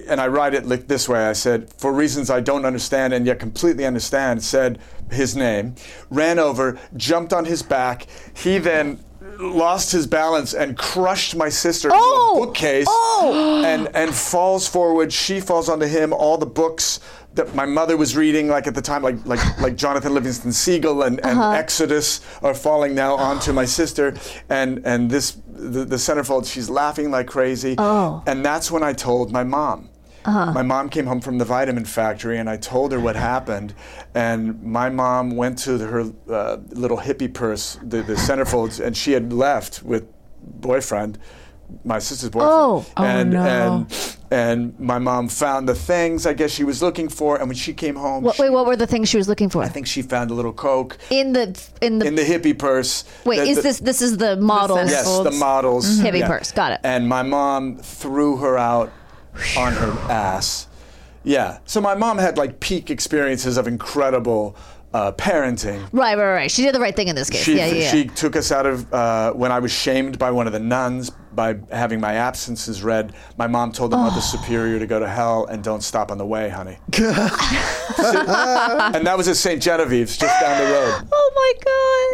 [SPEAKER 11] and I write it like this way I said, for reasons I don't understand and yet completely understand, said his name, ran over, jumped on his back. He then lost his balance and crushed my sister
[SPEAKER 5] Oh!
[SPEAKER 11] into a bookcase and, and falls forward. She falls onto him. All the books that my mother was reading, like at the time, like like, like Jonathan Livingston Seagull and, and Exodus are falling now onto my sister. And and this the, the centerfold, she's laughing like crazy. Oh. And that's when I told my mom. My mom came home from the vitamin factory, and I told her what happened. And my mom went to her uh, little hippie purse, the, the centerfolds, and she had left with boyfriend, my sister's boyfriend.
[SPEAKER 5] Oh.
[SPEAKER 4] Oh,
[SPEAKER 11] and,
[SPEAKER 4] no.
[SPEAKER 11] and and my mom found the things I guess she was looking for. And when she came home,
[SPEAKER 5] What,
[SPEAKER 11] she-
[SPEAKER 5] wait, what were the things she was looking for?
[SPEAKER 11] I think she found a little coke
[SPEAKER 5] in the in the
[SPEAKER 11] in the hippie purse.
[SPEAKER 5] wait,
[SPEAKER 11] that
[SPEAKER 5] is
[SPEAKER 11] the-
[SPEAKER 5] this this is the model?
[SPEAKER 11] Yes, the models.
[SPEAKER 5] Hippie purse, got it.
[SPEAKER 11] And my mom threw her out on her ass. Yeah. So my mom had like peak experiences of incredible uh, parenting.
[SPEAKER 5] Right, right, right. She did the right thing in this case.
[SPEAKER 11] She,
[SPEAKER 5] yeah, yeah. yeah.
[SPEAKER 11] she took us out of uh, when I was shamed by one of the nuns by having my absences read. My mom told the
[SPEAKER 5] Oh.
[SPEAKER 11] mother superior to go to hell and don't stop on the way, honey. and that was at St. Genevieve's, just down the road.
[SPEAKER 5] oh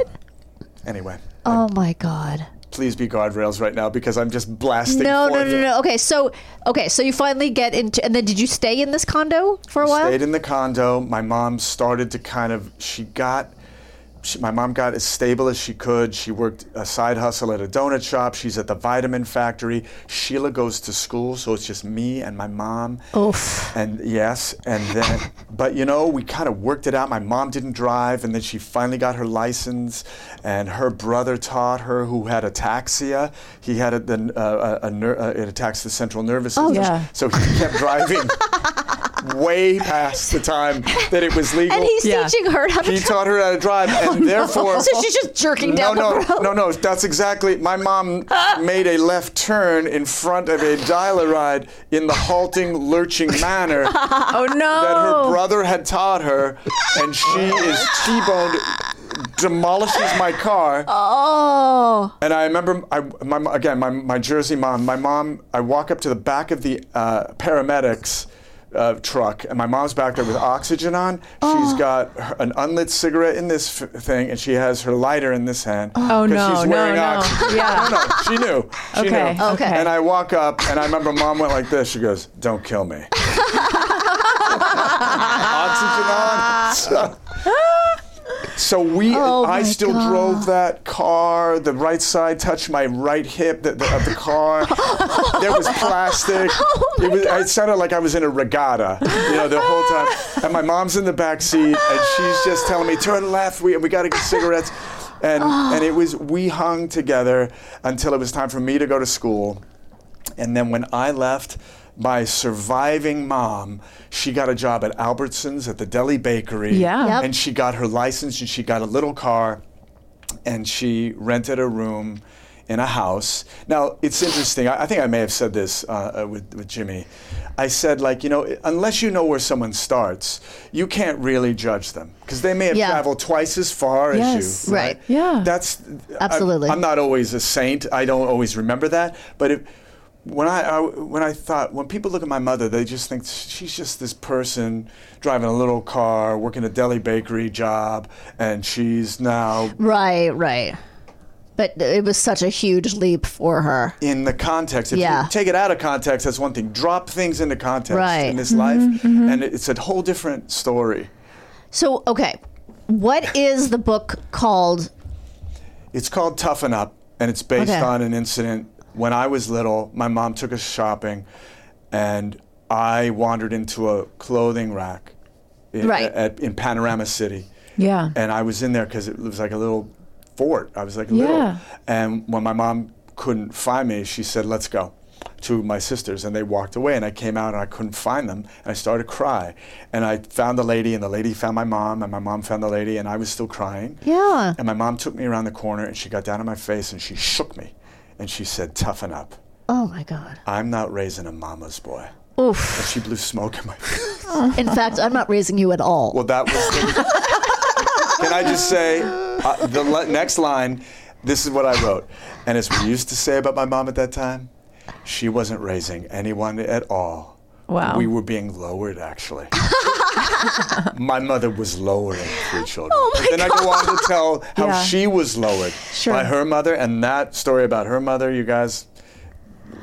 [SPEAKER 5] my god.
[SPEAKER 11] Anyway,
[SPEAKER 5] Oh my god.
[SPEAKER 11] please be guardrails right now because I'm just blasting.
[SPEAKER 5] No, no,
[SPEAKER 11] forth
[SPEAKER 5] no,
[SPEAKER 11] it.
[SPEAKER 5] no. Okay, so okay, so you finally get into, and then did you stay in this condo for a while?
[SPEAKER 11] Stayed in the condo. My mom started to kind of. She got. She, my mom got as stable as she could. She worked a side hustle at a donut shop. She's at the vitamin factory. Sheila goes to school, so it's just me and my mom.
[SPEAKER 5] Oh, Oof.
[SPEAKER 11] And yes, and then, but you know, we kind of worked it out. My mom didn't drive, and then she finally got her license, and her brother taught her who had ataxia. He had a, the, uh, a, a ner- uh, it attacks the central nervous system.
[SPEAKER 4] yeah.
[SPEAKER 11] So he kept driving way past the time that it was legal.
[SPEAKER 5] And he's
[SPEAKER 4] Yeah.
[SPEAKER 5] teaching her how to.
[SPEAKER 11] he
[SPEAKER 5] drive. Oh,
[SPEAKER 11] taught her how to drive, and therefore,
[SPEAKER 5] So she's just jerking down
[SPEAKER 11] no,
[SPEAKER 5] the road.
[SPEAKER 11] No, no, that's exactly. My mom made a left turn in front of a dial-a-ride in the halting, lurching manner that
[SPEAKER 4] Oh
[SPEAKER 11] her
[SPEAKER 4] no!
[SPEAKER 11] brother had taught her, and she is T-boned, demolishes my car.
[SPEAKER 5] Oh.
[SPEAKER 11] And I remember, I, my, again, my, my Jersey mom, my mom, I walk up to the back of the uh, paramedics uh, truck, and my mom's back there with oxygen on.
[SPEAKER 4] Oh.
[SPEAKER 11] She's got her, an unlit cigarette in this f- thing, and she has her lighter in this hand.
[SPEAKER 4] Oh,
[SPEAKER 11] 'cause
[SPEAKER 4] no,
[SPEAKER 11] she's
[SPEAKER 4] no,
[SPEAKER 11] wearing
[SPEAKER 4] no.
[SPEAKER 11] oxygen.
[SPEAKER 4] Yeah.
[SPEAKER 11] No, no, she knew. She
[SPEAKER 4] Okay,
[SPEAKER 11] knew.
[SPEAKER 4] okay.
[SPEAKER 11] And I walk up, and I remember mom went like this. She goes, Don't kill me. oxygen on. So- so we, I still drove that car. The right side touched my right hip the, the, of the car. there was plastic. it, was, it sounded like I was in a regatta, you know, the whole time. And my mom's in the back seat, and she's just telling me, "Turn left. We we got to get cigarettes." And and it was we hung together until it was time for me to go to school. And then when I left, my surviving mom, she got a job at Albertsons at the deli bakery.
[SPEAKER 4] Yeah. Yep.
[SPEAKER 11] And she got her license and she got a little car and she rented a room in a house. Now, it's interesting. I, I think I may have said this uh, uh, with, with Jimmy. I said, like, you know, unless you know where someone starts, you can't really judge them because they may have
[SPEAKER 5] Yeah.
[SPEAKER 11] traveled twice as far as
[SPEAKER 4] Yes.
[SPEAKER 11] you.
[SPEAKER 5] Right.
[SPEAKER 4] Yeah.
[SPEAKER 11] That's
[SPEAKER 5] Absolutely.
[SPEAKER 11] I, am not always a saint. I don't always remember that. But if, when I, I when I thought when people look at my mother, they just think she's just this person driving a little car, working a deli bakery job, and she's now
[SPEAKER 5] Right, right. But it was such a huge leap for her.
[SPEAKER 11] in the context. If
[SPEAKER 5] Yeah.
[SPEAKER 11] you take it out of context, that's one thing. Drop things into context
[SPEAKER 5] Right. Mm-hmm,
[SPEAKER 11] in this life, and it's a whole different story.
[SPEAKER 5] So, okay. What is the book called?
[SPEAKER 11] It's called Toughen Up, and it's based
[SPEAKER 5] Okay.
[SPEAKER 11] on an incident when I was little. My mom took us shopping, and I wandered into a clothing rack in,
[SPEAKER 5] Right.
[SPEAKER 11] at, in Panorama City.
[SPEAKER 4] Yeah.
[SPEAKER 11] And I was in there because it was like a little fort. I was like
[SPEAKER 4] Yeah.
[SPEAKER 11] little. And when my mom couldn't find me, she said, "Let's go." To my sisters, and they walked away, and I came out and I couldn't find them, and I started to cry, and I found the lady, and the lady found my mom, and my mom found the lady, and I was still crying.
[SPEAKER 5] Yeah.
[SPEAKER 11] And my mom took me around the corner and she got down on my face and she shook me and she said, Toughen up.
[SPEAKER 5] Oh my God.
[SPEAKER 11] I'm not raising a mama's boy.
[SPEAKER 5] Oof.
[SPEAKER 11] And she blew smoke in my face.
[SPEAKER 5] In fact, I'm not raising you at all.
[SPEAKER 11] Well, that was. Can I just say uh, the le- next line? This is what I wrote. And as we used to say about my mom at that time, she wasn't raising anyone at all.
[SPEAKER 4] Wow.
[SPEAKER 11] We were being lowered, actually. my mother was lower than three children. But then I go on to tell how
[SPEAKER 4] Yeah.
[SPEAKER 11] she was lowered
[SPEAKER 4] Sure.
[SPEAKER 11] by her mother, and that story about her mother, you guys,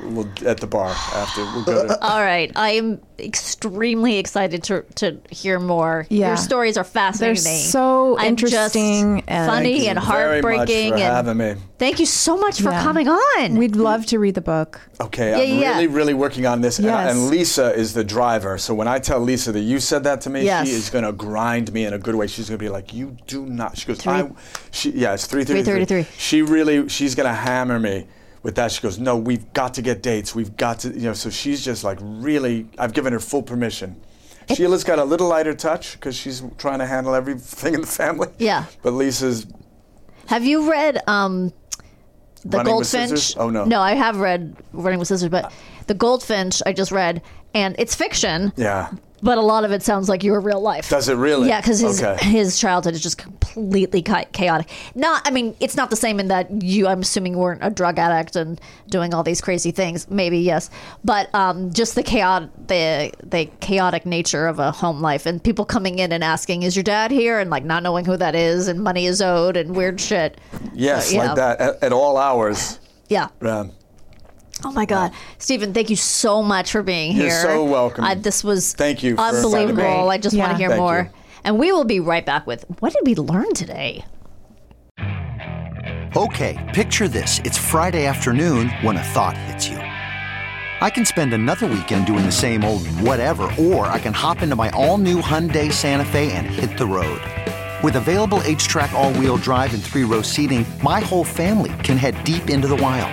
[SPEAKER 11] we'll, at the bar after we'll go to.
[SPEAKER 5] All right, I am extremely excited to, to hear more.
[SPEAKER 4] Yeah.
[SPEAKER 5] Your stories are fascinating.
[SPEAKER 4] so
[SPEAKER 5] I'm just
[SPEAKER 4] interesting and-
[SPEAKER 11] Thank
[SPEAKER 5] funny,
[SPEAKER 11] you
[SPEAKER 5] and
[SPEAKER 11] very much
[SPEAKER 5] heartbreaking.
[SPEAKER 11] for
[SPEAKER 5] and
[SPEAKER 11] having me.
[SPEAKER 5] Thank you so much for
[SPEAKER 4] Yeah.
[SPEAKER 5] coming on.
[SPEAKER 4] We'd love to read the book.
[SPEAKER 11] Okay,
[SPEAKER 5] Yeah,
[SPEAKER 11] I'm
[SPEAKER 5] yeah.
[SPEAKER 11] really, really working on this. And,
[SPEAKER 4] Yes.
[SPEAKER 11] and Lisa is the driver. So when I tell Lisa that you said that to me,
[SPEAKER 5] Yes.
[SPEAKER 11] she is going to grind me in a good way. She's going to be like, "You do not." She goes, "I." She, yeah, it's three thirty-three.
[SPEAKER 5] 3:33.
[SPEAKER 11] She really, she's going to hammer me with that. She goes, "No, we've got to get dates. We've got to, you know." So she's just like really. I've given her full permission. Sheila's got a little lighter touch because she's trying to handle everything in the family.
[SPEAKER 5] Yeah.
[SPEAKER 11] But Lisa's
[SPEAKER 5] Have you read um, the
[SPEAKER 11] Running with
[SPEAKER 5] Goldfinch?
[SPEAKER 11] Scissors? Oh, no. Uh.
[SPEAKER 5] no, I have read Running with Scissors, but the Goldfinch I just read, and it's fiction,
[SPEAKER 11] yeah.
[SPEAKER 5] but a lot of it sounds like your real life.
[SPEAKER 11] Does it really?
[SPEAKER 5] Yeah, because his
[SPEAKER 11] Okay.
[SPEAKER 5] his childhood is just completely cha- chaotic. Not, I mean, it's not the same in that you. I'm assuming weren't a drug addict and doing all these crazy things. Maybe yes, but um, just the chaotic the the chaotic nature of a home life and people coming in and asking, "Is your dad here?" and like not knowing who that is and money is owed and weird shit.
[SPEAKER 11] Yes,
[SPEAKER 5] So, yeah.
[SPEAKER 11] like that at, at all hours.
[SPEAKER 5] Yeah.
[SPEAKER 11] Um,
[SPEAKER 5] Oh my God, Stephen, thank you so much for being
[SPEAKER 11] You're
[SPEAKER 5] here.
[SPEAKER 11] so welcome.
[SPEAKER 5] I, this was
[SPEAKER 11] Thank you for inviting me.
[SPEAKER 5] unbelievable. I just want
[SPEAKER 4] Yeah.
[SPEAKER 5] to hear
[SPEAKER 11] Thank
[SPEAKER 5] more.
[SPEAKER 11] you.
[SPEAKER 5] And we will be right back with what did we learn today?
[SPEAKER 2] Okay, picture this. It's Friday afternoon when a thought hits you. I can spend another weekend doing the same old whatever, or I can hop into my all new Hyundai Santa Fe and hit the road. With available H track, all wheel drive, and three row seating, my whole family can head deep into the wild.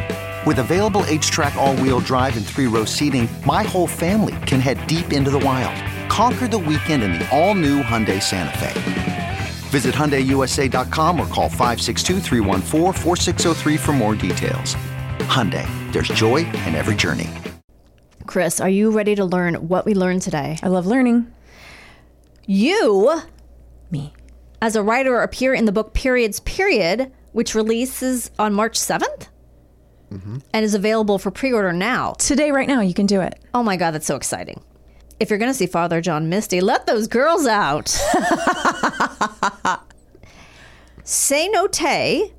[SPEAKER 2] With available H track, all wheel drive, and three row seating, my whole family can head deep into the wild. Conquer the weekend in the all new Hyundai Santa Fe. Visit HyundaiUSA.com or call 562-314-4603 for more details. Hyundai, there's joy in every journey.
[SPEAKER 5] Chris, are you ready to learn what we learned today?
[SPEAKER 4] I love learning.
[SPEAKER 5] You,
[SPEAKER 4] Me.
[SPEAKER 5] as a writer, appear in the book Periods Period, which releases on March 7th
[SPEAKER 11] Mm-hmm.
[SPEAKER 5] and is available for pre order now.
[SPEAKER 4] Today, right now, you can do it.
[SPEAKER 5] Oh my God, that's so exciting. If you're going to see Father John Misty, let those girls out. Say no te.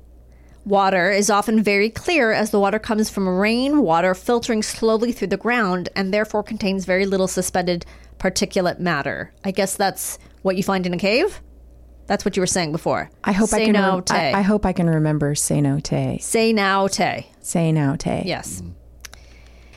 [SPEAKER 5] Water is often very clear as the water comes from rainwater filtering slowly through the ground and therefore contains very little suspended particulate matter. I guess that's what you find in a cave? That's what you were saying before.
[SPEAKER 4] I hope
[SPEAKER 5] Say
[SPEAKER 4] I can.
[SPEAKER 5] no
[SPEAKER 4] rem-
[SPEAKER 5] te.
[SPEAKER 4] I, I hope I can remember. Say no tay.
[SPEAKER 5] Say now te.
[SPEAKER 4] Say no tay.
[SPEAKER 5] Yes. Mm.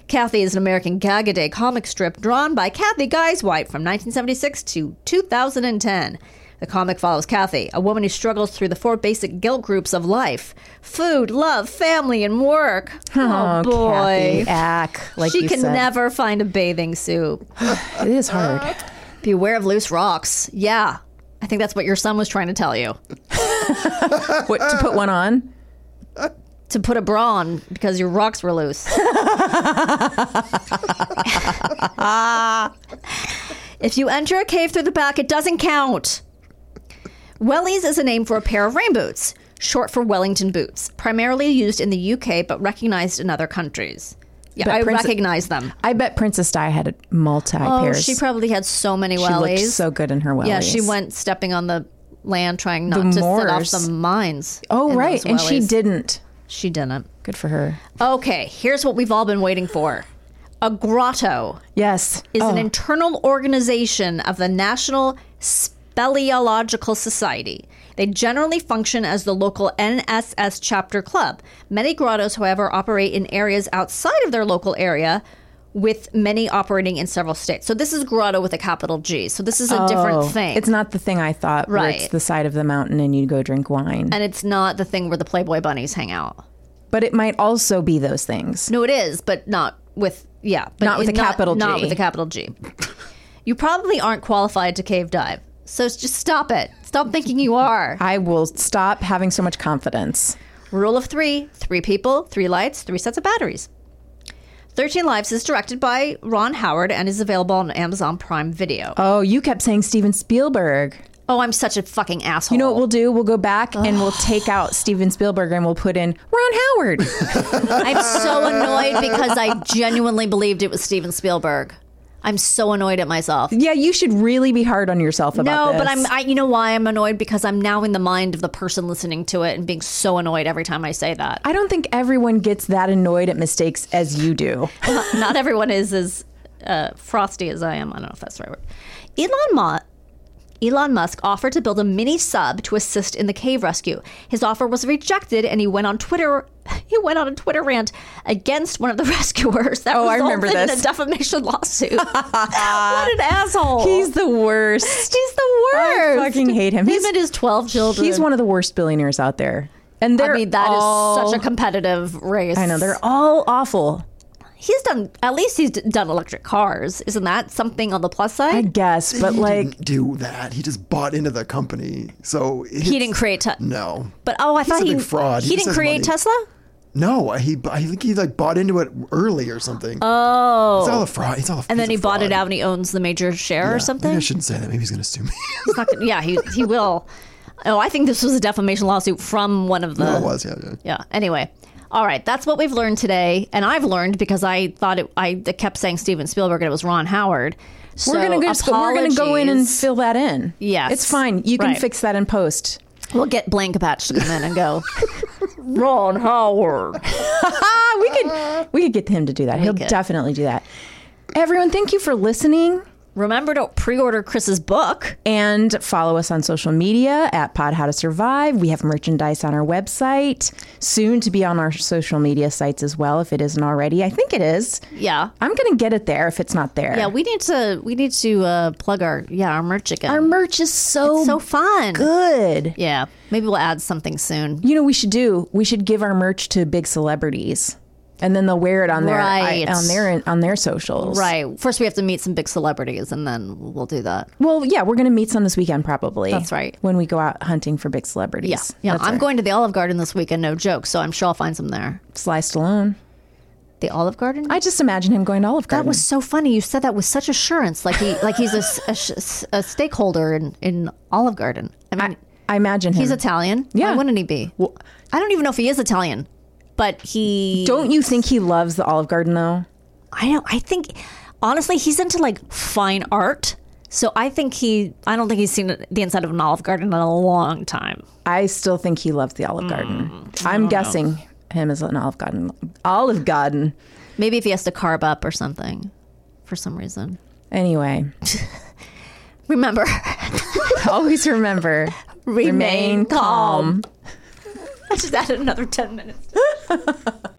[SPEAKER 5] Kathy is an American Gagaday comic strip drawn by Kathy Guyswhite from 1976 to 2010. The comic follows Kathy, a woman who struggles through the four basic guilt groups of life food, love, family, and work. Oh, boy.
[SPEAKER 4] Kathy, ack, like
[SPEAKER 5] she
[SPEAKER 4] you
[SPEAKER 5] can
[SPEAKER 4] said.
[SPEAKER 5] never find a bathing suit.
[SPEAKER 4] It is hard.
[SPEAKER 5] Beware of loose rocks. Yeah. I think that's what your son was trying to tell you.
[SPEAKER 4] what, to put one on.
[SPEAKER 5] to put a bra on because your rocks were loose. if you enter a cave through the back, it doesn't count. Wellies is a name for a pair of rain boots, short for Wellington boots, primarily used in the UK but recognized in other countries. Yeah,
[SPEAKER 4] But
[SPEAKER 5] I
[SPEAKER 4] Prince-
[SPEAKER 5] recognize them.
[SPEAKER 4] I bet Princess Di had multi
[SPEAKER 5] Oh,
[SPEAKER 4] pairs.
[SPEAKER 5] she probably had so many
[SPEAKER 4] She
[SPEAKER 5] wellies.
[SPEAKER 4] looked so good in her wellies.
[SPEAKER 5] yeah, she went stepping on the land trying not
[SPEAKER 4] The
[SPEAKER 5] to
[SPEAKER 4] moors.
[SPEAKER 5] set off the mines.
[SPEAKER 4] Oh,
[SPEAKER 5] in those
[SPEAKER 4] right, and she
[SPEAKER 5] wellies.
[SPEAKER 4] didn't.
[SPEAKER 5] She didn't.
[SPEAKER 4] Good for her.
[SPEAKER 5] Okay, here's what we've all been waiting for. A grotto
[SPEAKER 4] Yes.
[SPEAKER 5] is
[SPEAKER 4] Oh,
[SPEAKER 5] an internal organization of the National Speleological Society. They generally function as the local NSS chapter club. Many grottos, however, operate in areas outside of their local area, with many operating in several states. So this is grotto with a capital G. So this is a different thing.
[SPEAKER 4] Oh. It's not the thing I thought. Where it's
[SPEAKER 5] Right.
[SPEAKER 4] the side of the mountain, and you go drink wine.
[SPEAKER 5] and it's not the thing where the Playboy bunnies hang out.
[SPEAKER 4] but it might also be those things.
[SPEAKER 5] No, it is, but not with yeah, but
[SPEAKER 4] Not with a capital G.
[SPEAKER 5] Not with a capital G. you probably aren't qualified to cave dive, so just stop it. Stop thinking you are.
[SPEAKER 4] I will stop having so much confidence.
[SPEAKER 5] Rule of three three people, three lights, three sets of batteries. 13 Lives is directed by Ron Howard and is available on Amazon Prime Video.
[SPEAKER 4] Oh, you kept saying Steven Spielberg.
[SPEAKER 5] Oh, I'm such a fucking asshole.
[SPEAKER 4] You know what we'll do? We'll go back and we'll take out Steven Spielberg and we'll put in Ron Howard.
[SPEAKER 5] I'm so annoyed because I genuinely believed it was Steven Spielberg. I'm so annoyed at myself.
[SPEAKER 4] yeah, you should really be hard on yourself about
[SPEAKER 5] No,
[SPEAKER 4] this.
[SPEAKER 5] but I'm. I, you know why I'm annoyed? Because I'm now in the mind of the person listening to it and being so annoyed every time I say that.
[SPEAKER 4] I don't think everyone gets that annoyed at mistakes as you do.
[SPEAKER 5] Not- Not everyone is as uh, frosty as I am. I don't know if that's the right word. Elon Musk. Elon Musk offered to build a mini sub to assist in the cave rescue. His offer was rejected, and he went on Twitter. He went on a Twitter rant against one of the rescuers. That
[SPEAKER 4] Oh, I
[SPEAKER 5] resulted
[SPEAKER 4] remember
[SPEAKER 5] in
[SPEAKER 4] this.
[SPEAKER 5] a defamation lawsuit. what an asshole!
[SPEAKER 4] He's the worst.
[SPEAKER 5] He's the
[SPEAKER 4] I
[SPEAKER 5] worst.
[SPEAKER 4] fucking hate him.
[SPEAKER 5] Him
[SPEAKER 4] He's-
[SPEAKER 5] and his twelve children.
[SPEAKER 4] He's one of the worst billionaires out there. And
[SPEAKER 5] I
[SPEAKER 4] they're
[SPEAKER 5] mean, that is
[SPEAKER 4] all,
[SPEAKER 5] such a competitive race.
[SPEAKER 4] I know they're all awful.
[SPEAKER 5] He's done. At least he's d- done electric cars. Isn't that something on the plus
[SPEAKER 4] I
[SPEAKER 5] side?
[SPEAKER 4] guess, but
[SPEAKER 8] he
[SPEAKER 4] like
[SPEAKER 8] didn't do that. He just bought into the company. So
[SPEAKER 5] he didn't create. Te-
[SPEAKER 8] No.
[SPEAKER 5] But oh, I
[SPEAKER 8] He's a
[SPEAKER 5] thought he
[SPEAKER 8] big fraud.
[SPEAKER 5] He,
[SPEAKER 8] He just
[SPEAKER 5] didn't
[SPEAKER 8] has
[SPEAKER 5] create
[SPEAKER 8] money.
[SPEAKER 5] Tesla.
[SPEAKER 8] No, he. I think he like bought into it early or something. Oh, it's all a fraud. It's all. A,
[SPEAKER 5] And then
[SPEAKER 8] he's
[SPEAKER 5] he
[SPEAKER 8] a
[SPEAKER 5] bought it
[SPEAKER 8] fraud.
[SPEAKER 5] out and he owns the major share or
[SPEAKER 8] Maybe I
[SPEAKER 5] something.
[SPEAKER 8] shouldn't say that. Maybe he's gonna sue me.
[SPEAKER 5] It's not gonna- yeah, he he will. Oh, I think this was a defamation lawsuit from one of the.
[SPEAKER 8] no, it was. Yeah, yeah.
[SPEAKER 5] Yeah. Anyway, all right. That's what we've learned today, and I've learned because I thought it. I kept saying Steven Spielberg, and it was Ron Howard. So
[SPEAKER 4] we're gonna go. We're gonna go in and
[SPEAKER 5] apologies.
[SPEAKER 4] fill that in.
[SPEAKER 5] Yes.
[SPEAKER 4] it's fine. You can
[SPEAKER 5] Right.
[SPEAKER 4] fix that in post.
[SPEAKER 5] We'll get Blank Patch to come in and go. Ron Howard.
[SPEAKER 4] Ah, we could we could get him to do that. He'll
[SPEAKER 5] could.
[SPEAKER 4] definitely do that. Everyone, thank you for listening.
[SPEAKER 5] Remember to pre-order Chris's book.
[SPEAKER 4] and follow us on social media at Pod How to Survive. We have merchandise on our website, soon to be on our social media sites as well, if it isn't already. I think it is.
[SPEAKER 5] Yeah.
[SPEAKER 4] I'm gonna get it there if it's not there.
[SPEAKER 5] Yeah, we need to we need to uh, plug our yeah our merch again.
[SPEAKER 4] our merch is so,
[SPEAKER 5] so fun.
[SPEAKER 4] good.
[SPEAKER 5] Yeah, maybe we'll add something soon.
[SPEAKER 4] You know, what we should do. We should give our merch to big celebrities, and then they'll wear it on their I-
[SPEAKER 5] Right.
[SPEAKER 4] on their on their socials.
[SPEAKER 5] Right. First, we have to meet some big celebrities, and then we'll do that.
[SPEAKER 4] Well, yeah, we're gonna meet some this weekend probably.
[SPEAKER 5] That's right.
[SPEAKER 4] When we go out hunting for big celebrities.
[SPEAKER 5] Yeah, yeah.
[SPEAKER 4] That's
[SPEAKER 5] I'm
[SPEAKER 4] right.
[SPEAKER 5] going to the Olive Garden this weekend. No joke. So I'm sure I'll find some there.
[SPEAKER 4] Sly Stallone.
[SPEAKER 5] The Olive Garden.
[SPEAKER 4] I just imagine him going to Olive Garden.
[SPEAKER 5] that was so funny. You said that with such assurance, like he like he's a, s- a sh- a stakeholder in in Olive Garden. I mean,
[SPEAKER 4] I imagine him.
[SPEAKER 5] he's Italian.
[SPEAKER 4] Yeah.
[SPEAKER 5] Why wouldn't he be? I don't even know if he is Italian, but he
[SPEAKER 4] Don't you think he loves the Olive Garden though?
[SPEAKER 5] I don't. I think honestly, he's into like fine art. So I think he. I don't think he's seen the inside of an Olive Garden in a long time.
[SPEAKER 4] I still think he loves the Olive Garden.
[SPEAKER 5] Mm,
[SPEAKER 4] I'm guessing him as an Olive Garden. Olive Garden.
[SPEAKER 5] Maybe if he has to carb up or something, for some reason.
[SPEAKER 4] Anyway,
[SPEAKER 5] Remember,
[SPEAKER 4] always remember
[SPEAKER 5] remain,
[SPEAKER 4] remain calm.
[SPEAKER 5] I just added another ten minutes.